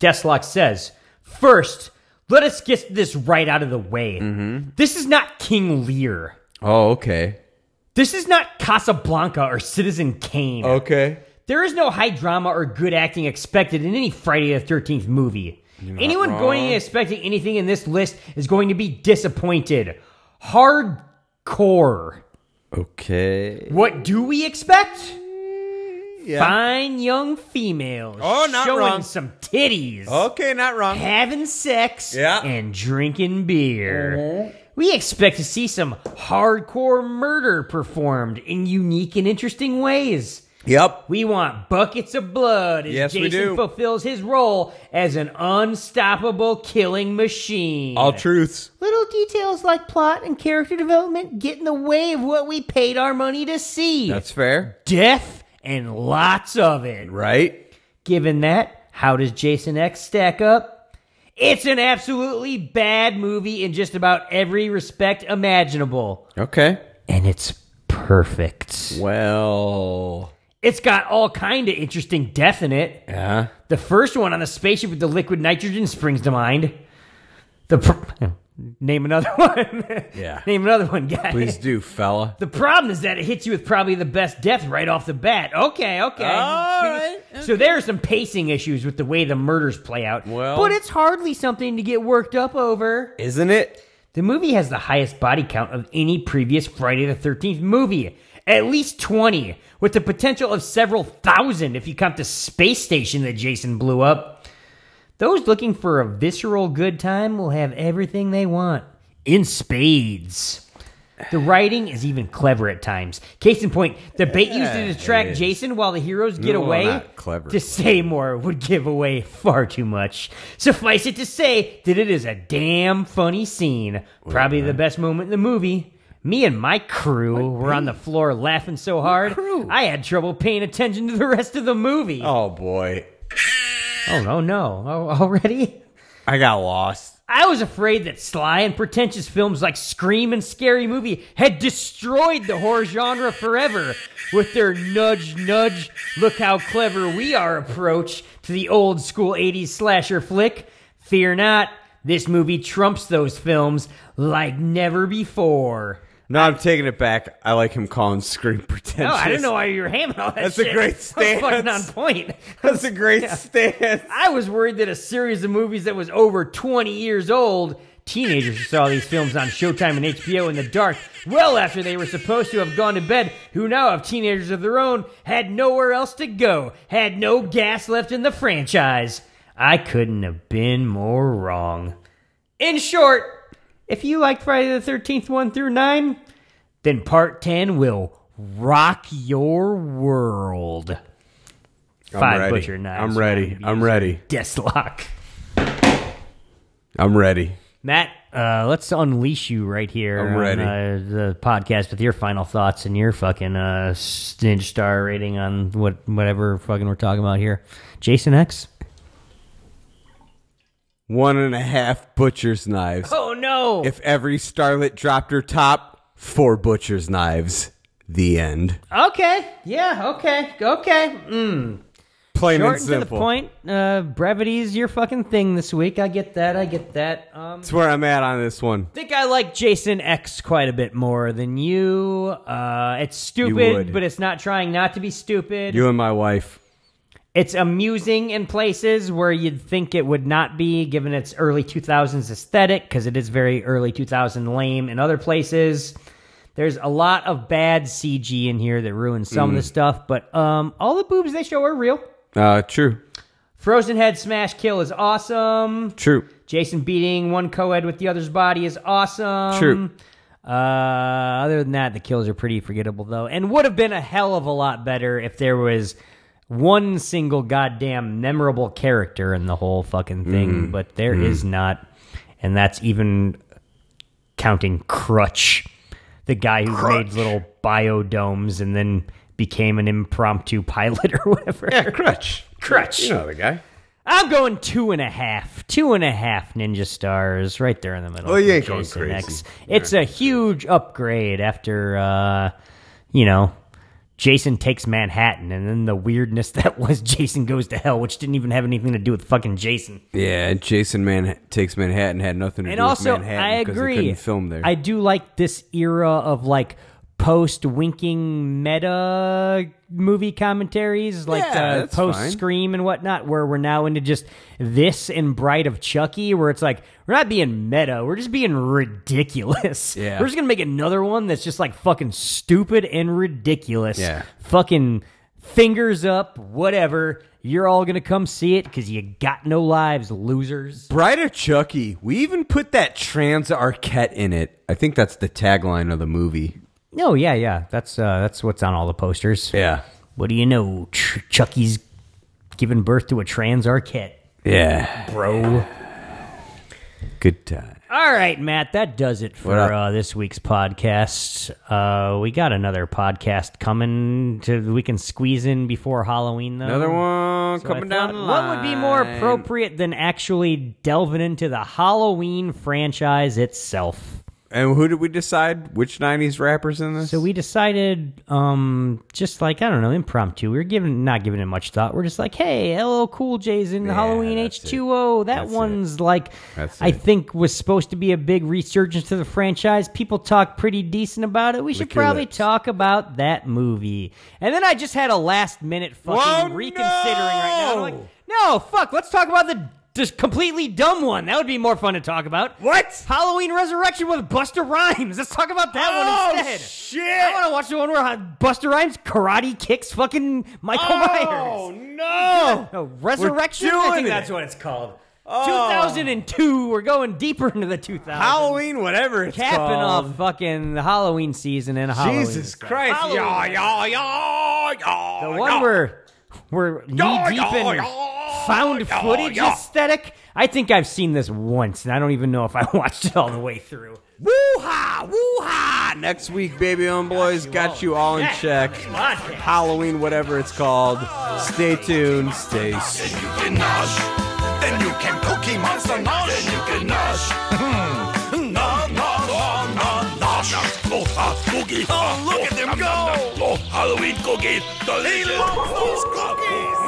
S4: Deslock says, first, let us get this right out of the way.
S15: Mm-hmm.
S4: This is not King Lear.
S5: Oh, okay.
S4: This is not Casablanca or Citizen Kane.
S15: Oh.
S5: Okay.
S4: There is no high drama or good acting expected in any Friday the 13th movie.
S15: not
S4: Anyone
S15: wrong.
S4: going in expecting anything in this list is going to be disappointed. Hardcore.
S5: Okay.
S4: What do we expect? Fine young females.
S5: Oh, not
S4: showing
S5: wrong.
S4: some titties.
S5: Okay, not wrong.
S4: Having sex.
S5: Yeah. Uh-huh.
S4: And drinking beer. We expect to see some hardcore murder performed in unique and interesting ways.
S5: Yep.
S4: We want buckets of blood as
S5: Yes, we
S4: Jason
S5: do.
S4: fulfills his role as an unstoppable killing machine.
S5: All truths.
S4: Little details like plot and character development get in the way of what we paid our money to see.
S5: That's fair.
S4: Death and lots of it.
S5: Right?
S4: Given that, how does Jason X stack up? It's an absolutely bad movie in just about every respect imaginable.
S5: Okay.
S4: And it's perfect.
S5: Well.
S4: It's got all kind of interesting death in it.
S5: Yeah.
S4: The first one on the spaceship with the liquid nitrogen springs to mind. The pr- name another one.
S5: Yeah.
S4: name another one, guy.
S5: Please do, fella.
S4: The problem is that it hits you with probably the best death right off the bat. Okay, okay.
S15: All
S4: So there are some pacing issues with the way the murders play out. Well, but it's hardly something to get worked up over.
S5: Isn't it?
S4: The movie has the highest body count of any previous Friday the 13th movie. At least 20, with the potential of several thousand if you count the space station that Jason blew up. Those looking for a visceral good time will have everything they want in spades. The writing is even clever at times. Case in point, the bait used
S15: Yeah,
S4: to
S15: it
S4: distract
S15: is.
S4: Jason while the heroes get
S15: No,
S4: away
S15: not clever.
S4: to say more would give away far too much. Suffice it to say that it is a damn funny scene. Probably the best moment in the movie. Me and my crew were on the floor laughing so hard, I had trouble paying attention to the rest of the movie.
S5: Oh, boy.
S4: Oh, no, no. Oh, already?
S5: I got lost.
S4: I was afraid that sly and pretentious films like Scream and Scary Movie had destroyed the horror genre forever with their nudge, nudge, look how clever we are approach to the old school 80s slasher flick. Fear not, this movie trumps those films like never before.
S5: No, I'm taking it back. I like him calling Scream
S4: No,
S5: pretentious.
S4: Oh, I don't know why you're hamming all that
S5: That's a
S4: shit.
S5: great
S4: That was fucking on
S5: stance.
S4: point.
S5: That's a great stance.
S4: I was worried that a series of movies that was over 20 years old, teenagers who saw these films on Showtime and HBO in the dark, well after they were supposed to have gone to bed, who now have teenagers of their own, had nowhere else to go, had no gas left in the franchise. I couldn't have been more wrong. In short, if you like Friday the 13th 1 through 9, then part 10 will rock your world.
S5: I'm
S4: Five
S5: ready.
S4: butcher knives.
S5: I'm ready. I'm ready.
S4: Deslock.
S5: I'm ready.
S4: Matt, uh, let's unleash you right here
S5: I'm
S4: on
S5: ready.
S4: uh, the podcast with your final thoughts and your fucking uh, stinge star rating on what whatever fucking we're talking about here. Jason X.
S5: One and a half butcher's knives.
S4: Oh no!
S5: If every starlet dropped her top, four butcher's knives. The end.
S4: Okay. Yeah. Okay. Okay. Mm.
S5: Plain
S4: Short
S5: and
S4: to the
S5: simple.
S4: point. Uh, brevity's your fucking thing this week. I get that. I get that. Um,
S5: That's where I'm at on this one.
S4: think I like Jason X quite a bit more than you. Uh, it's stupid,
S5: would.
S4: but it's not trying not to be stupid.
S5: You and my wife.
S4: It's amusing in places where you'd think it would not be, given its early 2000s aesthetic, because it is very early 2000 lame in other places. There's a lot of bad CG in here that ruins some of the
S5: Mm.
S4: stuff, but um, all the boobs they show are real.
S5: Uh, true.
S4: Frozen head smash kill is awesome.
S5: True.
S4: Jason beating one co-ed with the other's body is awesome.
S5: True.
S4: Uh, other than that, the kills are pretty forgettable though, and would have been a hell of a lot better if there was one single goddamn memorable character in the whole fucking thing.
S14: Mm.
S4: But there is
S14: Mm.
S4: not, and that's even counting Crutch, the guy who made little biodomes and then became an impromptu pilot or whatever. Yeah,
S5: Crutch.
S4: Crutch.
S5: You know the guy.
S4: I'm going two and a half, two and a half ninja stars right there in the middle.
S5: Oh, you
S4: for
S5: ain't going
S4: Jason
S5: crazy.
S4: X. It's a huge upgrade after, uh, you know, Jason takes Manhattan and then the weirdness that was Jason goes to hell, which didn't even have anything to do with fucking Jason.
S5: Yeah, Jason Man takes Manhattan had nothing to
S4: And
S5: do
S4: also,
S5: with Manhattan
S4: I
S5: 'cause
S4: agree.
S5: They couldn't film there.
S4: I do like this era of like post winking meta movie commentaries, like
S14: Yeah,
S4: uh,
S14: that's
S4: post
S14: fine.
S4: Scream and whatnot, where we're now into just this and Bride of Chucky, where it's like we're not being meta, we're just being ridiculous.
S14: Yeah.
S4: We're just gonna make another one that's just like fucking stupid and ridiculous.
S14: Yeah.
S4: Fucking fingers up, whatever. You're all gonna come see it because you got no lives, losers.
S5: Bride of Chucky. We even put that trans Arquette in it. I think that's the tagline of the movie.
S4: No, Oh, yeah, yeah. That's uh, that's what's on all the posters.
S5: Yeah.
S4: What do you know? Ch- Chucky's giving birth to a trans Arquette.
S5: Yeah.
S4: bro.
S5: Good time.
S4: All right, Matt. That does it for
S5: What up?
S4: uh, this week's podcast. Uh, we got another podcast coming. To we can squeeze in before Halloween though.
S5: Another one
S4: So I
S5: coming down the
S4: thought,
S5: line.
S4: What would be more appropriate than actually delving into the Halloween franchise itself?
S5: And who did we decide which '90s rappers in this?
S4: So we decided, um, just like I don't know, impromptu. We were giving not giving it much thought. We're just like, hey, LL Cool J's in Halloween H two O. That one's like,
S5: That's
S4: I
S5: it.
S4: think was supposed to be a big resurgence to the franchise. People talk pretty decent about it. We should
S14: Lick your
S4: probably
S14: lips.
S4: talk about that movie. And then I just had a last minute fucking
S14: Whoa,
S4: reconsidering right now. And I'm like, no, fuck. Let's talk about the. Just completely dumb one. That would be more fun to talk about. What? Halloween Resurrection with Buster Rhymes. Let's talk about that
S14: Oh,
S4: one instead. Shit! I want to watch the one where Buster Rhymes karate kicks fucking Michael
S14: Oh,
S4: Myers.
S14: no!
S4: no! Resurrection.
S14: We're
S4: I
S14: doing
S4: think
S14: it.
S4: that's what it's called.
S14: Oh.
S4: 2002. We're going deeper into the 2000s.
S5: Halloween, whatever it's
S4: Capping
S5: called.
S4: off fucking the Halloween season and Halloween.
S5: Jesus
S4: itself.
S5: Christ!
S4: Halloween.
S5: Yaw, yaw, yaw, yaw,
S14: Oh,
S4: The one
S5: yaw.
S4: where we're knee
S5: Yaw,
S4: deep
S5: yaw,
S4: in found footage
S14: yaw.
S4: aesthetic. I think I've seen this once, and I don't even know if I watched it all the way through.
S5: Woo ha! Woo ha! Next week, baby on boys, got you all in check. Halloween, whatever it's called. Stay tuned. Stay.
S2: Then you can cookie monster nosh. Then you can nosh. No, no, no, no, nosh. Oh, look at them go. Halloween cookies. He loves those cookies.